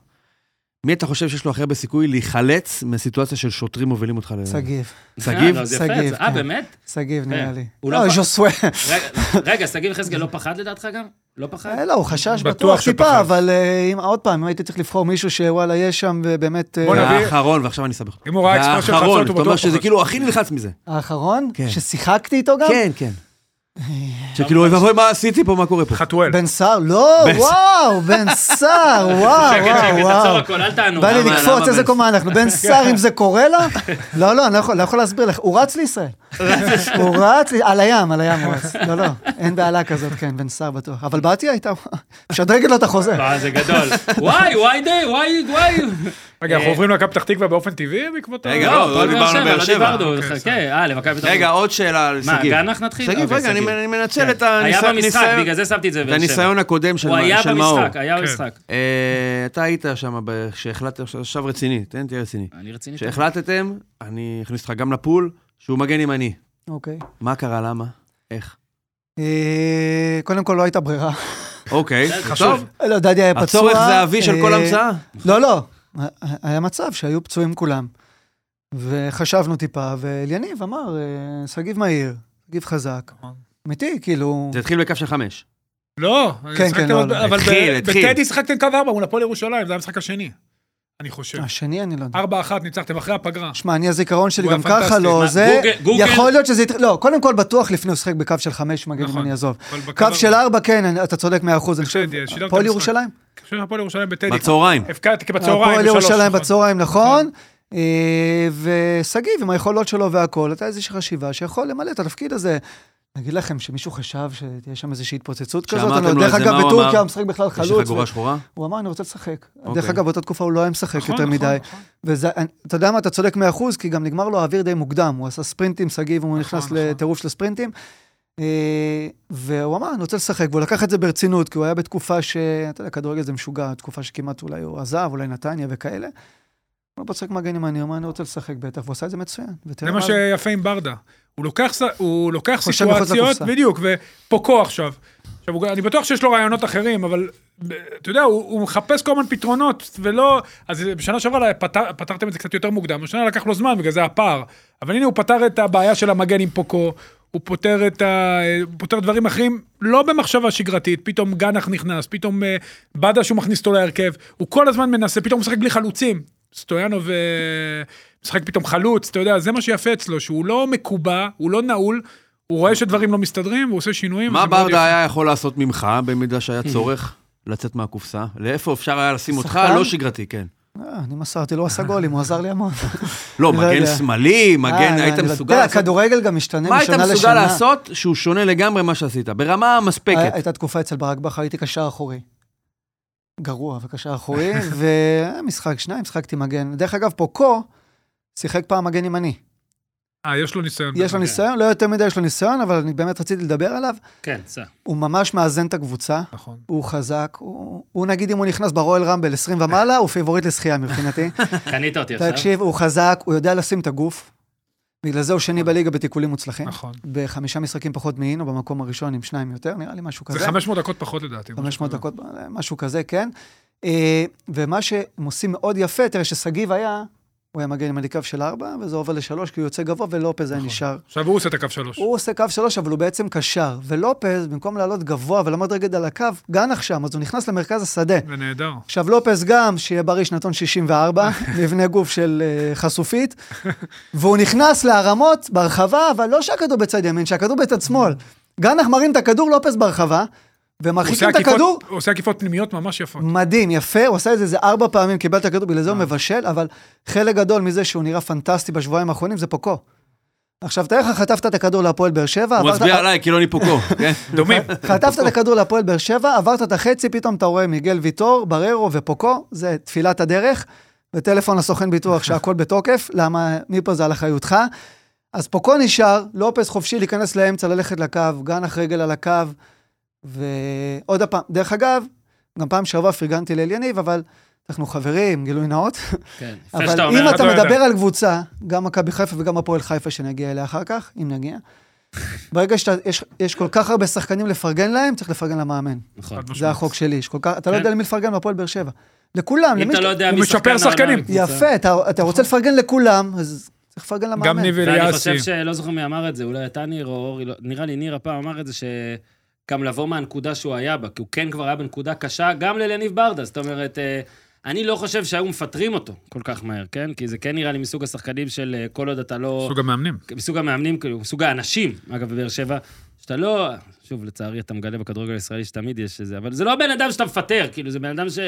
S4: מי אתה חושב שיש לו הכי הרבה סיכוי להיחלץ מהסיטואציה של שוטרים מובילים אותך ל...
S3: שגיב,
S4: שגיב?
S1: אה, לא, זה יפה,
S3: שגיב,
S1: זה- אה,
S3: כן.
S1: באמת?
S3: שגיב נראה
S1: כן.
S3: לי.
S1: הוא
S3: לא,
S1: לא-
S3: ז'וסווה.
S1: רגע- רגע, שגיב יחזקאל לא פחד לדעתך גם? לא פחד?
S3: אה, לא, הוא חשש
S5: בטוח
S3: בטוח טיפה,
S5: שפחד.
S3: אבל אה, אם- עוד פעם, אם הייתי צריך לבחור מישהו שוואלה, יש שם ובאמת... אה,
S5: בוא נביא-
S4: והאחרון, ועכשיו אני אסבך.
S5: אם הוא ראה אקספרס של
S4: והאחרון,
S5: חצות, הוא
S4: זאת אומרת
S5: בטוח
S4: שזה
S5: פוחד.
S4: כאילו הכי נלחץ מזה.
S3: האחרון?
S4: כן.
S3: ששיחקתי איתו גם?
S4: כן, כן. שכאילו, אוי ואבוי, מה עשיתי פה, מה קורה פה?
S5: חתואל.
S3: בן סער? לא,
S4: בן-
S3: וואו, בן סער, וואו,
S1: שקט, שקט,
S3: אה, וואו,
S1: תעצור
S3: וואו.
S1: הכל, אל תענו.
S3: בא לי
S4: למה- למה
S3: לקפוץ, איזה
S4: בן-
S3: קומה אנחנו, בן סער, אם זה קורה לה? לא, לא, אני לא יכול- לא יכול להסביר לך, הוא רץ לישראל. הוא רץ, לי- על הים, על הים הוא רץ. לא, לא, אין בעלה כזאת, כן, בן סער בטוח. אבל בתיה הייתה, משדרגת לו את החוזה.
S1: אה, זה גדול. וואי, וואי די, וואי, וואי.
S5: רגע, אנחנו עוברים למכבי פתח תקווה באופן טבעי בעקבות ה...
S4: אה, רגע, לא, לא
S1: הפועל
S4: דיברנו באר שבע.
S1: לא דיברנו,
S5: אוקיי,
S1: חכה, אה, למכבי פתח
S4: רגע,
S1: תקווה.
S4: עוד שאלה על
S1: מה,
S4: שגיב.
S1: גאנח נתחיל?
S4: שגיב,
S1: אוקיי,
S4: רגע, אני
S1: שגיב.
S4: אני מנצל את
S1: היה
S4: הניסיון-
S1: במשחק,
S4: ניסיון-
S1: בגלל זה שמתי את זה
S4: את
S1: בבאר שבע.
S4: הניסיון הקודם של
S1: הוא היה
S4: מה- של מאור.
S1: במשחק, היה
S5: כן.
S1: במשחק.
S4: אה, אתה היית שם, ב- שהחלטת, עכשיו רציני, תן, תהיה רציני.
S1: אני רציני.
S4: שהחלטתם, אני אכניס אותך גם לפול, שהוא מגן ימני.
S3: אוקיי.
S4: מה קרה, למה? איך?
S3: אה, קודם כל, לא הייתה ברירה.
S4: אוקיי,
S5: חשוב.
S4: טוב.
S3: לא, דדיה היה פצוע.
S4: הצורך זה אבי של כל
S3: אה,
S4: המצאה.
S3: לא, לא. היה מצב שהיו פצועים כולם. וחשבנו טיפה, ואליניב אמר, אה, שגיב מהיר, שגיב חזק.
S5: נכון.
S3: אמיתי, כאילו...
S4: זה התחיל בקו של חמש.
S5: לא,
S3: כן,
S5: שחקתם
S3: לא,
S5: עוד-
S3: לא.
S5: אבל ב-
S4: התחיל, התחיל.
S5: בטדי שחקתם קו ארבע מול הפועל ירושלים, זה המשחק השני, אני חושב.
S3: השני, אני לא יודע.
S5: ארבע אחת ניצחתם אחרי הפגרה.
S3: שמע, אני הזיכרון שלי
S5: הוא
S3: גם
S5: היה
S3: ככה
S5: פנטסטי.
S3: לא,
S5: מה,
S3: זה...
S1: גוגל- גוגל-
S3: יכול להיות שזה... התח- לא, קודם כל בטוח לפני הוא שיחק בקו של חמש, מגן
S5: נכון.
S3: אם אני אעזוב.
S5: אבל בקו
S3: קו
S5: ארבע.
S3: של ארבע, כן, אני- אתה צודק מאה אחוז. אני חושב-
S5: בסדר, שידרת
S3: הפועל
S5: משחק.
S3: ירושלים?
S5: אני חושב שהפועל ירושלים בטדי.
S4: בצהריים.
S3: אה,
S5: הפקעתי כי בצהריים.
S3: הפועל
S5: בשלוש,
S3: ירושלים
S5: נכון. כן.
S3: בצהריים, נכון? אה, ושגיב, עם היכולות שלו והכול, הייתה איזושהי חשיבה שיכול למלא את התפקיד הזה. נגיד לכם שמישהו חשב שתהיה שם איזושהי התפוצצות כזאת,
S4: שאמרתם
S3: אני לא-
S4: לו את
S3: דרך
S4: זה, מה
S3: אגב,
S4: הוא
S3: בטורקיה
S4: אמר?
S3: הוא משחק בכלל
S4: יש לך
S3: חלוץ.
S4: גורה
S3: ו-
S4: שחורה?
S3: הוא אמר, אני רוצה לשחק. דרך
S4: אוקיי.
S3: אגב, באותה תקופה הוא לא היה משחק
S5: נכון,
S3: יותר
S5: נכון,
S3: מדי.
S5: נכון.
S3: וזה- אני- אתה יודע מה, אתה צודק 100%, כי גם נגמר לו האוויר די מוקדם. הוא עשה ספרינטים, שגיב, הוא נכנס
S5: נכון.
S3: לטירוף של ספרינטים. אה, והוא אמר, אני רוצה לשחק, והוא לקח את זה ברצינות, כי הוא היה בתקופה ש... אתה יודע, כדורגל זה משוגע, תקופה שכמעט אולי הוא עזב, אולי נתניה וכאלה. הוא בוא תשחק מגן ימני, הוא אמר, אני רוצה לשחק בטח, והוא עשה את זה מצוין.
S5: זה מה
S3: אה,
S5: שיפה עם ברדה. הוא לוקח, ס- הוא לוקח
S3: חושב מחוץ
S5: סיטואציות,
S3: לקופסה.
S5: בדיוק, ופוקו עכשיו. עכשיו, הוא- אני בטוח שיש לו רעיונות אחרים, אבל ב- אתה יודע, הוא, הוא מחפש כל הזמן פתרונות, ולא... אז בשנה שעברה פת, פתרתם את זה קצת יותר מוקדם, השנה לקח לו זמן, בגלל זה הפער. אבל הנה, הוא פתר את הבעיה של המגן עם פוקו, הוא פותר, את ה, הוא פותר דברים אחרים, לא במחשבה שגרתית, פתאום גנח נכנס, פתאום אה, בדה שהוא מכניס אותו להרכב, הוא כל הזמן מנסה, פתאום הוא משחק בלי חלוצים. סטויאנו ו... משחק פתאום חלוץ, אתה יודע, זה מה שיפה אצלו, שהוא לא מקובע, הוא לא נעול, הוא רואה שדברים לא מסתדרים, הוא עושה שינויים.
S4: מה
S5: וזה מאוד יפה.
S4: ברדה היה יכול לעשות ממך, במידה שהיה
S3: אה.
S4: צורך לצאת מהקופסה? לאיפה אפשר היה לשים אותך?
S3: שחקן?
S4: לא שגרתי, כן.
S3: אה, אני מסרתי לו, הוא עשה גולים, הוא עזר לי המון.
S4: לא,
S3: לא
S4: מגן
S3: יודע.
S4: שמאלי, מגן,
S3: אה,
S4: היית
S3: אני לא-
S4: מסוגל
S3: אתה יודע,
S4: לעשות...
S3: הכדורגל גם משתנה
S4: מה
S3: משנה
S4: היית
S3: לשנה. אה,
S4: מסוגל לעשות שהוא שונה לגמרי ממה שעשית? ברמה המספקת.
S3: היה- הייתה תקופה אצל ברק בכר, הייתי קשר אחורי. גרוע וקשר אחורי, והיה משחק שניים, שיחקתי מגן. דרך אגב, פוקו שיחק פעם מגן ימני.
S5: אה, יש לו ניסיון.
S3: יש לו
S5: בזה.
S3: ניסיון, לא יותר מדי יש לו ניסיון, אבל אני באמת רציתי לדבר עליו.
S1: כן, סע.
S3: הוא ממש מאזן את הקבוצה,
S5: נכון.
S3: הוא חזק, הוא, הוא נגיד אם הוא נכנס ברואל רמבל 20 ומעלה, הוא פיבוריט לשחייה מבחינתי.
S1: קנית אותי עכשיו.
S3: תקשיב, הוא חזק, הוא יודע לשים את הגוף. בגלל זה הוא שני בליגה בתיקולים מוצלחים.
S5: נכון.
S3: בחמישה משחקים פחות מאינו, במקום הראשון עם שניים יותר, נראה לי משהו כזה.
S5: זה 500 דקות פחות לדעתי.
S3: 500 דקות, משהו כזה, כן. אה, ומה שהם עושים מאוד יפה, תראה ששגיב היה, הוא היה מגן עם הליקו של ארבע, וזה עובר לשלוש, כי הוא יוצא גבוה, ולופז היה
S5: נכון.
S3: נשאר.
S5: עכשיו הוא עושה את הקו שלוש.
S3: הוא עושה קו שלוש, אבל הוא בעצם קשר. ולופז, במקום לעלות גבוה ולעמוד רגל על הקו, גנח שם, אז הוא נכנס למרכז השדה.
S5: זה נהדר.
S3: עכשיו, לופס גם, שיהיה בריא, שנתון 64, מבנה גוף של אה, חשופית, והוא נכנס להרמות ברחבה, אבל לא שהכדור בצד ימין, שהכדור בצד שמאל. גנח מרים את הכדור, לופס ברחבה,
S5: הוא עושה
S3: ומרחיקים את
S5: עקיפות-
S3: הכדור,
S5: הוא עושה עקיפות פנימיות ממש יפות.
S3: מדהים, יפה, הוא עשה את זה איזה ארבע פעמים, קיבל את הכדור, בגלל
S4: אה.
S3: זה הוא מבשל, אבל חלק גדול מזה שהוא נראה פנטסטי בשבועיים האחרונים זה פוקו. עכשיו, תאר לך, חטפת את הכדור להפועל באר שבע,
S4: הוא
S3: עברת-
S4: מצביע עליי, כאילו אני פוקו. כן?
S5: דומים.
S3: חטפת את הכדור להפועל באר שבע, עברת את החצי, פתאום אתה רואה מיגל ויטור, בררו ופוקו, זה תפילת הדרך, וטלפון לסוכן ביטוח שהכל בתוקף, למה מפה זה על אחריותך. אז פוקו נשאר, לופס חופשי להיכנס לאמצע, ללכת לקו, גנח רגל על הקו, ועוד הפעם, דרך אגב, גם פעם שעברה פרגנתי לאל יניב, אבל אנחנו חברים, גילוי נאות.
S1: כן. יפה שאתה
S3: אבל
S1: אומר,
S3: אם
S5: אז
S1: אבל-
S3: אתה
S5: לא
S3: מדבר
S5: יודע.
S3: על קבוצה, גם מכבי חיפה וגם הפועל חיפה שנגיע אליה אחר כך, אם נגיע, ברגע שיש כל כך הרבה שחקנים לפרגן להם, צריך לפרגן למאמן.
S1: נכון.
S3: זה החוק שלי, יש כל כך, אתה לא
S1: כן.
S3: יודע למי לפרגן בהפועל באר שבע. לכולם,
S1: אם
S3: למי
S1: אתה
S3: ש-
S1: לא יודע
S5: הוא
S1: מי
S5: משפר
S1: שחקן הרמה
S5: שחקנים.
S1: בקבוצה.
S3: יפה, אתה- אתה רוצה לפרגן לכולם, אז צריך לפרגן למאמן.
S5: גם ניב
S1: ואני
S5: אליאסי.
S1: חושב שלא זוכר מי אמר את זה, אולי אתה ניר או אורי, לא- נראה לי ניר הפעם אמר את זה, שגם לבוא מהנקודה שהוא היה בה, כי הוא כן כבר היה בנקודה קשה, גם ללניב ברדה. זאת אומרת, אה, אני לא חושב שהיו מפטרים אותו כל כך מהר, כן? כי זה כן נראה לי מסוג השחקנים של אה, כל עוד אתה לא...
S5: סוג המאמנים.
S1: מסוג המאמנים, כאילו, מסוג האנשים, אגב, בבאר שבע, שאתה לא... שוב, לצערי, אתה מגלה בכדורגל הישראלי שתמיד יש איזה, אבל זה לא הבן אדם שאתה מפטר, כאילו, זה בן אדם ש...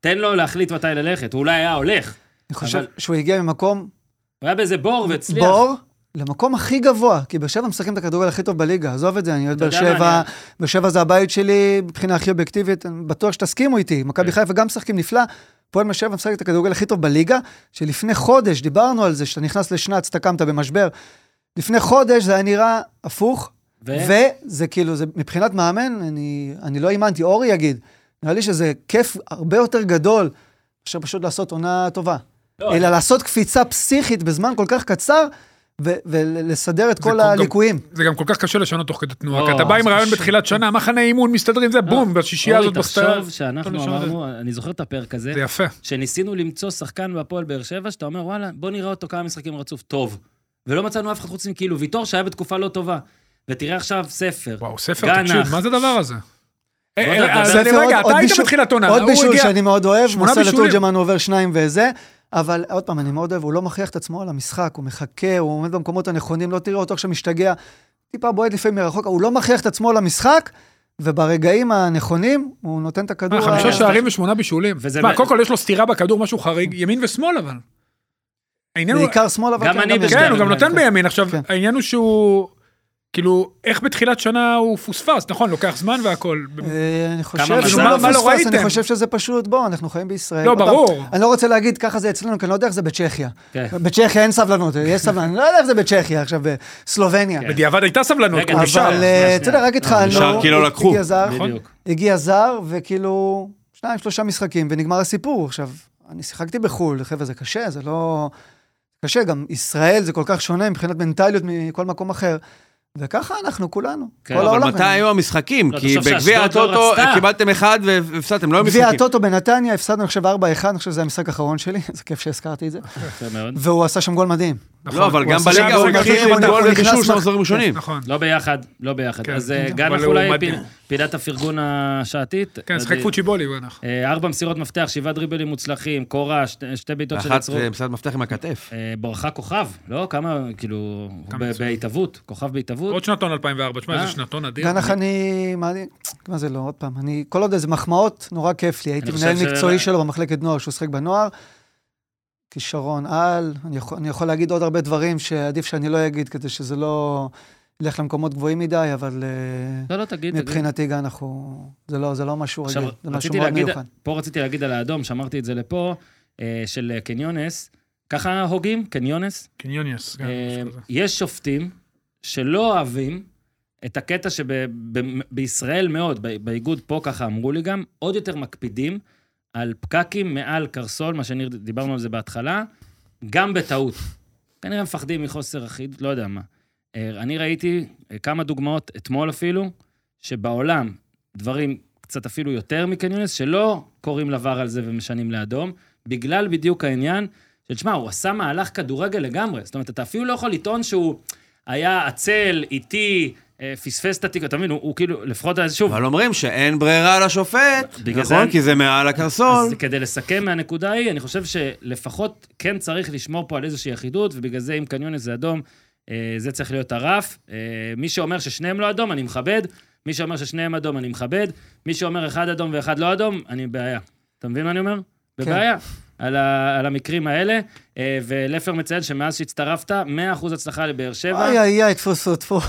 S1: תן לו להחליט מתי ללכת, הוא אולי היה הולך.
S3: אני חושב
S1: אבל-
S3: שהוא הגיע ממקום
S1: הוא היה באיזה בור והצליח.
S3: בור למקום הכי גבוה, כי באר שבע משחקים את הכדורגל הכי טוב בליגה, עזוב את זה, אני אוהד
S1: אתה
S3: באר
S1: יודע מה,
S3: שבע,
S1: אני-
S3: באר שבע זה הבית שלי מבחינה הכי אובייקטיבית, אני בטוח שתסכימו איתי, מכבי
S1: כן.
S3: חיפה גם משחקים נפלא, פועל באר שבע משחק את הכדורגל הכי טוב בליגה, שלפני חודש, דיברנו על זה, שאתה נכנס לשנץ, אתה קמת במשבר, לפני חודש זה היה נראה הפוך,
S1: ו...
S3: וזה כאילו, זה מבחינת מאמן, אני, אני לא האמנתי, אורי יגיד, נראה לי שזה כיף הרבה יותר גדול, מאשר פשוט לעשות עונה טובה.
S1: לא,
S3: אלא לעשות קפיצה פסיכית בזמן כל כך קצר, ו- ולסדר את
S5: זה
S3: כל
S5: גם-
S3: הליקויים.
S5: זה גם כל כך קשה לשנות תוך כדי תנועה,
S1: לא,
S5: כי אתה בא עם
S1: זה
S5: רעיון
S1: קשה. אה,
S5: בתחילת שנה, מחנה אימון, מסתדר עם זה, בום, בשישייה הזאת
S1: אורי,
S5: בסטייל.
S1: תחשוב שאנחנו
S5: לשנות את זה.
S1: אמרנו, אני זוכר את הפרק הזה,
S5: זה יפה.
S1: שניסינו למצוא שחקן בהפועל באר שבע, שאתה אומר, וואלה, בוא נראה אותו כמה משחקים רצוף, טוב. ולא מצאנו אף אחד חוץ מכאילו ויטור, שהיה בתקופה לא טובה. ותראה עכשיו ספר.
S5: וואו, ספר,
S1: גנח.
S5: תקשיב, מה זה הדבר הזה? אה,
S1: עוד לא
S5: אה, אז
S1: ספר,
S5: אני- רגע, אתה היית
S3: בישול-
S5: בתחילת עונה,
S3: עוד
S5: הוא
S3: בישול
S5: הגיע-
S3: שאני מאוד אוהב,
S5: שמונה
S3: מוסר
S5: בישולים.
S3: לתורג'מן הוא עובר שניים וזה, אבל עוד פעם, אני מאוד אוהב, הוא לא מכריח את עצמו על המשחק, הוא מחכה, הוא עומד במקומות הנכונים, לא תראה אותו עכשיו משתגע, טיפה בועט לפעמים מרחוק, הוא לא מכריח את עצמו על המשחק, וברגעים הנכונים, הוא נותן את הכדור.
S5: מה,
S3: ה-
S5: אה, חמישה שערים ושמונה בישולים.
S1: וזה
S5: מה,
S1: באמת-
S5: קודם כל יש לו סטירה בכדור, משהו חריג, ימין ושמאל אבל. העניין הוא...
S3: בעיקר שמאל, אבל
S1: גם
S3: כן,
S1: אני
S3: ימין.
S1: בסדר,
S5: כן, הוא גם נותן בימין. עכשיו,
S3: כן.
S5: העניין הוא שהוא... כאילו, איך בתחילת שנה הוא פוספס, נכון, לוקח זמן והכל.
S3: אה, אני חושב
S1: כמה
S3: שהוא
S1: מזל.
S3: לא
S1: מה
S5: לא
S3: פספס, אני
S5: ראיתם?
S3: חושב שזה פשוט, בוא, אנחנו חיים בישראל.
S5: לא,
S3: עוד פעם,
S5: ברור.
S3: אני לא רוצה להגיד ככה זה אצלנו, כי אני לא יודע איך זה בצ'כיה.
S1: כן.
S3: בצ'כיה אין סבלנות, יש סבלנות, אני לא יודע איך זה בצ'כיה, עכשיו אה,
S1: כן.
S3: בסלובניה.
S5: בדיעבד הייתה סבלנות,
S1: רגע,
S5: הוא
S1: כן, נשאר,
S3: אבל
S5: נשאר.
S3: אה,
S1: שנייה.
S3: אתה יודע, רק התחלנו,
S4: נשאר, כי לא לקחו.
S3: הגיע זר,
S1: בדיוק.
S3: הגיע זר, וכאילו, שניים, שלושה משחקים, ונגמר הסיפור. עכשיו, אני שיחקתי בחו"ל, חבר'ה, זה קשה, זה לא... קשה, גם ישראל זה כל כך שונה מבחינת מנטליות מכל מקום אחר. וככה אנחנו כולנו,
S1: כן,
S3: כל
S1: אבל
S3: העולם.
S4: אבל מתי היו המשחקים?
S1: לא,
S4: כי
S1: תחשוב
S4: בגביע
S1: שאשדוד לא
S4: הטוטו
S1: רצתה.
S4: קיבלתם אחד והפסדתם, לא היו
S3: גביע
S4: משחקים.
S3: הטוטו בנתניה, הפסדנו עכשיו 4-1, אני חושב שזה המשחק האחרון שלי, זה כיף שהזכרתי את זה.
S1: יפה מאוד.
S3: והוא עשה שם גול מדהים.
S5: נכון,
S4: לא, אבל
S5: הוא
S4: גם
S5: עשה
S4: בליגה
S5: שער
S4: הוא
S5: ברגע
S4: מתחיל
S5: הראשון,
S4: עם
S3: אנחנו
S4: גול
S3: נכנסנו-
S4: ובישול שני מחזורים ראשונים.
S5: נכון.
S1: לא ביחד, לא ביחד.
S5: כן,
S1: אז
S5: כן,
S1: אה,
S5: אבל
S1: גנח
S5: הוא
S1: אולי
S5: מדהים.
S1: פי- פינת הפרגון השעתית.
S5: כן, שיחק
S1: אה,
S5: פוצ'יבולי הוא הנח.
S1: אה, ארבע מסירות מפתח, שבעה דריבלים מוצלחים, קורה, שתי- שתי בעיטות
S4: ואחת
S1: שנצרו.
S4: אה, מסירת מפתח עם הכתף.
S1: אה, ברכה כוכב, לא? כמה, כאילו,
S5: כמה
S1: ב-
S5: מצוין.
S1: בהתהוות, כוכב בהתהוות.
S5: עוד שנתון 2004, תשמע,
S1: אה?
S5: איזה שנתון אדיר.
S3: גנח אני... מה אני- מה זה לא, עוד פעם, אני... כל עוד איזה מחמאות, נורא כיף לי. הייתי
S1: אני
S3: מנהל
S1: חושב ש-
S3: מקצועי שלו במחלקת נוער, שהוא שחק בנוער. כישרון על, אני יכול- אני יכול להגיד עוד הרבה דברים שעדיף שאני לא אגיד, כדי שזה לא ילך למקומות גבוהים מדי, אבל אה,
S1: לא, לא, תגיד, תגיד.
S3: מבחינתי גנח הוא... זה לא, זה לא משהו
S1: עכשיו,
S3: רגיל, זה משהו
S1: רציתי
S3: מאוד
S1: להגיד,
S3: מיוחד.
S1: פה רציתי להגיד על האדום, שמרתי את זה לפה, אה, של אה, קניונס. ככה הוגים, קניונס.
S5: קניוניוס. כן,
S1: אה,
S5: משהו כזה.
S1: יש שופטים שלא אוהבים את הקטע שבישראל מאוד, ב- באיגוד פה ככה אמרו לי גם, עוד יותר מקפידים על פקקים מעל קרסול, מה שניר, דיברנו על זה בהתחלה, גם בטעות. כנראה מפחדים מחוסר אחיד, לא יודע מה. אה, אני ראיתי אה, כמה דוגמאות, אתמול אפילו, שבעולם דברים קצת אפילו יותר מקניונס, שלא קוראים לבר על זה ומשנים לאדום, בגלל בדיוק העניין של, שמע, הוא עשה מהלך כדורגל לגמרי. זאת אומרת, אתה אפילו לא יכול לטעון שהוא היה עצל, איטי, אה, פספס את התיק, אתה מבין, הוא, הוא כאילו, לפחות, אז שוב,
S4: אבל אומרים שאין ברירה לשופט,
S1: בגלל זה
S4: נכון?
S1: אני-
S4: כי זה מעל הקרסול.
S1: אז כדי לסכם מהנקודה ההיא, אני חושב שלפחות כן צריך לשמור פה על איזושהי אחידות, ובגלל זה אם קניונס זה אדום, אה, זה צריך להיות הרף. אה, מי שאומר ששניהם לא אדום, אני מכבד. מי שאומר ששניהם אדום, אני מכבד. מי שאומר אחד אדום ואחד לא אדום, אני בבעיה. אתה מבין מה אני אומר?
S3: כן.
S1: בבעיה. על, ה, על המקרים האלה, אה, ולפר מציין שמאז שהצטרפת, 100% הצלחה לבאר שבע.
S3: איי איי איי, תפוס אותו.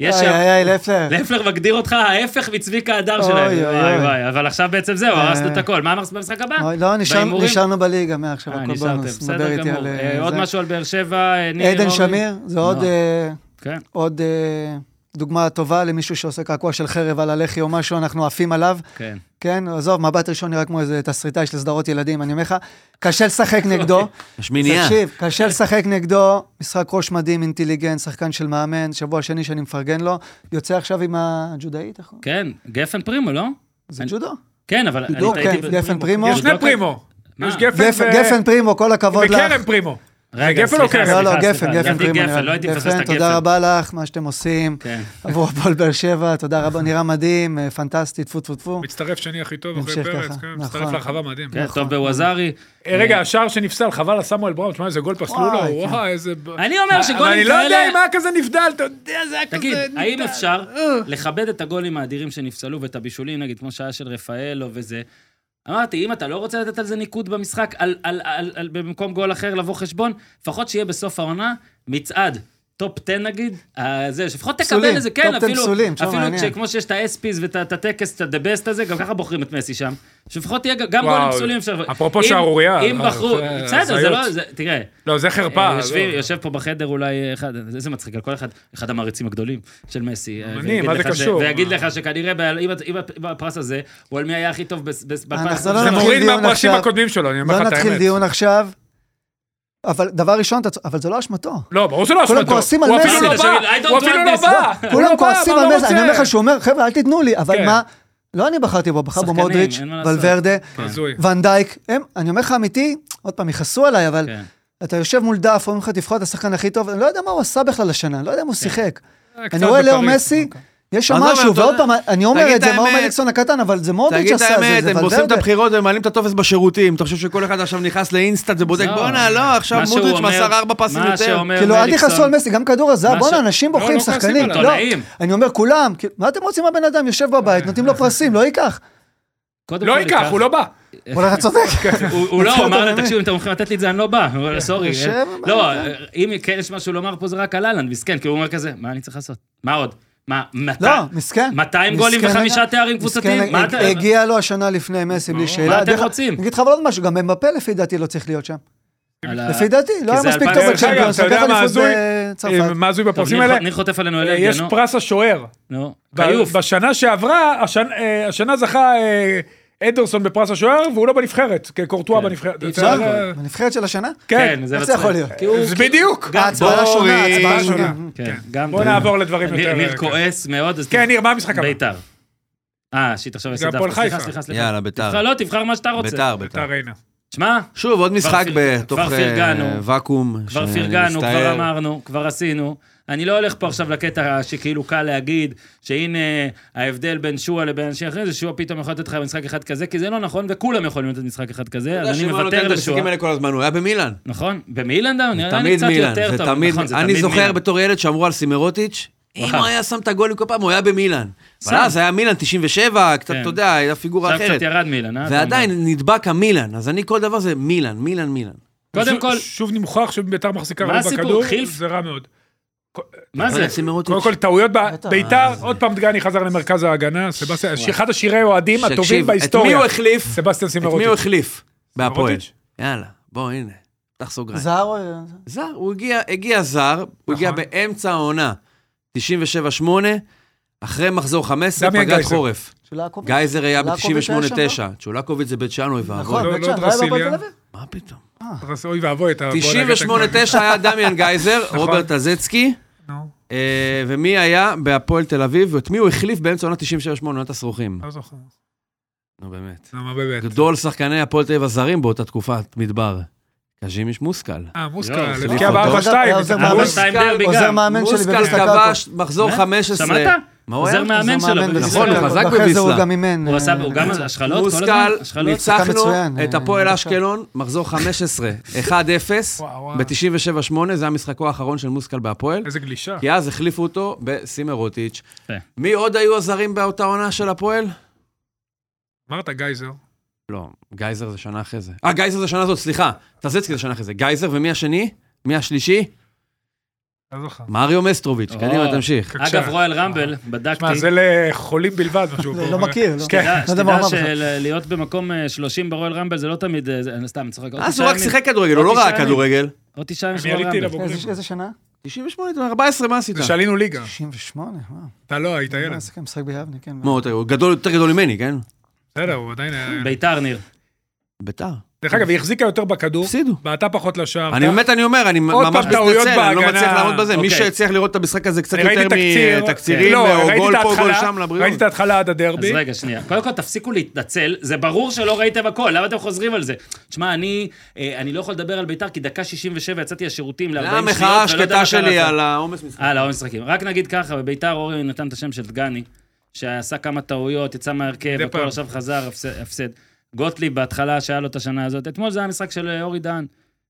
S1: יש
S3: איי
S1: שם-
S3: איי איי, לפלר.
S1: לפלר מגדיר אותך ההפך מצביקה הדר
S3: אוי,
S1: שלהם.
S3: אוי,
S1: וואי
S3: אוי.
S1: וואי, אבל עכשיו בעצם זהו,
S3: אה.
S1: הרסנו את הכל. מה אמרת במשחק הבא?
S3: אוי, לא, נשאר-
S1: בהימורים?
S3: נשארנו בליגה מעכשיו,
S1: אה,
S3: הכל
S1: נשארתם,
S3: בונוס. דבר
S1: בסדר
S3: איתי
S1: גמור.
S3: על...
S1: אה,
S3: אה,
S1: עוד
S3: זה.
S1: משהו על באר שבע, אה, ניר
S3: עדן
S1: מורי.
S3: שמיר, זה עוד,
S1: לא.
S3: אה,
S1: כן,
S3: עוד אה, דוגמה טובה למישהו שעושה קעקוע של חרב על הלחי או משהו, אנחנו עפים עליו.
S1: כן.
S3: כן, עזוב, מבט ראשון נראה כמו איזה תסריטאי של סדרות ילדים, אני אומר לך, קשה לשחק נגדו.
S4: השמינייה.
S3: תקשיב, קשה לשחק נגדו, משחק ראש מדהים, אינטליגנט, שחקן של מאמן, שבוע שני שאני מפרגן לו, יוצא עכשיו עם הג'ודאית, איך קוראים?
S1: כן, גפן פרימו, לא?
S3: זה
S1: אני-
S3: ג'ודו.
S1: כן, אבל... אני
S3: גדור,
S1: טעיתי
S3: כן,
S1: ב-
S3: גפן פרימו.
S5: יש שני
S1: גדול, כן.
S5: פרימו.
S1: מה?
S5: יש גפן
S3: גפן-
S5: ו-
S3: גפן פרימו, כל הכבוד לך.
S5: וכרם פרימו.
S1: רגע,
S5: גפן או
S1: סליחה,
S5: קרן?
S1: סליחה,
S3: לא, לא,
S1: סליחה,
S3: גפן,
S1: סליחה.
S3: גפן
S1: לדעתי
S3: פרימו. נראה
S1: גפן,
S3: לי.
S1: לא הייתי מפספס את
S3: גפן,
S1: הגפן.
S3: תודה רבה לך, מה שאתם עושים.
S1: כן.
S3: עבור הפועל באר שבע, תודה רבה, נראה מדהים, אה, פנטסטי, טפו טפו טפו.
S5: מצטרף שני הכי טוב אחרי
S3: נמשיך
S5: פרץ,
S3: ככה,
S5: כן,
S3: נכון. כן.
S5: מצטרף להרחבה מדהים.
S1: כן, טוב בווזארי.
S5: אה, רגע, השער שנפסל, חבל על סמואל בראון, תשמע, איזה גול פסלו
S3: וואי,
S5: לו,
S3: כן.
S5: וואי, איזה...
S1: אני אומר שגולים
S5: אבל אני לא יודע
S1: כאלה-
S5: אם היה כזה נבדל, אתה יודע, זה היה כזה... אה.
S1: תגיד,
S5: נבדל.
S1: האם אפשר לכבד את הגולים האדירים שנפסלו ואת הבישולים, נגיד, כמו שהיה של רפאלו וזה? אמרתי, אם אתה לא רוצה לתת על זה ניקוד במשחק, על, על, על, על, במקום גול אחר לבוא חשבון, לפחות שיהיה בסוף העונה מצעד. טופ 10 נגיד, אה, זה, שלפחות תקבל
S3: פסולים,
S1: איזה, כן,
S3: טופ 10
S1: אפילו,
S3: פסולים, תשמע,
S1: אפילו
S3: מעניין.
S1: שכמו שיש את האספיז ואת את הטקס, את ה-the best הזה, גם ככה בוחרים את מסי שם. שלפחות יהיה גם
S5: וואו,
S1: גולים פסולים אפשר.
S5: אפרופו
S1: אם-
S5: שערורייה,
S1: אם
S5: אה,
S1: בחרו,
S5: זה
S1: בסדר, זה
S5: הזיות.
S1: לא, זה- תראה,
S5: לא, זה חרפה.
S1: יושבים,
S5: עזוב.
S1: אה, יושב פה בחדר אולי אחד, איזה מצחיק, על כל אחד, אחד המעריצים הגדולים של מסי. אה,
S5: אני,
S1: ויגיד
S5: מה זה
S1: לך ש-
S5: קשור? אה.
S1: ויגיד
S5: מה?
S1: לך שכנראה, ב- אם את- אם את- בפרס הזה, הוא על מי היה הכי טוב בס- בס-
S3: אנחנו
S1: בפרס.
S3: לא
S5: זה
S3: נתחיל
S5: מוריד
S3: דיון
S5: מהפרשים
S3: עכשיו.
S5: הקודמים שלו, אני אומר
S3: לא
S5: לך את
S3: נתחיל
S5: האמת.
S3: דיון עכשיו, אבל דבר ראשון, אתה צ- אבל זה לא אשמתו.
S5: לא, ברור שלא
S3: כולם
S5: אשמתו.
S3: כועסים על
S5: הוא אפילו
S3: מסי.
S5: לא בא,
S1: I don't
S5: הוא
S1: want
S5: אפילו לא
S1: this.
S5: בא. הוא לא
S3: כולם
S5: בא,
S3: כועסים
S5: אבל
S3: על
S5: לא
S3: מז, אני אומר
S5: רוצה.
S3: לך שהוא אומר, חבר'ה, אל תיתנו לי, אבל
S5: כן.
S3: מה, לא אני בחרתי בו, בחר בו
S1: שחקנים,
S3: מודריץ',
S1: אין מה לעשות.
S3: ולוורדה,
S5: כן. הזוי.
S3: ונדייק, הם, אני אומר לך אמיתי, עוד פעם, יכעסו עליי, אבל
S1: כן.
S3: אתה יושב מול דף, אומרים לך, תבחר את השחקן הכי טוב, אני לא יודע מה הוא עשה בכלל השנה, אני לא יודע אם הוא שיחק.
S5: קצת אוקיי.
S3: אני רואה לאו
S5: בפריז.
S3: מסי, יש שם
S4: עזוב,
S3: משהו,
S4: אתה
S3: ועוד
S4: יודע-
S3: פעם, אני אומר
S4: תגיד
S3: את זה,
S4: את
S3: מאור
S4: האמת.
S3: מליקסון הקטן, אבל זה מודריץ'
S4: תגיד את
S3: עשה את לא זה,
S4: האמת,
S3: זה
S4: הם עושים את
S3: ולוורדה.
S4: הבחירות והם מעלים את הטופס בשירותים. אתה חושב שכל אחד עכשיו נכנס לאינסטנט ובודק,
S1: לא.
S4: בואנה, לא, עכשיו
S1: מה שהוא
S4: מודריץ'
S1: אומר-
S4: מסר ארבע פסים
S1: מה
S4: יותר.
S1: שאומר
S3: כאילו, אל
S1: מליקסון-
S3: תכעסו על מסי, גם כדור הזהב,
S1: מה
S3: בואנה,
S1: ש-
S3: אנשים
S5: לא,
S3: בוחרים,
S5: לא כועסים
S3: שחקנים.
S5: עליו,
S3: לא,
S1: עיתונאים.
S3: אני אומר, כולם, כאילו, מה אתם רוצים מהבן אדם? יושב בבית, נותנים לו פרסים, לא ייקח.
S1: קודם
S5: לא
S1: כל
S5: ייקח, הוא לא בא.
S3: וואלה, אתה צודק.
S1: הוא- הוא לא,
S3: אתה
S1: הוא אמר לי,
S3: באמת.
S1: תקשיב, אם אתם הולכים לתת לי את זה, אני לא בא. הוא אומר, סורי.
S3: יושב,
S1: אה,
S3: מה
S1: לא,
S3: זה?
S1: אה, אם כן יש משהו לומר פה, זה רק על אהלנד, מסכן, כי הוא אומר כזה, מה אני צריך לעשות? מה עוד? מה, מתי?
S3: לא, מסכן.
S1: 200 גולים
S3: מסכן
S1: וחמישה
S3: לגמרי.
S1: תארים קבוצתיים?
S3: מסכן,
S1: מה אתה-
S3: הגיע לו השנה לפני מסי, בלי שאלה.
S1: מה אתם
S3: דרך-
S1: רוצים?
S3: אני אגיד לך אבל עוד משהו, גם במפה לפי דעתי לא צריך להיות שם.
S1: על ה-
S3: לפי דעתי,
S1: כי
S3: לא היה
S1: זה
S3: מספיק טוב
S1: אלפיים-
S5: דרך אגב,
S3: בצ'מפיונס,
S5: אתה יודע
S3: לקח
S5: מה
S3: אליפות
S5: הזוי?
S3: בצרפת.
S5: מה הזוי
S1: טוב,
S5: בפרסים
S1: ניר-
S5: האלה?
S1: ניר חוטף עלינו
S5: אה,
S1: אלרגיה,
S5: יש
S1: נו.
S5: פרס השוער.
S1: נו,
S5: ב-
S1: כיוף.
S5: בשנה שעברה, השנה- אה, השנה זכה אה, אדרסון בפרס השוער, והוא לא בנבחרת, כי קורטואה
S1: כן.
S5: בנבחרת.
S1: אי אפשר.
S5: זה-
S3: בסדר, בנבחרת של השנה?
S5: כן,
S1: כן, זה
S3: איך זה
S1: מצחיק.
S3: יכול להיות?
S1: כי הוא-
S5: זה בדיוק. אה,
S1: גם-
S3: ההצבעה שונה,
S4: בורי.
S3: ההצבעה
S5: שונה.
S3: שונה.
S1: כן, גם...
S5: בוא נעבור לדברים
S1: ניר-
S5: יותר...
S1: ניר
S5: אה,
S1: כועס מאוד, אז...
S5: כן, ניר, מה המשחק הבא?
S1: ביתר. אה, שיט, עכשיו עשית
S5: הפועל
S1: דווקא. סליחה,
S5: חיפה.
S1: סליחה, סליחה.
S4: יאללה, ביתר.
S1: תבחר, לא, תבחר מה שאתה רוצה.
S4: ביתר, ביתר.
S5: ביתר ריינה.
S1: שמע,
S4: שוב, עוד משחק
S1: פיר-
S4: בתוך
S1: כבר
S4: אה,
S1: פרגנו.
S4: ואקום.
S1: כבר
S4: שאני
S1: פרגנו, כבר
S4: מצטער.
S1: אמרנו, כבר עשינו. אני לא הולך פה עכשיו לקטע שכאילו קל להגיד, שהנה ההבדל בין שועה לבין אנשים אחרים, זה שועה פתאום יכול לתת לך משחק אחד כזה, כי זה לא נכון, וכולם יכולים לתת משחק אחד כזה,
S4: אתה יודע
S1: אז אני
S4: שמה לא נותן
S1: מוותר
S4: את המשחקים
S1: לשועה.
S4: האלה כל הזמן, הוא היה במילאן.
S1: נכון? במילן דאון, נראה לי
S4: תמיד
S1: קצת
S4: מילאן,
S1: יותר
S4: זה
S1: טוב.
S4: תמיד,
S1: נכון, זה
S4: אני
S1: תמיד
S4: זוכר
S1: מילאן.
S4: בתור ילד שאמרו על סימרוטיץ', אם
S1: וואו.
S4: הוא היה שם את הגולים כל פעם, הוא היה במילאן.
S1: שם.
S4: אבל אז היה מילאן 97, קצת,
S1: כן.
S4: אתה יודע, היה פigורה
S1: עכשיו
S4: אחרת.
S1: קצת ירד מילן, אה? אתה אומר.
S4: ועדיין נדבק המילאן, אז אני כל דבר זה מילאן, מילאן, מילאן.
S1: קודם
S5: ש-
S1: כל,
S5: שוב נמוכח שביתר מחזיקה
S1: מה
S5: רוב
S1: הסיפור?
S5: בכדור,
S1: חילף?
S5: זה רע מאוד.
S1: מה זה?
S4: אבל סימרוטיץ',
S5: קודם כל, טעויות
S3: בטח.
S1: אה,
S5: בביתר, עוד פעם דגני חזר למרכז ההגנה, סבסטיאן, אחד השירי אוהדים הטובים
S4: תקשיב, את מי
S5: בהיסטוריה.
S4: הוא החליף?
S5: סבסטיאן
S4: את מי הוא
S5: סימרוטיץ'.
S4: החליף? בהפועל.
S5: סימרוטיץ'?
S4: יאללה, בוא, הנה, פתח סוגריים.
S3: זר, או-
S4: זר, הוא הגיע, הגיע זר, הוא הגיע
S5: נכון.
S4: באמצע העונה, 97-8, אחרי מחזור 15,
S5: דמיאן
S4: פגרת
S5: גייזר.
S4: חורף.
S3: צ'ולקוביץ'.
S4: גייזר היה
S3: צ'ולקוביץ' היה שם, לא?
S4: ב-98-9, צ'ולקוביץ' זה בית שאנו, אוי
S3: נכון,
S4: ואבוי.
S5: לא,
S3: בית
S5: לא
S3: שאן,
S5: את
S3: לא היה בהפועל
S5: רסיליה.
S3: תל אביב?
S4: מה פתאום?
S5: אז אוי ואבוי, אתה...
S4: 98-9 היה דמיאן גייזר,
S5: נכון.
S4: רוברט טזצקי,
S5: נו,
S4: אה, ומי היה בהפועל תל אביב, ואת מי הוא החליף באמצע עונת 97-8, עונת השרוכים.
S5: לא זוכר.
S4: נו באמת.
S5: למה באמת?
S4: גדול שחקני הפועל תל אביב הזרים באותה תקופת מדבר. קז'ימיש מושכל.
S5: אה,
S1: לא,
S5: מוסקה,
S1: החליף
S5: לפקיע
S4: אותו.
S5: בארבע שתיים.
S3: היה עוזר
S5: התערבות.
S1: ארבע
S3: מאמן.
S1: שתיים דרבי
S3: עוזר
S1: גם.
S3: מאמן שלי
S4: מושכל
S3: בביס
S4: כבש מחזור
S1: מה?
S4: 15.
S1: שמעת?
S4: מה הוא היה?
S1: עוזר מאמן שלו. בביסלה.
S4: נכון, הוא חזק
S3: ואחרי זה הוא
S4: בביסלה.
S3: גם אימן.
S1: הוא עשה,
S3: אה,
S1: הוא גם על השחלות לא, כל הזמן?
S4: מושכל,
S1: השחלות?
S3: שחקן מצוין,
S4: ניצחנו את
S3: אה,
S4: הפועל
S3: דקה.
S4: אשקלון, מחזור 15, 1-0,
S5: וואו, וואו.
S4: ב-97-8, זה היה משחקו האחרון של מושכל בהפועל,
S5: איזה גלישה.
S4: כי אז החליפו אותו בסימרוטיץ'.
S1: יפה.
S4: מי עוד היו הזרים באותה עונה של הפועל?
S5: אמרת גייזר.
S4: לא, גייזר זה שנה אחרי זה. אה, גייזר זה שנה זאת, סליחה. טזצקי זה שנה אחרי זה. גייזר, ומי השני? מי השלישי?
S5: לא זוכר.
S4: מריו מסטרוביץ'.
S1: או.
S4: קדימה, תמשיך.
S5: בבקשה.
S1: אגב, רויאל רמבל, בדקתי.
S5: מה, זה לא- לחולים בלבד, מה שהוא
S3: לא
S5: אומר.
S3: מכיר, לא.
S5: כן.
S1: שתדע-
S3: לא יודע מה
S1: שתדע
S3: הוא אמר
S1: שלהיות במקום אה, 30 ברואל רמבל זה לא תמיד... אה, זה- אני סתם צוחק. עוד
S4: אז
S1: תשעה
S4: הוא רק
S1: ימים-
S4: שיחק כדורגל, הוא
S1: עוד
S4: לא ראה
S1: תשעה
S4: כדורגל.
S1: עוד תשעה ימים
S5: אני
S1: של רואל
S5: עליתי
S1: רמבל.
S5: לבוגרים.
S3: איזה- איזה שנה?
S4: 98, 14, מה עשית?
S5: זה שעלינו ליגה.
S1: כן.
S3: 98, וואו.
S5: אתה לא היית ילד.
S3: זה כן, משחק ביבנה, כן.
S4: מה, הוא הוא גדול, יותר גדול ממני, כן?
S5: בסדר, הוא עדיין היה...
S1: ביתר, ניר.
S4: ביתר.
S5: דרך אגב, היא החזיקה יותר בכדור,
S4: הפסידו.
S5: בעטה פחות לשער.
S4: אני
S5: אתה-
S4: באמת, אני אומר, אני
S5: עוד
S4: ממש
S5: פעם טעויות
S4: מתנצל, אני לא
S5: בהגנה.
S4: מצליח לעמוד בזה. מי
S1: אוקיי.
S4: שהצליח לראות את המשחק הזה קצת
S5: אני ראיתי
S4: יותר
S5: תקציר-
S4: מתקצירים,
S5: לא,
S4: או
S5: ראיתי
S4: גול
S5: את
S4: פה, גול
S5: ההתחלה,
S4: שם,
S5: ראיתי
S4: לבריאות.
S5: את ההתחלה עד
S1: אז
S5: הדרבי.
S1: רגע, שנייה. קודם כל, תפסיקו להתנצל. זה ברור שלא ראיתם הכל, למה אתם חוזרים על זה? תשמע, אני אה, אני לא יכול לדבר על ביתר, כי דקה 67 יצאתי לשירותים ל-40
S4: זה
S1: שניות.
S4: המחאה
S1: ולא יודע
S4: השקטה
S1: מה קרה
S4: שלי
S1: שם.
S4: על העומס משחק.
S1: אה, לא, עוד משחקים. רק נגיד ככה, בביתר אורי נתן את השם של דגני, שעשה כמה טעויות, יצא מההרכב,
S5: מדי
S1: הכל
S5: פעם.
S1: עכשיו חזר, הפסד- הפסד. גוטליב בהתחלה, שהיה לו את השנה הזאת. אתמול זה היה משחק של אה, אורי דהן.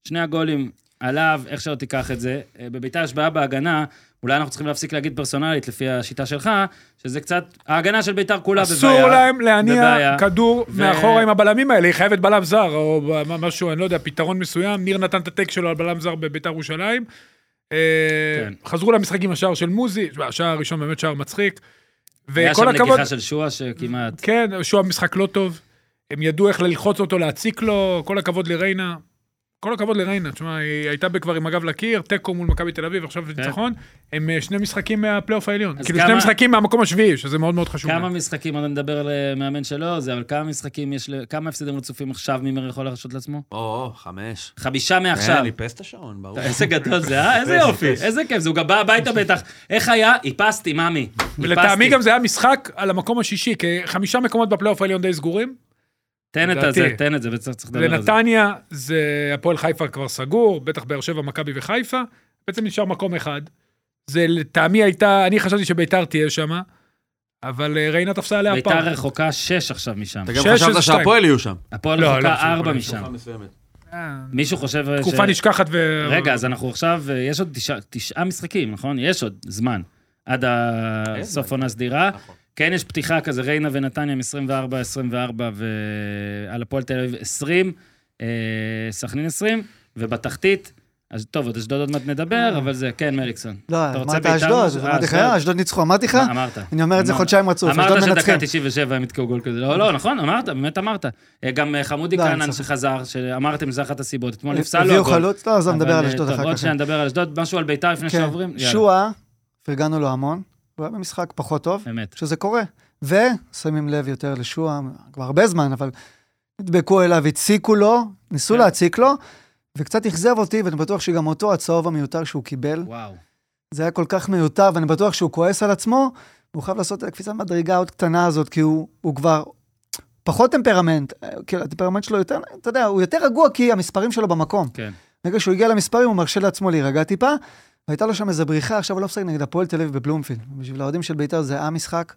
S1: שני הגולים עליו, איך שלא תיקח את זה. אה, בביתר יש בעיה בהגנה, אולי אנחנו צריכים להפסיק להגיד פרסונלית, לפי השיטה שלך, שזה קצת... ההגנה של ביתר כולה בבעיה.
S5: אסור להם להניע
S1: בבעיה.
S5: כדור
S1: ו-
S5: מאחורה עם הבלמים האלה, היא חייבת בלם זר, או ב- מה- משהו, אני לא יודע, פתרון מסוים. ניר נתן את הטק שלו על בלם זר בביתר ירושלים. אה,
S1: כן.
S5: חזרו למשחק עם השער של מוזי, שמע, השער הראשון באמת שער מצחיק.
S1: היה שם
S5: וכל הכבוד,
S1: נגיחה של שועה שכמעט...
S5: כן, שהוא המשחק לא טוב. הם ידעו איך ללחוץ אותו, להציק לו, כל הכבוד לריינה. כל הכבוד לריינה, תשמע, היא הייתה כבר עם הגב לקיר, תיקו מול מכבי תל אביב, עכשיו ניצחון. הם אה, שני משחקים מהפלייאוף העליון.
S1: כן. אז
S5: כאילו
S1: כמה-
S5: שני משחקים מהמקום השביעי, שזה מאוד מאוד חשוב.
S1: כמה
S5: להם.
S1: משחקים, עוד נדבר על אה, מאמן שלא, זה, אבל כמה משחקים יש, ל- כמה הפסדים רצופים עכשיו מימר יכול להרשות לעצמו?
S4: או, או, חמש.
S1: חמישה
S4: עכשיו.
S1: מעכשיו.
S4: ניפס את השעון, ברור.
S1: איזה גדול זה, אה? איזה יופי, איזה כיף זה, הוא גם בא הביתה בטח. איך היה? איפסתי, מאמי.
S5: ולטעמי
S1: איפסתי.
S5: גם זה היה משחק על המקום השישי, כחמישה מקומות בפלייאוף העליון די סגורים.
S1: תן את
S5: לדעתי.
S1: הזה, תן את זה, וצריך צריך לדבר על לא, זה.
S5: לנתניה זה הפועל חיפה כבר סגור, בטח באר שבע, מכבי וחיפה. בעצם נשאר מקום אחד. זה לטעמי הייתה, אני חשבתי שביתר תהיה שם, אבל אה, ריינה תפסה עליה פעם.
S1: ביתר רחוקה שש עכשיו משם.
S4: אתה גם
S5: שש של
S4: חשבת
S5: שתיים.
S4: שהפועל יהיו שם. כן.
S1: הפועל
S5: לא, לא,
S1: רחוקה
S5: זה לא
S1: ארבע
S5: יכול
S1: משם. מישהו חושב אה, ש...
S5: תקופה נשכחת ו...
S1: רגע, אז אנחנו עכשיו, אה, יש עוד תשעה- תשעה משחקים, נכון? יש עוד זמן. עד
S4: אין
S1: הסוף
S4: זמן.
S1: עונה סדירה.
S4: נכון.
S1: כן, יש פתיחה כזה, ריינה ונתניה עם 24, 24, ועל הפועל תל אביב 20, אה, סכנין 20, ובתחתית, אז טוב, עוד אשדוד עוד מעט נדבר, אבל זה, כן, מליקסון. אתה
S3: אה. לא,
S1: רוצה
S3: אמרת
S1: בית"ר?
S3: אשדוד, אמרתי לך,
S1: אה,
S3: אשדוד ניצחו, אמרתי לך?
S1: מה, אמרת.
S3: אני אומר את זה
S1: אמרת.
S3: חודשיים רצוף, אשדוד
S1: אמרת שדקה
S3: מנצחים.
S1: 97 הם יתקעו גול כזה. לא, לא, נכון, אמרת, באמת אמרת. אה, גם אה, חמודי
S3: לא, אני
S1: כהנן
S3: צוחק. אה,
S1: שחזר, שאמרתם, זה אחת הסיבות. אתמול נפסל לו
S3: הביאו
S1: הגול.
S3: חלוץ, לא, עזוב,
S1: אבל,
S3: נדבר על
S1: אה,
S3: אשדוד
S1: טוב,
S3: אחר
S1: עוד
S3: כך.
S1: שנייה נדבר על אשדוד, משהו על ביתר לפני
S3: כן.
S1: שעוברים? יאללה.
S3: שועה, פרגנו לו המון, הוא היה במשחק פחות טוב,
S1: אמת.
S3: שזה קורה. ושמים לב יותר לשועה, כבר הרבה זמן, אבל נדבקו אליו, הציקו לו, ניסו
S1: כן.
S3: להציק לו, וקצת אכזב אותי, ואני בטוח שגם אותו, הצהוב המיותר שהוא קיבל,
S1: וואו.
S3: זה היה כל כך מיותר, ואני בטוח שהוא כועס על עצמו, והוא חייב לעשות את הקפיצת מדרגה העוד קטנה הזאת, כי הוא, הוא כבר פחות טמפרמנט, אה, כאילו הטמפרמנט שלו יותר, אתה יודע, הוא יותר רגוע כי המספרים שלו במקום.
S1: כן.
S3: ברגע שהוא הגיע למספרים, הוא מרשה לעצמו להירגע טיפה, והייתה לו שם איזה בריחה, עכשיו הוא לא משחק נגד הפועל תל אביב בבלומפילד. בשביל האוהדים של בית"ר זה המשחק,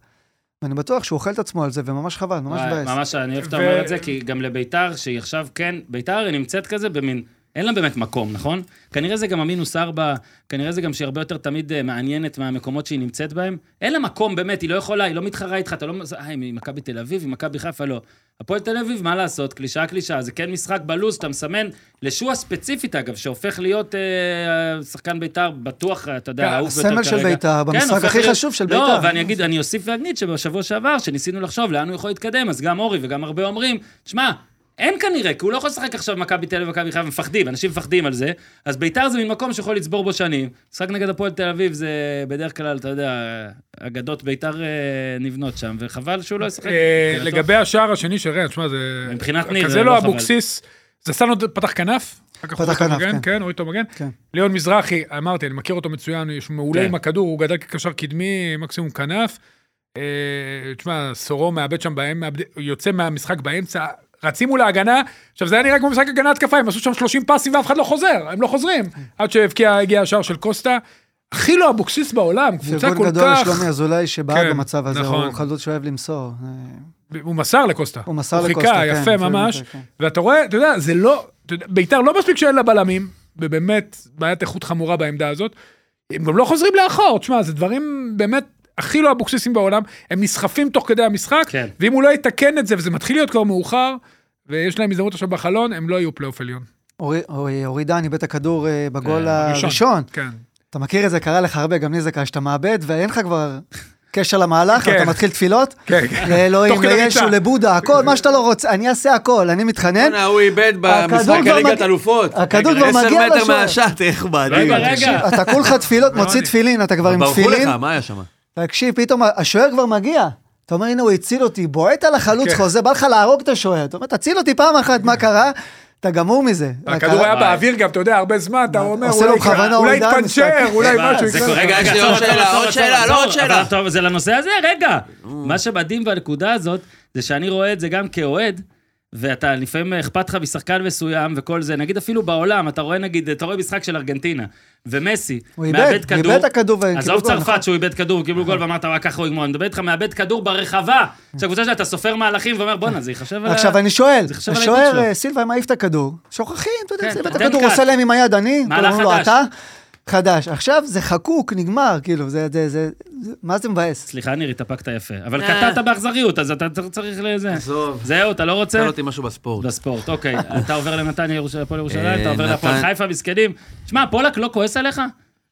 S3: ואני בטוח שהוא אוכל את עצמו על זה, וממש חבל, ממש
S1: וואי,
S3: מבאס.
S1: ממש, אני אוהב שאתה
S5: ו-
S1: אומר את זה, כי גם לביתר, שהיא עכשיו כן, ביתר היא נמצאת כזה במין, אין לה באמת מקום, נכון? כנראה זה גם המינוס ארבע, כנראה זה גם שהיא הרבה יותר תמיד אה, מעניינת מהמקומות שהיא נמצאת בהם. אין לה מקום, באמת, היא לא יכולה, היא לא מתחרה איתך, אתה לא... מז- אה, היא ממכבי תל אביב, היא מכבי חיפה, לא. הפועל תל אביב, מה לעשות, קלישאה קלישאה, זה כן משחק בלוז, אתה מסמן לשועה ספציפית, אגב, שהופך להיות אה, שחקן ביתר בטוח, אתה יודע,
S5: כן,
S1: האהוב ביותר כרגע. כן,
S3: הסמל של בית"ר, במשחק
S1: הופך
S3: הכי
S1: להיות-
S3: חשוב של
S1: לא,
S3: בית"ר.
S1: ואני אגיד, אני אוסיף ואגיד שבשבוע שעבר, שניסינו לחשוב לאן הוא יכול להתקדם, אז גם אורי וגם הרבה אומרים, תשמע, אין כנראה, כי הוא לא יכול לשחק עכשיו מכבי תל אביב ומכבי חיפה, מפחדים, אנשים מפחדים על זה. אז ביתר זה מין מקום שיכול לצבור בו שנים. משחק נגד הפועל תל אביב זה בדרך כלל, אתה יודע, אגדות ביתר אה, נבנות שם, וחבל שהוא לא ישחק.
S5: אה,
S1: מבחינתו.
S5: לגבי השער השני של ריין, תשמע, זה...
S1: מבחינת ניר, זה
S5: כזה
S1: לא
S5: לא
S1: חבל.
S5: אבוקסיס. זה סנו פתח כנף. אחר כך
S3: פתח
S5: אורי
S3: כנף,
S5: תומגן,
S3: כן.
S5: כן, אורי תומגן.
S3: כן.
S5: ליאון מזרחי, אמרתי, אני מכיר אותו מצוין, יש מעולה
S1: כן.
S5: עם הכדור, הוא גדל כקשר קדמי, מקסימום כנף. אה, תשמע, סורו מאבד שם, בהם, מאבד- הוא יוצא מהמשחק באמצע, רצים מול ההגנה. עכשיו, זה היה נראה כמו משחק הגנה התקפה, הם עשו שם 30 פסים ואף אחד לא חוזר, הם לא חוזרים.
S3: כן.
S5: עד שהבקיע, הגיע השער של קוסטה. הכי לא אבוקסיס בעולם, קבוצה
S3: פרגון
S5: כל
S3: גדול
S5: כך...
S3: לשלומי אזולאי שבעט
S5: כן,
S3: במצב הזה,
S5: נכון.
S3: הוא חלוץ שאוהב למסור. אה,
S5: הוא מסר לקוסטה.
S3: הוא מסר
S5: הוא
S3: לקוסטה,
S5: חיכה,
S3: כן,
S5: יפה,
S3: אפילו
S5: ממש.
S3: יותר, כן.
S5: ואתה רואה, אתה יודע, זה לא... אתה יודע, ביתר לא מספיק שאין לה בלמים, ובאמת, בעיית איכות חמורה בעמדה הזאת. הם גם לא חוזרים לאחור, תשמע, זה דברים באמת הכי לא אבוקסיסים בעולם. הם נסחפים תוך כדי המשחק,
S1: כן.
S5: ואם הוא לא יתקן את זה, וזה מתחיל להיות כבר מאוחר, ויש להם הזדמנות עכשיו בחלון, הם לא יהיו פלייאוף עליון.
S3: אורי- אורי- אורי דני בית הכדור אה, בגול
S1: אה,
S5: הראשון.
S3: הראשון.
S5: כן.
S3: אתה מכיר את זה, קרה לך הרבה, גם לי זה קרה שאתה מאבד, ואין לך כבר קשר למהלך,
S5: כן.
S3: ואתה מתחיל תפילות.
S5: כן, כן.
S3: לאלוהים,
S5: תוך כדי
S3: לישו,
S5: ריצה.
S3: לבודה, הכל, מה שאתה לא רוצה, אני אעשה הכל, אני מתחנן.
S4: בואנה, הוא איבד
S3: הכדור
S4: במשחק
S3: כבר
S4: הליגת
S3: מג-
S4: אלופות.
S3: הכדור כבר מגיע
S4: עשר מטר
S3: לשוער.
S4: מהשט, איך מדהים.
S1: רגע, רגע.
S3: אתה כולך תפילות, מוציא תפילין, אתה כבר עם
S4: ברחו לך,
S3: תפילין.
S4: מה היה שם?
S3: תקשיב, פתאום השוער כבר מגיע. אתה אומר, הנה, הוא הציל אותי, בועט על החלוץ,
S5: כן.
S3: חוזה, בא לך להרוג את השוער. אתה אומר, תציל אותי פעם אחת, מה קרה? אתה גמור מזה.
S5: הכדור היה באוויר גם, אתה יודע, הרבה זמן, אתה אומר,
S3: עושה לו
S5: אולי-
S3: בכוונה,
S5: אולי
S3: אורי דן,
S5: יתפנצ'ר,
S3: משחק.
S5: אולי
S1: מה,
S5: משהו
S1: זה
S5: יקרה.
S1: קורה-
S4: רגע,
S1: רגע,
S4: יש לי
S1: עצור,
S4: עוד
S1: עצור,
S4: שאלה,
S1: עצור,
S4: עוד
S1: עצור,
S4: שאלה, לא
S1: עצור.
S4: עוד שאלה. Mm.
S1: אבל טוב, זה לנושא הזה, רגע. מה שמדהים בנקודה הזאת, זה שאני רואה את זה גם כאוהד, ואתה לפעמים אכפת לך משחקן מסוים וכל זה, נגיד אפילו בעולם, אתה רואה נגיד, אתה רואה משחק של ארגנטינה, ומסי,
S3: הוא איבד, הוא איבד את הכדור והם קיבלו
S1: עזוב
S3: גול, נכון?
S1: צרפת שהוא איבד כדור, קיבלו גול ואמרת, "וואי, ככה הוא יגמור, אני מדבר איתך, מאבד כדור ברחבה, שהקבוצה שלה, אתה סופר מהלכים ואומר, בואנה, זה ייחשב על ה-
S3: עכשיו אני שואל,
S1: זה חשב על העיבוד
S3: השוער
S1: שלו.
S3: אה, סילבה מעיף את הכדור, שוכחים, אתה
S1: כן,
S3: יודע, סילבה את
S1: נותן
S3: הכדור,
S1: קאט.
S3: עושה להם עם היד, אני,
S1: מהלך
S3: כלומר, לא
S1: חדש.
S3: אתה, חדש. עכשיו זה חקוק, נגמר, כאילו, זה, זה, זה, זה- מה זה מבאס?
S1: סליחה, ניר, התאפקת יפה, אבל
S4: אה.
S1: קטעת באכזריות, אז אתה צריך לזה.
S4: עזוב.
S1: זהו, אתה לא רוצה?
S4: שאל אותי משהו בספורט.
S1: לספורט, אוקיי. אתה עובר לנתניה, ירוש- הפועל ירושלים,
S4: אה,
S1: אתה עובר להפועל
S4: נתן-
S1: חיפה, מסכנים. שמע, פולק לא כועס עליך?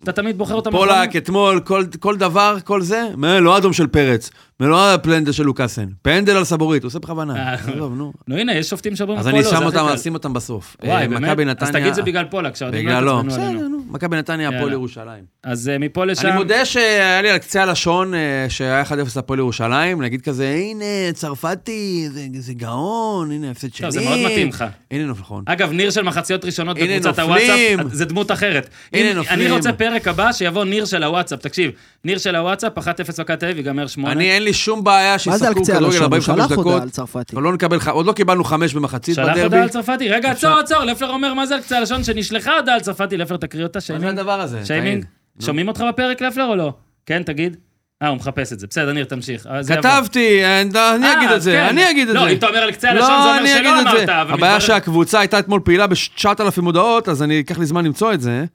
S1: אתה תמיד בוחר אותם.
S4: פולק,
S1: נכון?
S4: אתמול, כל- כל דבר, כל זה, מה, לא אדום של פרץ, מה, לא הפלנדל של לוקאסן, פנדל על סבורית, הוא עושה בכוונה.
S1: אה.
S4: עזוב, נו.
S1: נו, הנה, יש שופטים שאומרים,
S4: אז
S1: "פה
S4: אני
S1: לא",
S4: שם
S1: זה הכי
S4: אותם,
S1: קל.
S4: אז שים אותם בסוף. אה,
S1: וואי, באמת?
S4: מכבי
S1: אז
S4: נתניה-
S1: תגיד זה בגלל פולק, שהאוהדים לא
S4: בגללו.
S1: התעצבנו
S4: בסדר,
S1: עלינו.
S4: נו. מכבי נתניה, הפועל
S1: יאללה.
S4: ירושלים.
S1: אז אה, מפה לשם...
S4: אני מודה שהיה לי על קצה הלשון אה, שהיה 1-0 הפועל ירושלים, להגיד כזה, הנה, צרפתי, זה- זה גאון, הנה, הפסד שני.
S1: לא, זה מאוד מתאים לך. אה,
S4: הנה, נכון.
S1: אגב, ניר של מחציות ראשונות
S4: הנה
S1: בקבוצת
S4: נופלים.
S1: הוואטסאפ, אה, זה דמות אחרת.
S4: הנה
S1: אם-
S4: נופלים.
S1: אני רוצה פרק הבא שיבוא ניר של הוואטסאפ, תקשיב, ניר של הוואטסאפ, 1-0 מכבי תל אביב, ייגמר 8.
S4: אני, אין לי שום בעיה
S6: מה זה על
S4: שישחקו
S6: קצה
S4: כדורגל
S6: הלשון? הוא
S4: 45
S6: שלח
S4: דקות.
S6: הודעה על צרפתי.
S4: אבל לא נקבל, ח- עוד לא קיבלנו חמש במחצית
S1: שלח
S4: בדרבי.
S1: הודעה על צרפתי, רגע, עצור, עצור, לפלר אומר מה זה על קצה הלשון, שנשלחה הודעה על צרפתי, לפלר תקריא אותה,
S4: מה
S1: שיימינג.
S4: זה הדבר הזה?
S1: שיימינג,
S4: תעיד.
S1: שומעים אותך בפרק לפלר או לא? כן, תגיד. אה, הוא מחפש את זה. בסדר, ניר, תמשיך. אה, זה יעבור.
S4: כתבתי, אה, אני
S1: אה,
S4: אגיד את זה,
S1: כן.
S4: אני אגיד את זה.
S1: לא, אם אתה אומר על קצה הלשון, זה אומר
S4: אני
S1: שלא
S4: אגיד את
S1: אמרת.
S4: זה.
S1: אבל
S4: הבעיה
S1: מתברר-
S4: שהקבוצה הייתה אתמול פעילה ב-9,000 הודעות, אז אני אקח לי זמן למצוא את זה.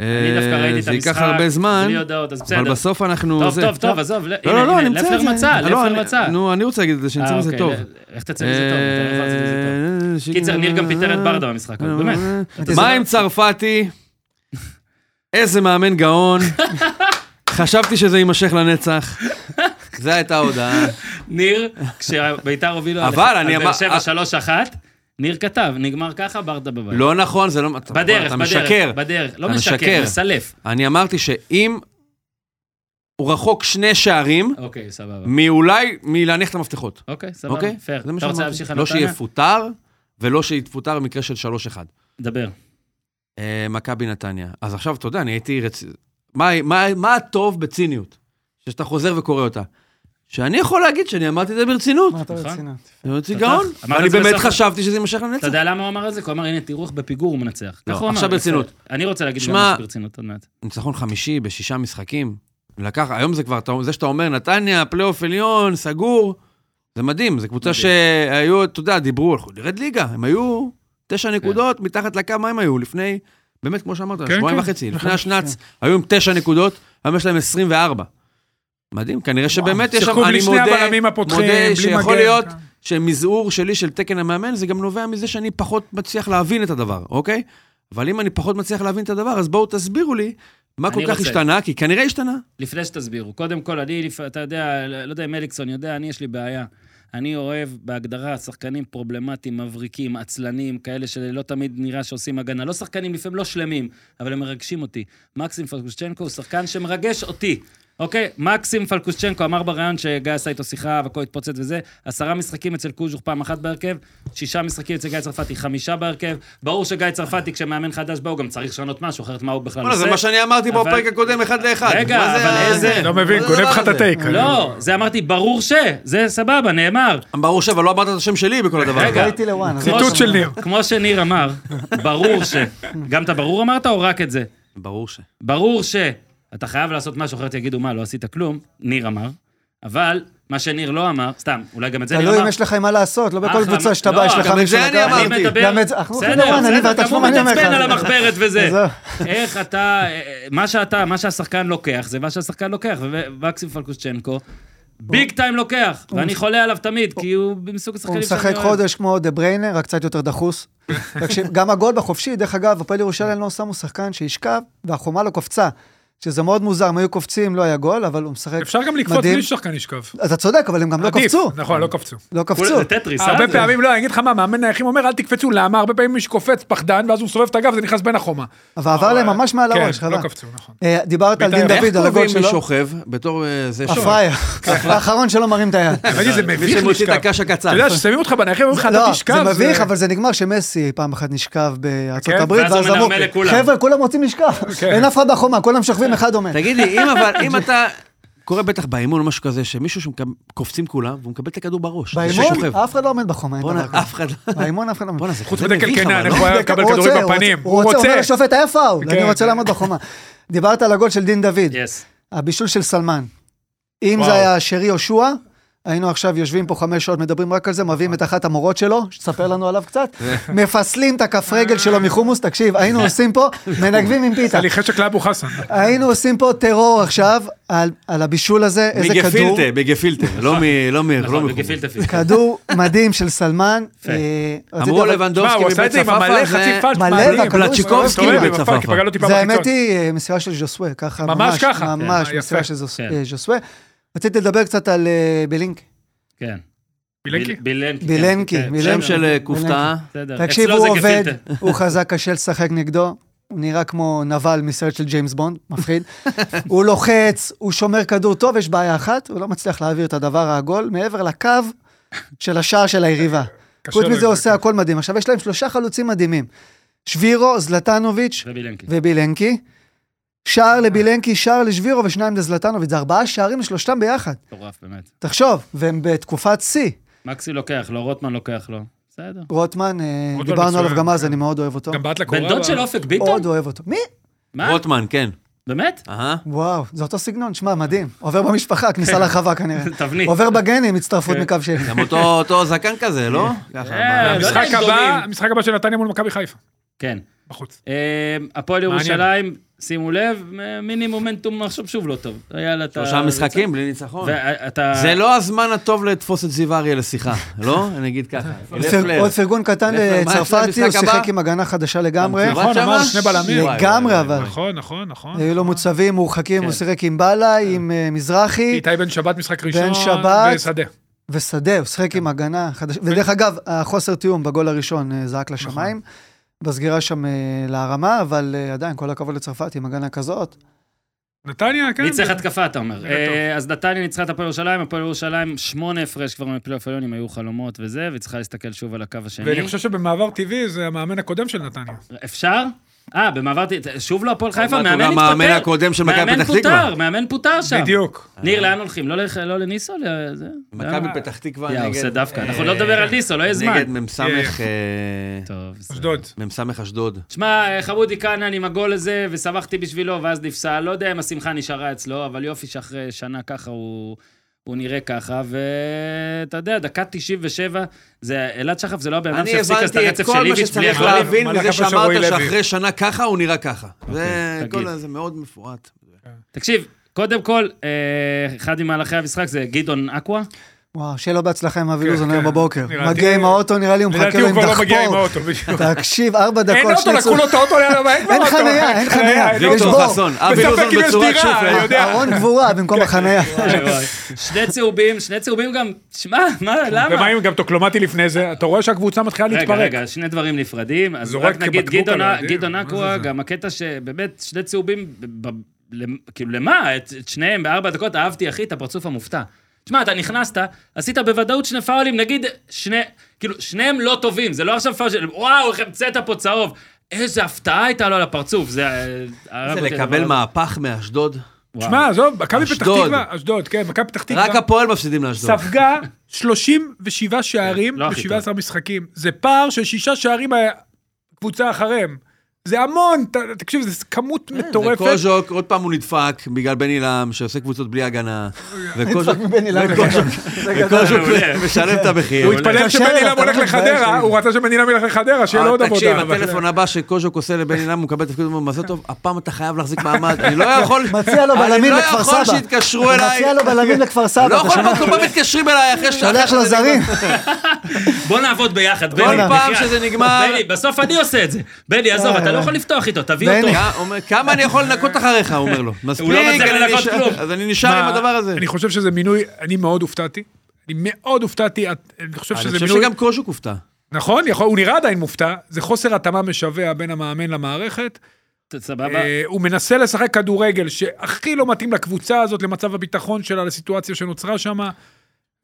S4: אה,
S1: אני דווקא ראיתי את
S4: זה
S1: המשחק.
S4: ייקח הרבה זמן,
S1: בלי הודעות, אז בסדר.
S4: אבל בסוף אנחנו...
S1: טוב,
S4: זה-
S1: טוב, טוב, עזוב. לא,
S4: לא, לא,
S1: הנה,
S4: לא,
S1: הנה,
S4: נמצא את זה.
S1: לפלר מצא,
S4: לא,
S1: לפלר
S4: אני-
S1: מצא.
S4: נו, אני רוצה להגיד את זה, שנצא
S1: אה,
S4: מזה
S1: אוקיי,
S4: טוב.
S1: לא, איך תצא מזה טוב? אתה יכול לצאת מזה טוב.
S4: אה, ש-
S1: קיצר, ניר גם פיטר את
S4: אה,
S1: ברדה במשחק, אבל באמת.
S4: מה עם צרפתי? איזה מאמן גאון. חשבתי שזה יימשך לנצח. זו הייתה ההודעה.
S1: ניר, כשביתר הובילו על
S4: אבל
S1: על
S4: אני
S1: באר
S4: אמר-
S1: שבע
S4: אה-
S1: 3-1, ניר כתב, נגמר ככה, ברדה בבית.
S4: לא נכון, זה לא... אתה-
S1: בדרך,
S4: אתה
S1: בדרך,
S4: משקר.
S1: בדרך, לא
S4: אתה
S1: משקר,
S4: משקר.
S1: מסלף.
S4: אני אמרתי שאם הוא רחוק שני שערים,
S1: אוקיי, סבבה.
S4: מאולי מלהניח את המפתחות.
S1: אוקיי, סבבה,
S4: אוקיי?
S1: פייר.
S4: זה מה
S1: אתה רוצה
S4: שאמרתי.
S1: להמשיך על
S4: לא
S1: נתניה?
S4: שיפוטר, ולא שיפוטר במקרה של 3-1.
S1: דבר.
S4: אה, מכבי נתניה. אז עכשיו, אתה יודע, אני הייתי רצ... מה, מה, מה הטוב בציניות? שאתה חוזר וקורא אותה. שאני יכול להגיד שאני אמרתי את זה ברצינות.
S3: מה אתה
S1: נכון.
S3: רציני?
S4: אני יוצא
S1: אתה-
S4: גאון.
S1: אמרת
S4: ואני
S1: את זה
S4: באמת
S1: בסוף.
S4: חשבתי שזה יימשך
S1: אתה
S4: לנצח.
S1: יודע למה הוא אמר את זה? כי הוא אמר, הנה, תראו איך בפיגור הוא מנצח.
S4: לא,
S1: ככה הוא אמר.
S4: עכשיו ברצינות.
S1: אני רוצה להגיד לו
S4: שמע-
S1: משהו ברצינות עוד מעט.
S4: ניצחון חמישי בשישה משחקים. לקח, היום זה כבר, אתה- זה שאתה אומר, נתניה, פלייאוף עליון, סגור. זה מדהים, זו קבוצה
S1: מדהים.
S4: שהיו, אתה יודע, דיברו, אנחנו נרד ליגה, הם היו תשע נקודות מתחת לקו, מה הם היו לפני, באמת, כמו שאמרת,
S5: כן,
S4: שבועיים
S5: כן.
S4: וחצי, לפני השנץ, היו עם תשע נקודות, היום יש להם 24. מדהים, כנראה שבאמת יש שם,
S5: שיחקו
S4: אני
S5: בלי שני
S4: מודה,
S5: הבלמים הפותחים,
S4: מודה
S5: בלי
S4: שיכול
S5: מגן. כן.
S4: להיות שמזעור שלי של תקן המאמן, זה גם נובע מזה שאני פחות מצליח להבין את הדבר, אוקיי? אבל אם אני פחות מצליח להבין את הדבר, אז בואו תסבירו לי מה
S1: אני
S4: כל כך
S1: רוצה.
S4: השתנה, כי כנראה השתנה.
S1: לפני שתסבירו. קודם כל, אני, לפ- אתה יודע, לא יודע אם אליקסון יודע, אני יש לי בעיה. אני אוהב בהגדרה שחקנים פרובלמטיים, מבריקים, עצלנים, כאלה שלא תמיד נראה שעושים הגנה. לא שחקנים, לפעמים לא שלמים, אבל הם מרגשים אותי. מקסים פלקושצ'נקו הוא שחקן שמרגש אותי. אוקיי, מקסים פלקושצ'נקו אמר בריאיון שגיא עשה איתו שיחה והכל התפוצץ וזה, עשרה משחקים אצל קוז'וך פעם אחת בהרכב, שישה משחקים אצל גיא צרפתי, חמישה בהרכב. ברור שגיא צרפתי, כשמאמן חדש בא, הוא גם צריך לשנות משהו, אחרת מה הוא בכלל
S4: וואלה,
S1: עושה?
S4: זה מה שאני אמרתי פה
S1: אבל-
S4: בפרק הקודם, אחד לאחד.
S1: רגע,
S4: מה זה
S1: אבל
S4: ה-
S1: איזה-
S5: לא מבין,
S4: מה זה
S5: גונב לך
S4: הדבר
S5: את
S4: הזה?
S5: הטייק.
S1: לא, זה אמרתי, ברור ש, זה סבבה, נאמר.
S4: ברור שאבל לא אמרת את השם שלי בכל הדבר הזה.
S1: רגע.
S3: לא הייתי לוואן. אז-
S1: כמו
S5: ציטוט
S1: ש-
S5: של ניר.
S1: כמו שניר אמר, ברור ש... גם את הברור אמרת או רק את זה?
S4: ברור ש...
S1: ברור ש... אתה חייב לעשות משהו, אחרת יגידו, מה, לא עשית כלום? ניר אמר. אבל מה שניר לא אמר, סתם, אולי גם את זה ניר אמר.
S3: תלוי לא, אם יש לך עם מה לעשות, לא בכל
S1: אחלה,
S3: קבוצה שאתה
S1: לא,
S3: בא, יש לך
S4: גם את
S3: מישהו
S4: זה אני
S3: לקחת.
S4: אמרתי.
S1: אני מדבר...
S3: גם את זה- אנחנו
S1: בסדר,
S3: הולכים לרן, אני
S1: בסדר,
S3: ואתה
S1: גם הוא
S3: שמונה, אני אומר
S1: מתעצבן
S3: לך.
S1: על המחברת וזה.
S3: עזוב.
S1: איך אתה, אה, מה שאתה, מה שהשחקן לוקח, זה מה שהשחקן לוקח, ווקסים פלקושצ'נקו, ביג טיים לוקח, ואני חולה עליו תמיד, כי הוא מסוג השחקנים
S3: הוא משחק חודש כמו דה בריינר, רק קצת יותר דחוס. תקשיב, גם הגול בחופשי, דרך אגב, הפועל ירושלים לא שמו שחקן שישכב, והחומה לא קופצה. שזה מאוד מוזר, הם היו קופצים, לא היה גול, אבל הוא משחק
S5: אפשר גם לקפוץ
S3: מדהים.
S5: בלי ששחקן ישכב.
S3: אתה צודק, אבל הם גם לא
S5: עדיף.
S3: קפצו.
S5: נכון, לא קפצו.
S3: לא קפצו.
S1: זה טטריס, אה?
S5: הרבה
S1: זה-
S5: פעמים, לא, אני אגיד לך מה, מאמן נייחים אומר, אל תקפצו, למה? הרבה פעמים מי שקופץ פחדן, ואז הוא מסובב את הגב, זה נכנס בין החומה.
S3: אבל עבר להם ממש מעל הראש,
S5: כן, לא
S3: חבל.
S5: קפצו, נכון.
S3: אה, דיברת על דין
S5: בית"ר,
S3: דוד,
S4: איך
S3: על הגול
S4: קובעים מי
S3: שלו.
S4: שוכב בתור אה, זה
S3: הפראייר,
S5: כן.
S3: האחרון שלא מרים את היד.
S5: תגיד, זה מביך
S4: מי שמוציא את
S5: לשכב.
S4: הקש הקצר.
S5: אתה יודע, ששמים אותך בנייחים, אומרים לך, אתה
S3: לא,
S5: תשכב.
S3: זה מביך, אבל זה נגמר שמסי פעם אחת נשכב בארצות
S5: כן,
S3: הברית,
S1: ואז הוא
S3: ואז אמרו,
S1: מנרמל לכולם.
S3: חבר'ה, כולם רוצים לשכב, אין אף אחד בחומה, כולם
S5: כן.
S3: שוכבים, אחד עומד.
S4: תגיד לי, אם אבל, אם אתה... קורה בטח באימון או משהו כזה, שמישהו שקופצים כולם, והוא מקבל את הכדור בראש.
S3: באימון, אף אחד לא עומד בחומה, אין דבר
S4: בואנה,
S3: כזה.
S4: אף אחד לא...
S3: באימון אף אחד לא עומד.
S4: בואנה, זה
S5: חוץ כן,
S4: כזה
S5: מדקל
S4: מביך,
S5: קינן,
S4: אבל
S5: איך הוא
S4: לא?
S5: היה
S3: הוא
S5: מקבל
S3: רוצה,
S5: כדורים
S3: הוא רוצה,
S5: בפנים.
S3: הוא רוצה, אומר לשופט, היה פאול, אני
S5: כן.
S3: רוצה לעמוד בחומה. דיברת על הגול של דין דוד,
S1: יס.
S3: הבישול של סלמן. אם
S5: וואו.
S3: זה היה שרי יהושע, היינו עכשיו יושבים פה חמש שעות, מדברים רק על זה, מביאים את אחת המורות שלו, שתספר לנו עליו קצת,
S5: אה.
S3: מפסלים את הכף רגל שלו מחומוס, תקשיב, היינו עושים פה, מנגבים עם פיתה.
S5: היה אה. לי חשק לאבו חסן.
S3: היינו עושים פה טרור עכשיו על, על הבישול הזה, איזה כדור.
S4: מגפילטה, בגפילטה, לא מ... לא מ... לא
S1: נכון,
S4: מחו"ל.
S1: בגפילטע פיס.
S3: כדור מדהים של סלמן. אה, רציתי
S4: אמרו
S3: אבל-
S5: מה,
S4: לבנדובסקי
S5: הוא עשה
S4: מבית
S5: את זה עם המלא,
S4: צפאפה,
S5: חצי
S4: זה...
S5: פלט.
S3: מלא,
S5: מעלים.
S3: והכדור
S4: בלצ'יקובסקי
S5: מסתובב עם
S4: מבית
S5: הפלט, כי
S4: צפאפה.
S5: פגע לו טיפה
S3: זה
S5: בקיצון.
S3: האמת היא אה, מסירה של ז'וסווה, ככה.
S5: ממש
S3: ממש
S5: ככה. כן,
S3: ממש,
S5: יפה.
S3: מסירה של ז'וס-
S1: כן.
S3: אה, ז'וסווה. רציתי לדבר קצת על אה, בילינק,
S1: כן.
S5: מילנקי?
S1: ביל- בילנקי. כן,
S3: בילנקי,
S1: כן,
S4: שם
S3: בילנקי.
S4: של אה, קופטה.
S1: בסדר.
S3: תקשיב,
S1: אצלו
S3: הוא
S1: זה
S3: עובד,
S1: גפילטע.
S3: הוא חזק, קשה לשחק נגדו. הוא נראה כמו נבל מסרט של ג'יימס בונד, מפחיד. הוא לוחץ, הוא שומר כדור טוב, יש בעיה אחת, הוא לא מצליח להעביר את הדבר העגול מעבר לקו של השער של היריבה. חוץ
S5: לו
S3: מזה
S5: לבדוק.
S3: עושה הכל מדהים. עכשיו, יש להם שלושה חלוצים מדהימים. שבירו, זלטנוביץ'
S1: ובילנקי.
S3: ובילנקי. שער לבילנקי, שער לשבירו ושניים לזלטנוביץ'. זה ארבעה שערים לשלושתם ביחד.
S1: מטורף, באמת.
S3: תחשוב, והם בתקופת שיא.
S1: מקסי לוקח לו, רוטמן לוקח לו. בסדר.
S3: רוטמן, אה,
S5: רוטמן
S3: דיברנו עליו
S5: מצוין,
S3: גם אז,
S5: כן.
S3: אני מאוד אוהב אותו.
S5: גם בעט לקורה.
S1: בן דוד
S5: אבל-
S1: של אופק ביטון?
S3: מאוד אוהב אותו. מי?
S1: מה?
S4: רוטמן, כן.
S1: באמת?
S4: אהה.
S3: וואו, זה אותו סגנון, שמע, מדהים. עובר במשפחה, כניסה לרחבה כנראה.
S1: תבנית.
S3: עובר בגנים, הצטרפות מקו שני.
S4: גם אותו- אותו זקן כזה, לא? ככה.
S1: אה,
S4: מה-
S1: לא יודע
S5: המשחק
S1: אם
S5: הבא,
S1: גדולים.
S5: המשחק הבא של נתניה מול מכבי חיפה.
S1: כן.
S5: בחוץ.
S1: אה, הפועל
S5: מעניין.
S1: ירושלים, שימו לב, מ- מיני מומנטום עכשיו שוב לא טוב. יאללה, אתה... אה,
S4: שלושה משחקים בלי ניצחון.
S1: ואתה...
S4: זה לא הזמן הטוב לתפוס את זיו אריה לשיחה, לא? אני אגיד ככה.
S3: פר- עוד פרגון קטן
S4: לפלר, מה,
S3: לצרפתי, הוא
S4: המשחק הבא?
S3: שיחק עם הגנה חדשה לגמרי.
S4: גם
S5: נכון,
S4: שמה?
S5: אמרנו שני בלמים.
S4: וואי,
S3: לגמרי
S4: וואי,
S3: אבל.
S5: נכון, נכון, נכון.
S3: היו לו מוצבים, מורחקים, הוא
S1: כן.
S3: שיחק עם בלאי, עם אה, מזרחי
S5: איתי בן שבת משחק ראשון.
S3: שבת.
S5: ושדה.
S3: ושדה, הוא שיחק
S5: כן.
S3: עם הגנה חדשה. ודרך אגב, החוסר תיאום בגול הראשון אה, זעק
S5: נכון.
S3: לשמיים. בסגירה שם אה, להרמה, אבל אה, עדיין, כל הכבוד לצרפת עם הגנה כזאת.
S5: נתניה, כן.
S1: מי צריך התקפה, אתה אומר.
S5: נראה טוב.
S1: אה, אז נתניה ניצחה את הפועל ירושלים, הפועל ירושלים שמונה הפרש כבר מהפלייאוף העליון, אם היו חלומות וזה, והיא צריכה להסתכל שוב על הקו השני.
S5: ואני חושב שבמעבר טבעי זה המאמן הקודם של נתניה.
S1: אפשר? אה, במעבר... ת- שוב לא הפועל חיפה,
S4: מעט הוא
S1: מאמן
S4: גם
S1: התפטר.
S4: המאמן הקודם של מכבי
S1: מאמן
S4: פתח תקווה.
S1: פוטר, מאמן פוטר שם.
S5: בדיוק.
S1: ניר, לאן הולכים? לא לח- לא לניסו? לזה?
S4: מכבי פתח תקווה נגד... אה,
S1: יא, עושה דווקא. אנחנו לא נדבר על ניסו, לא יהיה זמן.
S4: נגד מ"ס... אה,
S1: טוב, בסדר.
S5: אשדוד.
S4: מ"ס אשדוד.
S1: שמע, אה, חמודי כהנן עם הגול הזה, ושמחתי בשבילו, ואז נפסל. לא יודע אם השמחה נשארה אצלו, אבל יופי שאחרי שנה ככה הוא, הוא נראה ככה, ואתה יודע, דקה 97, זה אלעד שחף זה לא הבן אדם
S4: אני
S1: שהפסיק אז את
S4: הבנתי את
S1: הרצף של
S4: כל מה
S1: איביץ' בלי
S4: שצריך
S1: הגולים.
S4: להבין
S5: מה
S4: מזה
S5: לקחת של
S4: שאמרת
S5: רועי לוי?
S4: שאחרי שנה ככה הוא נראה ככה. זה
S1: תגיד.
S4: כל ה- זה מאוד מפורט.
S1: תקשיב, קודם כל, אה, אחד ממהלכי המשחק זה גדעון אקווה,
S3: וואו, שיהיה לו בהצלחה עם אבי לוזון היום
S5: כן.
S3: בבוקר.
S5: לדעתי-
S3: מגיע עם האוטו, נראה לי, הוא מחכה
S5: לדעתי
S3: לו
S5: הוא
S3: עם
S5: כבר לא מגיע עם
S3: דחפור.
S5: האוטו, בדיוק.
S3: תקשיב, ארבע דקות,
S5: אין אוטו, לקחו לו את האוטו ליד הבית, כבר
S3: אין
S5: אוטו.
S3: חנייה, אין חנייה,
S5: אין
S3: יש
S5: אוטו.
S3: בור.
S4: ויקטור חסון, אה, אבי
S5: בספק
S4: לוזון
S5: אם יש
S4: בצורת
S5: דירה,
S4: שופט.
S5: אני יודע. כן.
S3: ארון גבורה במקום החניה.
S5: אה,
S1: וואי, וואי. שני צהובים, שני צהובים גם, שמע, מה, למה?
S5: ומה אם גם טוקלומטי לפני זה? אתה רואה שהקבוצה מתחילה
S1: רגע,
S5: להתפרק.
S1: רגע, שני דברים נפרדים. אז
S5: זורק
S1: רק נגיד
S5: כבקבוק
S1: גדעון-
S5: על האוהדים,
S1: גדעון
S5: מה זה
S1: אקווה,
S5: זה?
S1: גם הקטע שבאמת שני צהובים, ב- ב- למ- כאילו למה? את את שניהם בארבע דקות אהבתי, אחי, את הפרצוף המופתע. תשמע, אתה נכנסת, עשית בוודאות שני פאולים, נגיד שני, כאילו, שניהם לא טובים, זה לא עכשיו פאול של וואו, איך המצאת פה צהוב. איזה הפתעה הייתה לו על הפרצוף, זה... אה, הרג
S4: זה
S1: אותי הדבר
S4: לקבל
S1: הזה.
S4: מהפך מאשדוד.
S1: וואו.
S5: שמע, עזוב, מכבי פתח
S4: אשדוד.
S5: תקווה, אשדוד, כן, מכבי פתח תקווה.
S4: רק הפועל מפסידים לאשדוד.
S5: ספגה 37 שערים
S1: לא הכי
S5: ב-17 משחקים. זה פער של שישה שערים מהקבוצה אחריהם. זה המון, ת- תקשיב, זו כמות
S4: זה
S5: מטורפת.
S4: קוז'וק, עוד פעם הוא נדפק בגלל בני לעם, שעושה קבוצות בלי הגנה. וקוז'וק
S3: בני למה.
S4: וקוז'וק
S1: מעולה.
S4: משלם את המחיר.
S5: הוא התפלל
S3: קשה
S5: שבן
S3: לו,
S5: אילם
S3: אתה
S5: הולך
S3: לא מתבייש,
S5: לחדרה,
S3: תגיד.
S5: הוא רצה שבן אילם ילך לחדרה, שיהיה לו עוד עבודה.
S4: אה, תקשיב,
S5: אבל-
S4: הטלפון הבא שקוז'וק עושה לבני למה, הוא מקבל תפקיד, הוא אומר, מזל טוב, הפעם אתה חייב להחזיק מעמד. אני לא יכול...
S3: מציע לו
S4: אני
S3: בלמים
S4: לא
S3: לכפר סבא.
S4: יכול שיתקשרו אליי.
S3: מציע לו בלמים לכפר סבא.
S4: לא
S3: אתה
S4: יכול,
S3: שומע?
S4: כל פעם מתקשרים אליי אחרי ש...
S3: שולח לו זרים.
S1: בוא נעבוד ביחד, בני.
S4: כל פעם
S1: בחייאת.
S4: שזה נגמר,
S1: בני, בסוף אני עושה את זה. בני, עזוב, אתה לא יכול לפתוח איתו, תביא
S3: בני.
S1: אותו.
S4: כ- אומר, כמה אני יכול לנקות אחריך, הוא לא אומר לו. מספיק,
S1: מצליח
S4: אני
S1: לנקות
S4: נשאר-
S1: כלום.
S4: אז אני נשאר עם
S5: מה,
S4: הדבר הזה.
S5: אני חושב שזה מינוי, אני מאוד הופתעתי. אני מאוד הופתעתי, את- אני חושב
S4: אה, אני
S5: שזה
S4: חושב
S5: מינוי...
S4: שגם קוז'וק הופתע.
S5: נכון, יכול- הוא נראה עדיין מופתע. זה חוסר התאמה משווע בין המאמן למערכת.
S1: סבבה.
S5: אה, הוא מנסה לשחק כדורגל שהכי לא מתאים לקבוצה הזאת, למצב הביטחון שלה, לסיטואציה שנוצרה שם.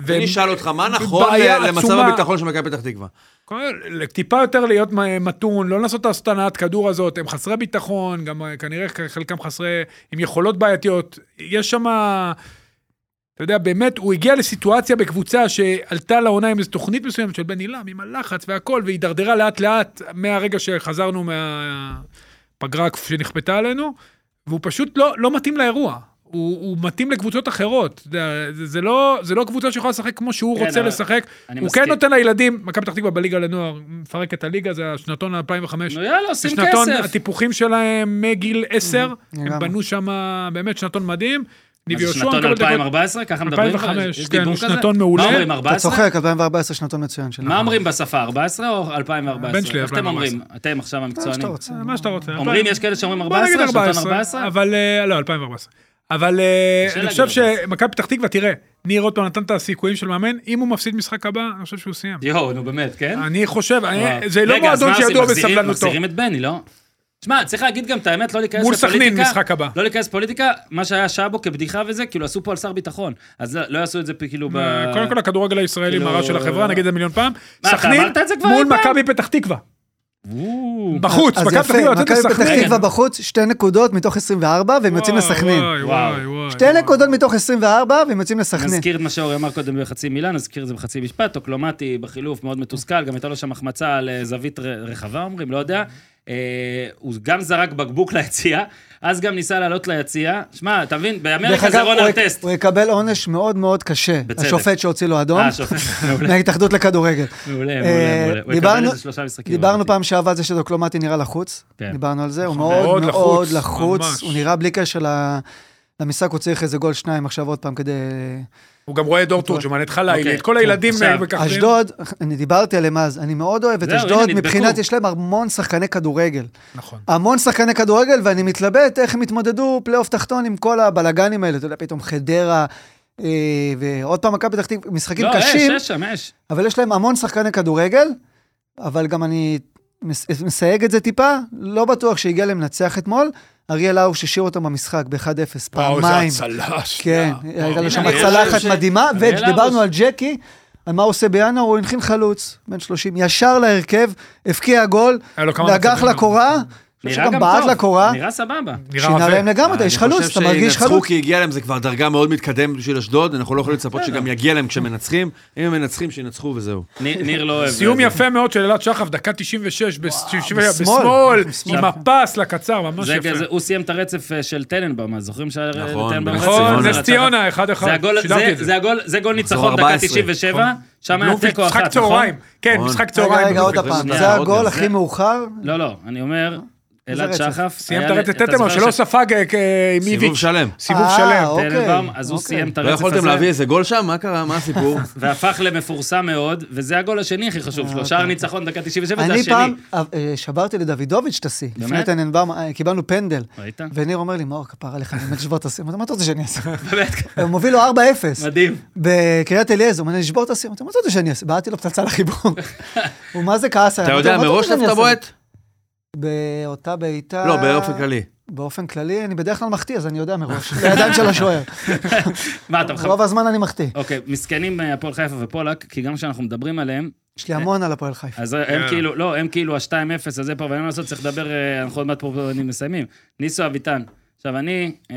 S5: ו-
S4: אני אשאל אותך, מה נכון
S5: בעיה
S4: למצב
S5: עצומה.
S4: הביטחון של מכבי פתח תקווה?
S5: כל- טיפה יותר להיות מ- מתון, לא לנסות את ההסתנת כדור הזאת, הם חסרי ביטחון, גם אה, כנראה חלקם חסרי, עם יכולות בעייתיות. יש שם, אתה יודע, באמת, הוא הגיע לסיטואציה בקבוצה שעלתה לעונה עם איזו תוכנית מסוימת של בן עילם, עם הלחץ והכל, והידרדרה לאט-לאט מהרגע שחזרנו מהפגרה שנכפתה עלינו, והוא פשוט לא, לא מתאים לאירוע. הוא, הוא מתאים לקבוצות אחרות, אתה יודע, זה, זה, לא, זה לא קבוצה שיכולה לשחק כמו שהוא
S1: כן,
S5: רוצה
S1: אבל-
S5: לשחק.
S1: אני
S5: הוא
S1: מסכים.
S5: כן נותן לילדים, מכבי פתח תקווה בליגה לנוער, מפרק את הליגה, זה השנתון 2005.
S1: נו יאללה, עושים
S5: זה שנתון
S1: כסף.
S5: הטיפוחים שלהם מגיל 10, הם
S3: לגמרי.
S5: בנו שם באמת שנתון מדהים.
S1: מה
S5: ניב
S1: זה
S5: יהושע
S1: שנתון
S5: מקבל את הגול.
S1: 2014? ככה מדברים?
S5: 2005,
S1: יש
S5: כן,
S1: דיבור
S5: הוא
S1: כזה?
S5: שנתון מעולה.
S1: מה אומרים,
S3: אתה
S1: 14?
S3: צוחק, 2014, שנתון מצוין שלנו.
S1: מה אומרים בשפה, 14 או 2014?
S5: הבן שלי,
S1: איך אתם
S5: 2014.
S1: אומרים? אתם עכשיו
S3: מה שאתה
S1: המקצוענים.
S3: רוצה.
S5: מה שאתה רוצה.
S1: אומרים, יש כאלה שאומרים
S5: בוא נגיד
S1: 14, שנתון 14?
S5: אבל אה, לא, 2014. אבל אה,
S1: קשה
S5: אני
S1: להגיד
S5: חושב שמכבי פתח תקווה, תראה, ניר רוטמן נתן את הסיכויים של מאמן, אם הוא מפסיד משחק הבא, אני חושב שהוא סיים.
S1: יואו, נו באמת, כן?
S5: אני חושב, אה,
S1: וואו.
S5: זה לא
S1: רגע, אז
S5: מועדון
S1: מה עושים?
S5: שידוע
S1: מחזירים-
S5: בסבלנותו.
S1: מחזירים את בני, לא? שמע, צריך להגיד גם את האמת, לא להיכנס
S5: מול
S1: לפוליטיקה.
S5: סכנין, משחק הבא.
S1: לא להיכנס לפוליטיקה, מה שהיה שבו כבדיחה וזה, כאילו עשו פה על שר ביטחון. אז לא- לא יעשו את זה פ- כאילו ב...
S5: אה, קודם כל הכדורגל הישראלי
S1: כאילו-
S5: מראה של החברה, נגיד את זה מיליון פעם.
S1: מה, אתה
S5: סכנין
S1: אמרת את זה כבר
S5: מול
S1: אי פעם?
S5: מכבי פתח תקווה.
S1: וואו.
S5: בחוץ,
S3: אז
S5: מכבי פתח תקווה
S3: יפה,
S5: יוצאת
S3: מכבי פתח
S5: לסכנין.
S3: תקווה בחוץ, שתי נקודות מתוך 24, והם יוצאים
S5: וואי,
S3: לסכנין.
S5: וואי,
S1: וואו.
S5: וואי, וואי,
S3: שתי
S5: וואי.
S3: נקודות מתוך 24, והם יוצאים לסכנין.
S1: נזכיר את מה שאורי אמר קודם בחצי מילה, נזכיר את זה בחצי משפט. טוקלומטי בחילוף, מאוד מתוסכל, גם הייתה לו שם החמצה על אה, זווית ר- רחבה, אומרים, לא יודע. אה, הוא גם זרק בקבוק ליציאה, אז גם ניסה לעלות ליציאה. שמע, אתה מבין, באמריקה זה רון
S3: הוא-
S1: ארטסט.
S3: הוא יקבל עונש מאוד מאוד קשה.
S1: בצדק.
S3: השופט שהוציא לו אדום,
S1: אה, שופט, מעולה,
S3: מההתאחדות לכדורגל.
S1: מעולה,
S3: אה,
S1: מעולה. הוא יקבל
S3: דיברנו-
S1: איזה שלושה משחקים. אוקיי.
S3: דיברנו
S1: לדעתי.
S3: פעם שעברה על זה שדוקלומטי נראה לחוץ,
S1: כן.
S3: דיברנו על זה, הוא
S5: נכון,
S3: מאוד
S5: מאוד
S3: מאוד
S5: לחוץ,
S3: לחוץ,
S5: ממש.
S3: הוא נראה בלי קשר ל- למשחק, הוא צריך איזה גול שניים עכשיו עוד פעם כדי...
S5: הוא גם רואה את דור תורג'מן, את
S1: אוקיי,
S5: חלאילי, את כל
S1: כן.
S5: הילדים
S1: עכשיו,
S5: וככה.
S3: אשדוד, אני דיברתי עליהם אז, אני מאוד אוהב את
S1: זהו, הנה,
S3: אשדוד,
S1: נדבקו.
S3: מבחינת יש להם המון שחקני כדורגל.
S5: נכון.
S3: המון שחקני כדורגל, ואני מתלבט איך הם יתמודדו פלייאוף תחתון עם כל הבלגנים האלה. אתה יודע, פתאום חדרה, אה, ועוד פעם מכבי פתח תקווה, משחקים קשים,
S1: לא, אש, אש שם, אש.
S3: אבל יש להם המון שחקני כדורגל, אבל גם אני מס- מסייג את זה טיפה, לא בטוח שהגיע להם לנצח אתמול. אריאל לאוש השאיר אותם במשחק ב-1-0,
S5: וואו, איזה
S3: פעמיים.
S5: הצלה. שנייה.
S3: כן, הייתה
S5: לא.
S3: לו
S1: הנה,
S3: שם
S1: אריאל לאוש,
S3: הצלחת מדהימה,
S1: אריאל לאוש.
S3: ודיברנו על ג'קי, על מה הוא עושה בינואר, הוא הנחין חלוץ, בן 30, ישר להרכב, הבקיע גול,
S5: היה לו כמה
S3: נגח
S5: מצבים.
S3: לקורה,
S1: נראה
S3: שגם
S1: גם
S3: בעט
S1: טוב,
S3: לקורה,
S1: נראה סבבה.
S5: נראה
S3: שינה
S5: עבה.
S3: להם לגמרי, אתה איש חלוץ, אתה
S4: אני
S3: מרגיש
S4: חושב שינצחו
S3: חלוץ.
S4: כי הגיע להם, זה כבר דרגה מאוד מתקדמת בשביל אשדוד, אנחנו לא יכולים לצפות שגם יגיע להם כשמנצחים. אם הם מנצחים, שינצחו וזהו.
S1: ניר ניר לא אוהב.
S5: סיום
S1: זה.
S5: יפה מאוד של אלעד שחף, דקה 96, בש-
S3: בשמאל.
S5: בשמאל, עם הפס לקצר, ממש
S1: זה כזה,
S5: יפה.
S1: הוא סיים את הרצף אה, של טננבאום, אז זוכרים שהיה
S4: נכון,
S1: טננבאום?
S4: בנס
S1: רצף?
S5: נכון,
S4: ציונה.
S1: זה
S5: נס ציונה, 1-1.
S1: זה הגול-
S5: שידרתי את
S1: זה- זה הגול- זה גול ניצחון דקה
S4: 14,
S1: 97, שם היה
S5: בלומפילד,
S1: תיקו
S5: משחק
S1: אחת, נכון?
S5: צהריים. כן,
S4: נכון.
S5: משחק
S3: רגע,
S5: צהריים.
S3: רגע, עוד
S4: בלומפילד.
S3: הפעם,
S1: שנייה,
S3: זה
S4: עוד
S3: הגול
S4: פעם.
S3: הכי מאוחר,
S1: לא, לא, נכון? אני אומר, אלעד
S3: איזה רצף?
S1: שחף...
S5: סיים
S1: היה
S5: את
S1: לי-
S5: הרצת
S1: אתה
S5: תתם, אבל
S1: זוכר
S5: שלא
S1: ש-
S5: ספג אה, כ- עם
S4: סיבוב
S5: איביץ'.
S4: שלם.
S5: סיבוב
S3: אה,
S5: שלם.
S3: אוקיי,
S1: טלנבאום, אז הוא
S3: אוקיי.
S1: סיים את
S4: לא
S1: הרצף
S4: יכולתם
S1: הזה,
S4: להביא איזה גול שם? מה קרה? מה הסיפור?
S1: והפך למפורסם מאוד, וזה הגול השני הכי חשוב שלו. שער ניצחון דקה 97 זה
S3: אה, אוקיי, אני
S1: השני.
S3: פעם אה, שברתי לדוידוביץ' את השיא. לפני
S1: באמת?
S3: טננבאום, אה, קיבלנו פנדל.
S1: ראית?
S3: וניר אומר לי, מאור, כפרה לך, אני באמת לשבור את השיא. אמרתי, מה אתה רוצה שאני אעשה?
S1: באמת,
S3: הוא מוביל לו 4-0.
S1: מדהים.
S3: בקריית אליעזר, הוא אומר לי, לשבור את השיא. אמרתי, מה אתה רוצה שאני אעשה? בעטתי לו פצצה לחיבור. הוא מה זה כעס עליי.
S4: אתה
S3: אמרתי לו,
S4: יודע
S3: "מה
S4: מראש
S3: רוצה שאני
S4: שאתה
S3: אעשה?"
S4: בועט?
S3: באותה בעיטה...
S4: לא, באופן כללי.
S3: באופן כלי, אני בדרך כלל מחטיא, אז אני יודע מראש. בידיים של השוער.
S1: מה, אתה מחבר?
S3: רוב הזמן אני מחטיא.
S1: אוקיי, מסכנים אה, הפועל חיפה ופולק, כי גם כשאנחנו מדברים עליהם,
S3: יש לי המון על הפועל חיפה.
S1: אז
S5: כן.
S1: הם כאילו, לא, הם כאילו ה-2-0 הזה פה, ואין מה לעשות, צריך לדבר, אה, אנחנו עוד מעט פה אני מסיימים. ניסו אביטן. עכשיו, אני, אה,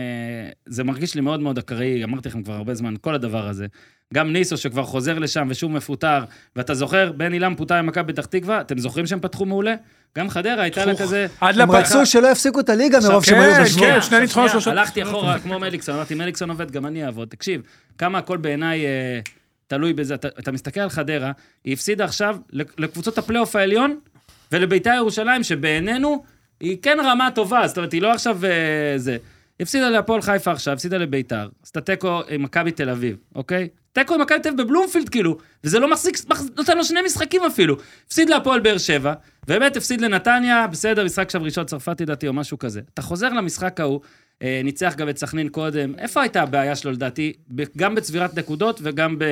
S1: זה מרגיש לי מאוד מאוד אקראי, אמרתי לכם כבר הרבה זמן, כל הדבר הזה. גם ניסו שכבר חוזר לשם ושוב מפוטר, ואתה זוכר, בן עילם פוטר עם מכבי פתח תקווה, אתם זוכרים שהם פתחו מעולה? גם חדרה הייתה לה כזה...
S5: עד
S3: הם
S5: לפ-
S3: רצו שלא יפסיקו את הליגה מרוב
S1: עכשיו,
S3: שהם היו
S5: אה, כן,
S3: בשבוע.
S5: כן. שני ניצחונות,
S1: שנייה,
S5: שלושה-
S1: הלכתי אחורה כמו מליקסון, אמרתי, מליקסון עובד, גם אני אעבוד. תקשיב, כמה הכל בעיניי אה, תלוי בזה. אתה- אתה מסתכל על חדרה, היא הפסידה עכשיו לקבוצות הפלייאוף העליון ולביתר ירושלים, שבעינינו היא כן רמה טובה, זאת אומרת, היא לא עכשיו אה, זה. היא הפסידה להפועל חיפה עכשיו, הפסידה לביתר, עשתה תיקו עם מכבי תל אביב, אוקיי? תיקו עם מכבי תל אביב בבלומפילד, כאילו, וזה לא מחזיק, מח- נותן לו שני משחקים אפילו. הפסיד להפועל באר שבע, באמת הפסיד לנתניה, בסדר, משחק שם ראשון צרפתי דעתי או משהו כזה. אתה חוזר למשחק ההוא, אה, ניצח גם את סכנין קודם, איפה הייתה הבעיה שלו לדעתי? ב- גם בצבירת נקודות וגם ב...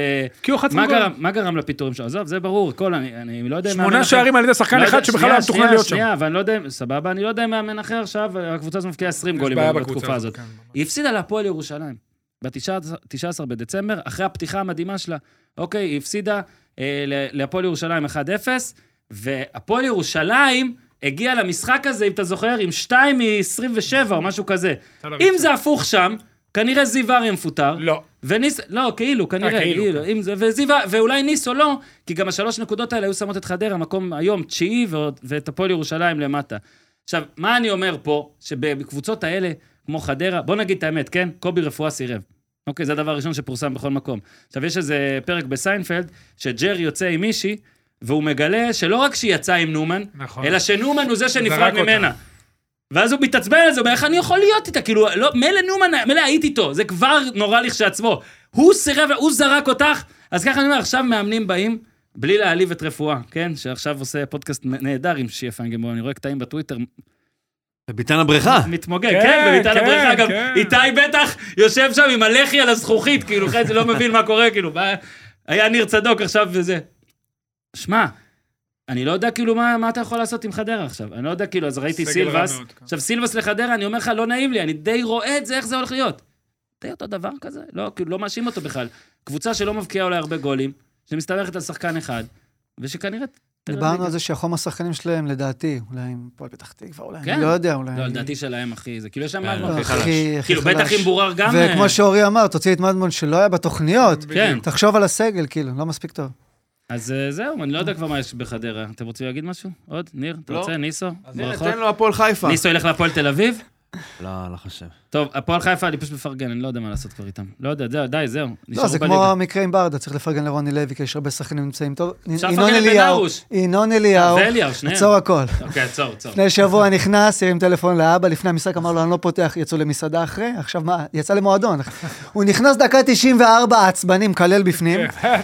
S5: כי הוא חץ
S1: מה
S5: מגול.
S1: גרם, מה גרם לפיטורים שלו? עזוב, זה ברור, הכל, אני, אני לא יודע...
S3: אה,
S1: אם מאמן
S5: שמונה
S1: אחר-
S5: שערים על ידי
S1: לא
S5: שחקן
S1: יודע-
S5: אחד שבכלל
S1: שנייה,
S5: היה מתוכנן
S1: שנייה,
S5: להיות שם.
S1: שנייה, אבל אני לא יודע, אם- סבבה, אני לא יודע אם מאמן אחר עכשיו, הקבוצה הזו מבקיעה 20 גולים
S5: בעיה
S1: בתקופה
S5: בקבוצה
S1: הזאת.
S5: הזאת, כן,
S1: היא הפסידה להפועל ירושלים, ב-19 בדצמבר, אחרי הפתיחה המדהימה שלה. אוקיי, היא הפסידה אה, ל- להפועל ירושלים 1-0, והפועל ירושלים הגיעה למשחק הזה, אם אתה זוכר, עם 2 מ-27 או משהו כזה. אם זה
S5: כן.
S1: הפוך שם, כנראה זיו אריה מפוטר.
S5: לא.
S1: וניס, לא, כאילו, כנראה,
S5: אה, כאילו,
S1: כאילו, אם זה, וזיווה, ואולי ניס או לא, כי גם השלוש נקודות האלה היו שמות את חדרה, מקום היום תשיעי, ועוד- ואת הפועל ירושלים למטה. עכשיו, מה אני אומר פה, שבקבוצות האלה, כמו חדרה, בוא נגיד את האמת, כן? קובי רפואה סירב. אוקיי, זה הדבר הראשון שפורסם בכל מקום. עכשיו, יש איזה פרק בסיינפלד, שג'רי יוצא עם מישהי, והוא מגלה שלא רק שהיא יצאה עם נומן,
S5: נכון.
S1: אלא שנומן הוא זה שנפרד
S5: זרק אותה.
S1: ממנה. ואז הוא מתעצבן על זה, אומר, איך אני יכול להיות איתה? כאילו, לא, מילא נומן, מילא היית איתו, זה כבר נורא לכשעצמו. הוא סירב, הוא זרק אותך, אז ככה אני אומר, עכשיו מאמנים באים, בלי להעליב את רפואה, כן? שעכשיו עושה פודקאסט נהדר עם שיה פיינגנבוים, אני רואה קטעים בטוויטר,
S4: זה ביתן הבריכה.
S1: מתמוגג,
S5: כן,
S1: כן, במיטת
S5: כן,
S1: הבריכה גם,
S5: כן.
S1: איתי בטח יושב שם עם הלחי על הזכוכית, כאילו, חצי לא מבין מה קורה, כאילו, מה- היה ניר צדוק עכשיו וזה. שמע, אני לא יודע כאילו מה, מה אתה יכול לעשות עם חדרה עכשיו, אני לא יודע כאילו, אז ראיתי
S5: סגל
S1: סילבס,
S5: רע מאוד, כן.
S1: עכשיו סילבס לחדרה, אני אומר לך, לא נעים לי, אני די רואה את זה, איך זה הולך להיות. די אותו דבר כזה, לא, כאילו, לא מאשים אותו בכלל. קבוצה שלא מבקיעה אולי הרבה גולים, שמסתמכת על שחקן אחד, ושכנראה... תרד
S3: דיברנו
S1: ליגה.
S3: על זה שהחום השחקנים שלהם, לדעתי, אולי עם פועל פתח תקווה, אולי,
S1: כן.
S3: אני לא יודע, אולי...
S1: לא,
S3: אני- אה,
S1: לדעתי שלהם, אחי, זה כאילו יש שם...
S5: אה,
S4: כן,
S5: לא,
S1: משהו.
S4: הכי
S3: הכי-
S4: חלש.
S3: הכי
S1: כאילו, בטח
S3: חלש.
S1: עם בורר גם... אה,
S3: וכמו שאורי אמר, תוציא את מדמון שלא היה בתוכניות.
S1: כן.
S3: תחשוב על הסגל, כאילו, לא מספיק טוב.
S1: אז אה, זהו, אני לא יודע כבר מה יש בחדרה. אתם רוצים להגיד משהו? עוד? ניר, אתה
S4: לא.
S1: רוצה? ניסו?
S4: אז הנה,
S1: ברכות.
S4: תן לו הפועל חיפה.
S1: ניסו ילך להפועל תל אביב?
S4: לא, לא חושב.
S1: טוב, הפועל חיפה, אני פשוט מפרגן, אני לא יודע מה לעשות כבר איתם. לא יודע, זהו, די, זהו.
S3: לא,
S1: נשארו
S3: זה
S1: בליגה.
S3: כמו המקרה עם ברדה, צריך לפרגן לרוני לוי, כי יש הרבה שחקנים נמצאים טוב.
S1: אפשר
S3: ינון
S1: לפרגן לבן
S3: אליהו,
S1: ארוש.
S3: ינון אליהו,
S1: ואליהו, שניהם.
S3: עצור הכל.
S1: אוקיי, עצור, עצור.
S3: לפני שבוע נכנס, הרים טלפון לאבא, לפני המשחק אמר לו, אני לא פותח, יצאו למסעדה אחרי, עכשיו מה, יצא למועדון. הוא נכנס דקה 94, עצבני, מקלל בפנים.
S1: כן,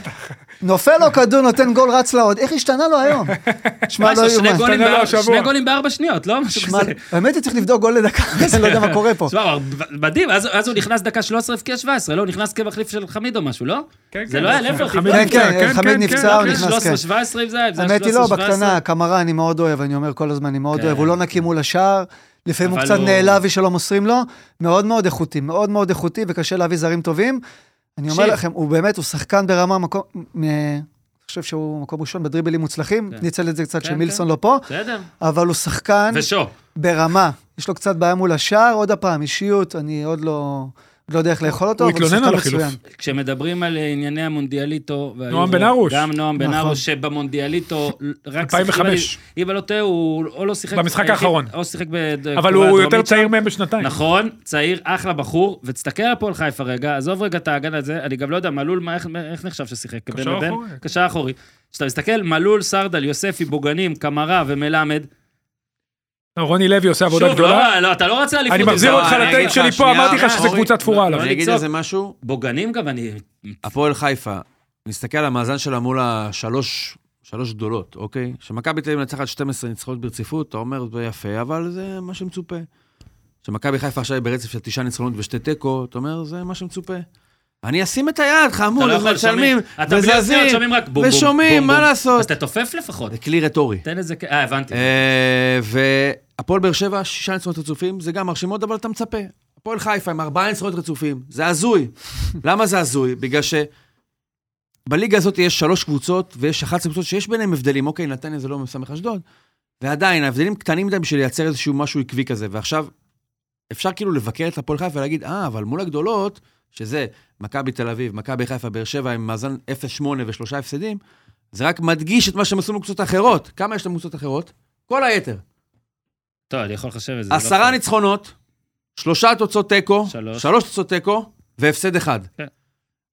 S3: נופל לו כדור, נותן גול, רץ לעוד. איך השתנה לו היום? שמע, לא
S1: משהו, שני
S3: יאומן.
S1: גולים
S5: נתן לו
S1: בארבע-
S5: השבוע.
S1: שני גולים בארבע שניות, לא משהו
S3: שמע,
S1: כזה.
S3: האמת היא, צריך לבדוק גול לדקה, אני לא יודע מה קורה פה.
S1: שמע, הוא מדהים, אז אז הוא נכנס דקה 13 הבקיע 17, לא? הוא נכנס כמחליף של חמיד או משהו, לא?
S5: כן,
S1: זה
S5: כן,
S1: לא היה
S5: כן,
S1: לפרט.
S5: חמיד
S3: כן,
S5: נפצע,
S3: כן, חמיד נפצע, הוא
S5: כן.
S3: נכנס.
S1: 13-17 אם זה היה, אם זה היה 13-17.
S3: האמת היא לא, בקטנה, קמרה אני מאוד אוהב, אני אומר כל הזמן, אני מאוד
S1: כן.
S3: אוהב, הוא לא נקי מול השער, לפעמים הוא
S1: אבל
S3: קצת
S1: הוא-
S3: נעלבי שלא מוסרים לו, מאוד מאוד איכותי, מאוד מאוד איכותי, וקשה להביא זרים טובים. אני אומר
S1: תקשיב.
S3: לכם, הוא באמת, הוא שחקן ברמה, מקום- מ- אני חושב שהוא מקום ראשון בדריבלים מוצלחים,
S1: כן.
S3: ניצל את זה קצת
S1: כן,
S3: שמילסון לא פה,
S1: בסדר.
S3: אבל הוא שחקן
S1: ושו.
S3: ברמה, יש לו קצת בעיה מול השער, עוד הפעם, אישיות, אני עוד לא... לא יודע איך לאכול אותו,
S5: הוא
S3: אבל הוא
S5: התלונן
S3: שחקן
S5: על החילוף.
S3: מצוין.
S1: כשמדברים על אה, ענייני המונדיאליטו... והיורו,
S5: נועם בן ארוש.
S1: גם נועם בן
S3: נכון.
S1: ארוש, שבמונדיאליטו... רק שיחק-
S5: 2005.
S1: אם אני לא טועה, הוא או לא שיחק...
S5: במשחק האחרון.
S1: או שיחק בקוריאה
S5: אבל הוא יותר
S1: הדרומית שם.
S5: צעיר מהם בשנתיים.
S1: אה? נכון, צעיר, אחלה בחור, ותסתכל על הפועל חיפה רגע, עזוב רגע את ההגנה הזה, אני גם לא יודע, מלול, מה, איך, איך נחשב ששיחק?
S5: קשר
S1: בין לבין?
S5: אחורי.
S1: קשר אחורי. כשאתה מסתכל, מלול, סרדל, יוספי, בוגנים, קמרה ומלמד,
S5: רוני לוי עושה עבודה
S1: שוב,
S5: גדולה.
S1: לא, לא, אתה לא רצה אליפות.
S5: אני
S1: עם
S5: מחזיר
S1: זה.
S5: אותך
S1: אני אגיד
S5: לטייק שלי פה,
S4: שנייה,
S5: אמרתי לך שזה
S4: אורי,
S5: קבוצה תפורה עליו.
S4: אני אגיד
S1: לא, לצעוק.
S4: איזה משהו,
S1: בוגנים גם אני...
S4: הפועל חיפה, נסתכל על המאזן שלה מול השלוש, שלוש גדולות, אוקיי? שמכבי תל אביב מנצחת 12 ניצחונות ברציפות, אתה אומר, זה יפה, אבל זה מה שמצופה. שמכבי חיפה עכשיו היא ברצף של תשעה ניצחונות ושתי תיקו, אתה אומר, זה מה שמצופה. אני אשים את היד, חמור,
S1: אתה לא יכול,
S4: מצלמים,
S1: שומעים. אתה בלי
S4: וזזים,
S1: אוזניות שומעים רק בום בום.
S4: ושומעים,
S1: בום,
S4: מה
S1: בום.
S4: לעשות?
S1: אז תתופף לפחות.
S4: זה כלי רטורי.
S1: תן איזה... כ- אה, הבנתי.
S4: אה, והפועל באר שבע, שישה ניצחונות רצופים, זה גם מרשים מאוד, אבל אתה מצפה. הפועל חיפה עם ארבעה ניצחונות רצופים, זה הזוי. למה זה הזוי? בגלל ש... בליגה הזאת יש שלוש קבוצות ויש 11 קבוצות שיש ביניהן הבדלים. אוקיי, נתניה זה לא מסמך אשדוד. ועדיין, ההבדלים קטנים מדי בשביל לייצר איזשהו משהו עקבי כזה. ועכשיו, אפשר כאילו לבקר את הפועל חיפה ולהגיד, אה, אבל מול הגדולות, שזה מכבי תל אביב, מכבי חיפה, באר שבע, עם מאזן 0-8 ושלושה הפסדים, זה רק מדגיש את מה שהם עשו מקבוצות אחרות. כמה יש לקבוצות אחרות? כל היתר.
S1: טוב, אני יכול לחשב את זה. זה לא
S4: עשרה
S1: חשוב.
S4: ניצחונות, שלושה תוצאות תיקו,
S1: שלוש.
S4: שלוש תוצאות תיקו, והפסד אחד.
S1: כן.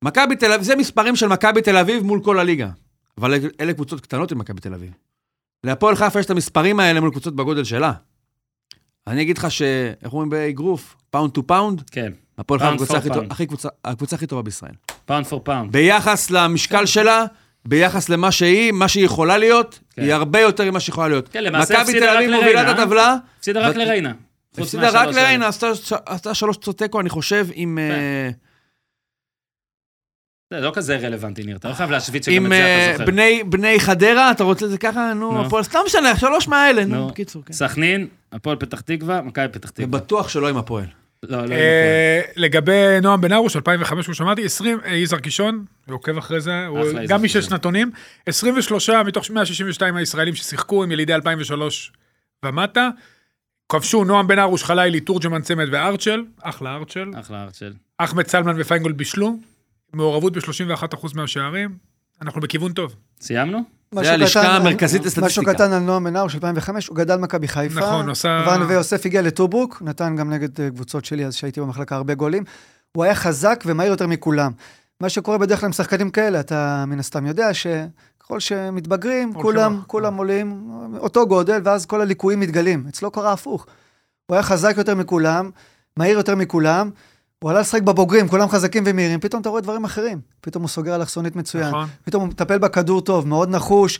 S4: מכבי תל אביב, זה מספרים של מכבי תל אביב מול כל הליגה. אבל אלה קבוצות קטנות עם מכבי תל אביב. להפועל חיפה יש את המספרים האלה מול קבוצות בגודל שלה. אני אגיד לך ש... איך אומרים באגרוף? פאונד טו פאונד?
S1: כן,
S4: הפועל חיפה
S1: Pound
S4: הקבוצה
S1: for
S4: הכי טוב-
S1: pound.
S4: הכי קבוצה- הקבוצה הכי טובה בישראל.
S1: פאונד פור פאונד.
S4: ביחס למשקל שלה, ביחס למה שהיא, מה שהיא יכולה להיות,
S1: כן.
S4: היא הרבה יותר ממה שהיא יכולה להיות.
S1: כן, למעשה הפסידה רק
S4: מכבי תל אביב מובילה את
S1: לריינה, אה?
S4: הטבלה,
S1: הפסידה רק
S4: ו-
S1: לריינה. חוץ
S4: הפסידה רק
S1: מהשלוש האלה.
S4: לריינה, עשתה- עשתה שלוש תוצאות תיקו, אני חושב,
S1: כן,
S4: עם... אה,
S1: זה לא כזה רלוונטי, ניר. אתה לא חייב להשוויץ שגם את
S4: עם
S1: זה
S4: אה,
S1: אתה זוכר.
S4: בני- בני חדרה, אתה רוצה את זה ככה? נו,
S1: נו.
S4: הפועל, סתם משנה, שלוש מהאלה, נו,
S1: נו.
S4: בקיצור, כן.
S1: אוקיי. סכנין, הפועל פתח תקווה, מכבי פתח תקווה.
S4: ובטוח שלא עם הפועל.
S1: לא, לא,
S5: אה, לגבי נועם בן הרוש, 2005, כמו שאמרתי, 20, אה, יזהר קישון, הוא עוקב אחרי זה, הוא
S1: אחלה יזהר
S5: גם משש
S1: קישון.
S5: שנתונים, 23 מתוך 162 הישראלים ששיחקו עם ילידי 2003 ומטה, כבשו נועם בן הרוש, חלילי, תורג'מן צמד וארצ'ל, אחלה ארצ'ל,
S1: לא. אחלה ארצ'ל.
S5: אחמד סלמן ופיינגולד בישלו, מעורבות ב-31% מהשערים, אנחנו בכיוון טוב.
S1: סיימנו?
S4: זה הלשכה המרכזית לסטטיסטיקה.
S3: משהו קטן על נועם בן-ארוש, 2005, הוא גדל מכבי חיפה.
S5: נכון, הוא עשה-
S3: ון ויוסף הגיע לטוברוק, נתן גם נגד אה, קבוצות שלי אז שהייתי במחלקה הרבה גולים. הוא היה חזק ומהיר יותר מכולם. מה שקורה בדרך כלל עם שחקנים כאלה, אתה מן הסתם יודע שככל שמתבגרים,
S5: הולכים
S3: כולם,
S5: לך.
S3: כולם עולים אותו גודל, ואז כל הליקויים מתגלים. אצלו קרה הפוך. הוא היה חזק יותר מכולם, מהיר יותר מכולם. הוא עלה לשחק בבוגרים, כולם חזקים ומהירים, פתאום אתה רואה דברים אחרים. פתאום הוא סוגר אלכסונית מצוין.
S5: נכון.
S3: פתאום הוא מטפל בכדור טוב, מאוד נחוש,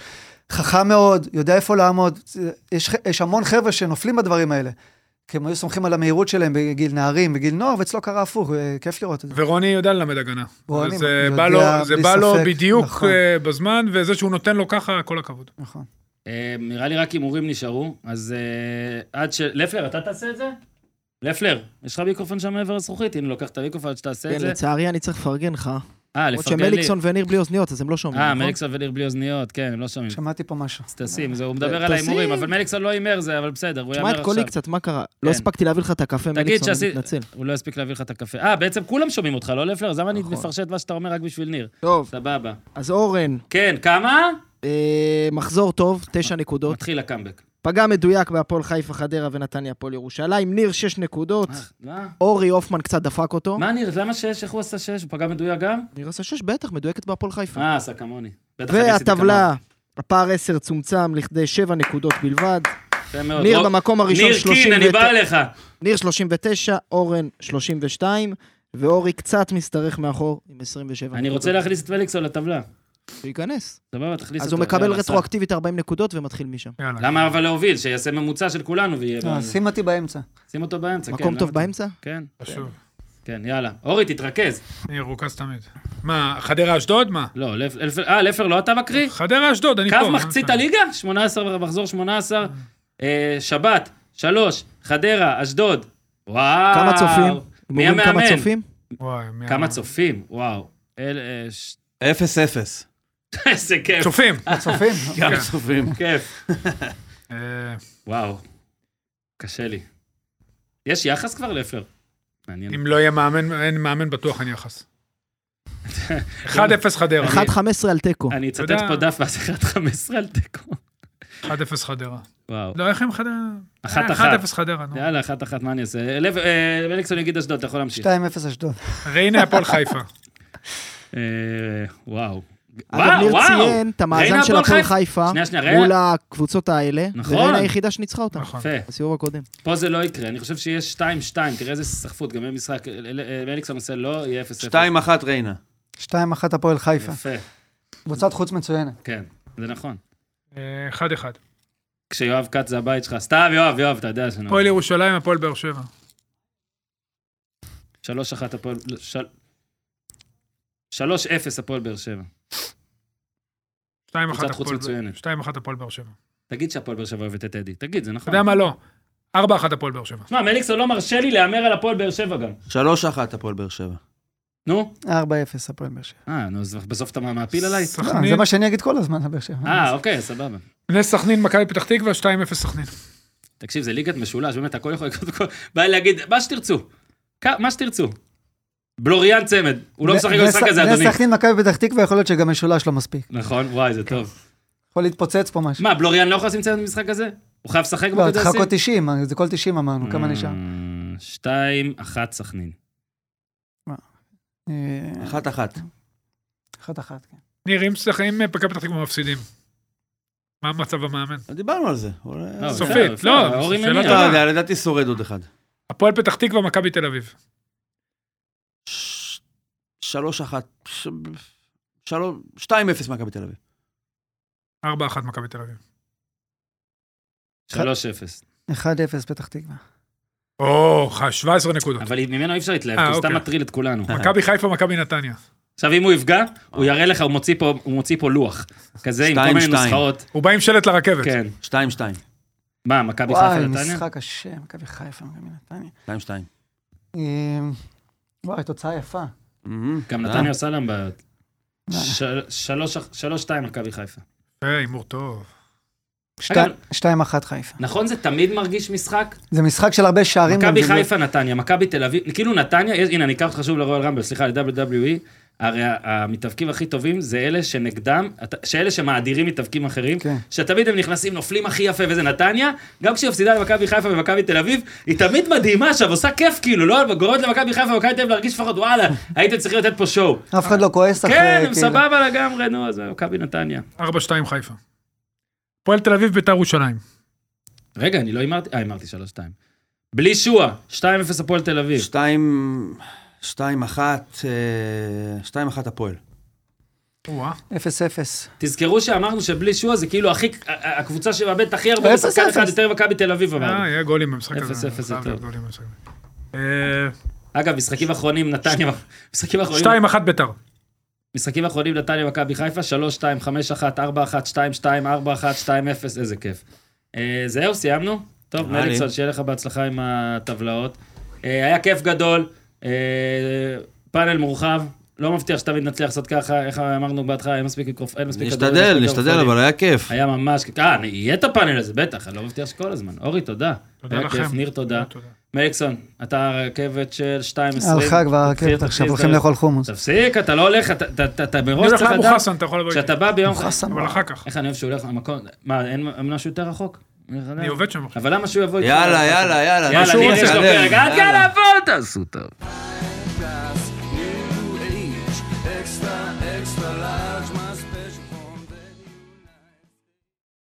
S3: חכם מאוד, יודע איפה לעמוד. זה- יש, ח- יש המון חבר'ה שנופלים בדברים האלה. כי הם היו סומכים על המהירות שלהם בגיל נערים, בגיל נוער, ואצלו קרה הפוך, אה, כיף לראות את זה.
S5: ורוני יודע ללמד הגנה.
S3: רוני
S5: אז, אה, בא
S3: יודע,
S5: לו- זה
S3: בלי
S5: בא לו
S3: ספק,
S5: בדיוק
S3: נכון.
S5: אה, בזמן, וזה שהוא נותן לו ככה, כל הכבוד.
S3: נכון.
S1: אה, נראה לי רק הימורים נשארו, אז אה, עד ש... לפלר, אתה תעשה את זה? לפלר, יש לך מיקרופון שם מעבר לזכוכית, הנה, לוקח את המיקרופון עד שתעשה
S6: כן,
S1: את זה.
S6: לצערי אני צריך לפרגן לך.
S1: אה,
S6: למרות
S1: לפרגן לי.
S6: שמליקסון וניר בלי אוזניות, אז הם לא שומעים,
S1: אה,
S6: נכון?
S1: מליקסון וניר בלי אוזניות, כן, הם לא שומעים.
S3: שמעתי פה משהו.
S1: אז תשים, זה- הוא מדבר על ההימורים,
S6: תשים.
S1: אבל מליקסון לא הימר זה, אבל בסדר, הוא
S6: תשמע
S1: יאמר
S6: אה, את קולי
S1: עכשיו. כן.
S6: קצת, מה קרה? לא הספקתי להביא לך את הקפה,
S1: תגיד
S6: מליקסון, אני
S1: שעשית-
S6: מתנצל.
S1: הוא לא יספיק להביא לך את הקפה. אה, בעצם כולם שומעים אותך, לא לפלר? אז למה אני
S6: נכון.
S1: מפרשט מה שאתה אומר רק בשביל ניר?
S6: טוב,
S1: סבבה.
S6: אז אורן,
S1: כן, כמה?
S6: אה, מחזור טוב, תשע נקודות.
S1: מתחיל הקאמבק.
S6: פגע מדויק בהפועל חיפה, חדרה ונתניה, הפועל ירושלים. ניר, שש נקודות.
S1: אה, מה?
S6: אורי הופמן קצת דפק אותו.
S1: מה ניר, למה שש? איך הוא עשה שש? הוא פגע מדויק גם?
S6: ניר עשה שש, בטח, מדויקת בהפועל חיפה.
S1: אה, עשה כמוני. בטח אני עשיתי
S6: והטבלה, הפער עשר צומצם לכדי שבע נקודות בלבד.
S1: כמוהו. יפה מאוד.
S6: ניר
S1: רוב-
S6: במקום הראשון,
S1: ניר קין, אני
S6: 39.
S1: בא אליך.
S6: ניר 39, אורן 32, ואורי קצת משתרך מאחור עם 27
S1: אני רוצה להכניס את מליקסון לטבלה.
S6: שייכנס.
S1: סבבה, תכניס
S6: אז
S1: אותו.
S6: הוא מקבל
S1: יאללה, סע.
S6: רטרואקטיבית 40 נקודות ומתחיל משם.
S5: יאללה.
S1: למה אבל להוביל? שיעשה ממוצע של כולנו ויהיה...
S3: אה,
S1: בזה.
S3: שים אותי באמצע.
S1: שים אותו באמצע, כן.
S6: מקום
S1: למה
S6: טוב
S1: אתה-
S6: באמצע?
S1: כן,
S5: חשוב.
S1: כן, יאללה. אורי, תתרכז.
S5: אני רוכז תמיד. מה, חדרה אשדוד? מה?
S1: לא, לפ- לפ- אה, לפר, לא אתה מקריא?
S5: חדרה אשדוד, אני פה.
S1: קו
S5: מה?
S1: מחצית הליגה? 18 במחזור 18. אה, שבת, שלוש, חדרה, אשדוד. וואו.
S6: כמה צופים?
S1: מי
S6: אומרים כמה
S1: המאמן?
S6: צופים?
S5: וואי, מי
S1: כמה
S5: אמר?
S1: צופים? וואו. אל- אה, ש-
S4: אפס אפס.
S1: איזה כיף,
S5: צופים.
S3: צופים?
S4: גם
S5: כן.
S4: צופים.
S1: כיף.
S5: אה,
S1: וואו. קשה לי. יש יחס כבר לפלר? מעניין.
S5: אם לא יהיה מאמן, אין מאמן בטוח אין יחס. 1-0 חדרה.
S6: 1-15 על תיקו.
S1: אני אצטט
S5: אתה יודע-
S1: פה דף בהסכת 15 על תיקו.
S5: 1-0 חדרה.
S1: וואו.
S5: לא, איך הם חדרה?
S1: אחת,
S5: אה,
S1: אחת.
S5: 1-0 חדרה, נו.
S1: יאללה, אחת אחת, מה אני אעשה? לב- אה, מליקסון יגיד אשדוד, אתה יכול להמשיך.
S3: 2-0 אשדוד.
S5: ריינה הפועל חיפה.
S1: אה, וואו.
S6: אגב, ניר
S1: וואו.
S6: ציין את המאזן
S1: ריינה
S6: של
S1: הפועל
S6: הפועל
S1: חיפה.
S6: חיפה
S1: שנייה, שנייה,
S6: מול
S1: ריינה-
S6: הקבוצות האלה.
S1: נכון.
S6: וריינה היחידה שניצחה אותה
S5: נכון.
S1: יפה.
S6: בסיבוב הקודם.
S1: פה זה לא יקרה, אני חושב שיש 2-2, תראה איזה סחפות, גם אין משחק, אל- אל- אל- אליקסון עושה לא, יהיה 0-0.
S4: 2-1 ריינה.
S3: 2-1 הפועל חיפה.
S1: יפה,
S3: קבוצת חוץ מצוינת.
S1: כן, זה נכון.
S5: אה, אחד אחד.
S1: כשיואב כץ זה הבית שלך, סתיו, יואב, יואב, אתה יודע נכון. שאני...
S5: הפועל ירושלים, הפועל באר שבע.
S1: 3-1 הפועל... לא, של- 3-0 הפועל באר שבע.
S5: שתיים אחת
S1: קבוצת חוץ
S5: הפועל-
S1: מצוינת.
S5: שתיים אחת הפועל באר שבע.
S1: תגיד שהפועל באר שבע אוהבת את אדי, תגיד, זה
S5: אתה
S1: נכון.
S5: יודע מה לא? ארבע אחת הפועל באר שבע.
S1: שמע, מליקסון לא מרשה לי להמר על הפועל באר שבע גם.
S4: 3-1 הפועל באר שבע.
S1: נו?
S3: 4-0 הפועל באר שבע.
S1: אה, נו, אז בסוף אתה מעפיל עליי?
S3: אה,
S5: סכנין.
S3: זה מה שאני אגיד כל הזמן על באר שבע.
S1: אה, אוקיי, סבבה.
S5: נס סכנין, מכבי פתח תקווה, 2-0 סכנין.
S1: תקשיב, זה ליגת משולש, באמת, הכל יכול לקרות, הכל- בא לי להגיד, מה שתרצו. כ- מה שתרצו. בלוריאן צמד, הוא לא משחק
S3: נס-
S1: במשחק הזה,
S3: נס
S1: אדוני.
S3: סכנין, מכבי פתח תקווה, יכול להיות שגם משולש לא מספיק.
S1: נכון, וואי, זה טוב.
S3: יכול להתפוצץ פה משהו.
S1: מה, בלוריאן לא יכול לשים צמד במשחק הזה? הוא חייב לשחק
S3: לא,
S1: בקדסים? Hmm,
S3: תחכו 90, זה כל 90 אמרנו,
S1: אה.
S3: כמה נשאר?
S1: שתיים, אחת סכנין.
S3: 1-1.
S4: 1-1.
S3: כן.
S5: ניר, אם סכ- אם מכבי פתח תקווה מפסידים, מה מצב המאמן?
S4: לא דיברנו על זה. אולי-
S1: לא,
S5: סופית,
S1: בסדר, בסדר,
S5: לא,
S1: אורי
S5: שאלה
S1: מניר.
S4: לא יודע, לדעתי שורד עוד אחד.
S5: הפועל פתח תקווה, מכבי תל אביב.
S4: ש- 3-1. ש- שלוש- 2-0 מכבי תל אביב.
S5: 4-1 מכבי תל אביב.
S1: שלוש אפס.
S3: 1-0 פתח תקווה.
S5: או, ח- 17 נקודות.
S1: אבל ממנו אי אפשר להתלהב,
S5: אה,
S1: כי הוא סתם
S5: אוקיי.
S1: מטריל את כולנו.
S5: מכבי חיפה, מכבי נתניה.
S1: עכשיו, אם הוא יפגע, הוא יראה לך, הוא מוציא פה- הוא מוציא פה לוח. כזה עם כל
S4: שתיים,
S1: מיני
S4: שתיים.
S1: נוסחאות.
S5: הוא בא עם שלט לרכבת.
S1: כן.
S4: 2-2.
S1: מה, מכבי חיפה
S3: וואי,
S1: נתניה?
S3: משחק קשה, מכבי חיפה, מכבי נתניה.
S4: 2-2.
S3: אמ, וואי, תוצאה יפה.
S1: גם
S4: אה?
S3: אה.
S1: נתניה עושה להם בעיות. של- שלוש- שלוש, שתיים מכבי חיפה.
S5: אה, הימור טוב.
S1: אגב-
S3: 2-1 חיפה.
S1: נכון, זה תמיד מרגיש משחק?
S3: זה משחק של הרבה שערים.
S1: מכבי
S3: גם זה- לא-
S1: חיפה נתניה, מכבי תל אביב, כאילו נתניה, יש- הנה אני אקח אותך שוב לרויאל רמבל, סליחה, ל-WWE, הרי ה- המתאבקים הכי טובים זה אלה שנגדם, הת- שאלה שמאדירים מתאבקים אחרים,
S3: כן.
S1: שתמיד הם נכנסים, נופלים הכי יפה וזה נתניה, גם כשהיא הפסידה למכבי חיפה ומכבי תל אביב, היא תמיד מדהימה עכשיו, עושה כיף כאילו, לא, גורמת למכבי חיפה ומכבי תל אביב להרגיש לפחות וואלה, הייתם צריכים לתת פה שואו.
S3: אף אחד לא כועס אחרי...
S1: כן, הם
S3: כאילו.
S1: סבבה לגמרי, נו, אז מכבי נתניה.
S5: 4-2 חיפה. הפועל תל אביב, ביתר ירושלים.
S1: רגע, אני לא הימרתי, אה, הימרתי 3-2. בלי שועה, 2-0 הפועל תל אביב.
S4: 2-1. 2-1 אה, הפועל.
S5: או-אה.
S3: 0-0.
S1: תזכרו שאמרנו שבלי שועה זה כאילו הכי, ה- הקבוצה שמאבדת הכי הרבה
S3: אפס,
S1: בשחקן אחד
S3: אפס.
S1: יותר ממכבי תל אביב
S5: אה,
S1: אמרנו.
S5: יהיה גולים במשחק הזה.
S1: אפס, אפס, זה
S5: חייב להיות
S1: טוב.
S5: גולים במשחק הזה. אה,
S1: אגב, משחקים אחרונים נתניה, משחקים אחרונים,
S5: 2-1 ביתר.
S1: משחקים אחרונים נתניה מכבי חיפה, 3-2, 5-1, 4-1, 2-2, 4-1, 2-0, איזה כיף. אה, זהו, סיימנו? טוב,
S4: נראה לי.
S1: מליקסון, שיהיה לך בהצלחה עם הטבלאות. אה, היה כיף גדול, אה, פאנל מורחב, לא מבטיח שתמיד נצליח לעשות ככה, איך אמרנו בהתחלה, אין מספיק מיקרופ- אין מספיק כדורגל, אין
S4: נשתדל,
S1: מספיק
S4: נשתדל,
S1: מיקרופונים.
S4: אבל היה כיף.
S1: היה ממש, אה, אני- יהיה את הפאנל הזה, בטח, אני לא מבטיח שכל הזמן. אורי, תודה.
S5: תודה
S1: היה
S5: לכם.
S1: כיף, ניר, תודה.
S5: תודה.
S1: מליקסון, אתה הרכבת של 2.20.
S3: הלכה כבר הרכבת עכשיו, הולכים לאכול חומוס.
S1: תפסיק, אתה לא הולך, אתה- אתה- אתה אתה
S5: אני
S1: מראש
S5: הולך
S1: צריך
S5: לאבו
S1: לדעת,
S5: חסן, אתה יכול לבוא איתי.
S1: כשאתה בא ביום...
S3: חסן.
S5: אבל אחר כך.
S1: איך אני אוהב שהוא הולך למקום, מה, אין אין משהו יותר רחוק?
S5: אני עובד שם.
S1: אבל למה שהוא יבוא איתך?
S4: יאללה, יאללה, יאללה.
S1: יאללה,
S4: נשוב,
S1: ניר, יש לו
S4: נתקדם.
S1: פרק, עד כאן הפועל, תעשו טוב.
S2: class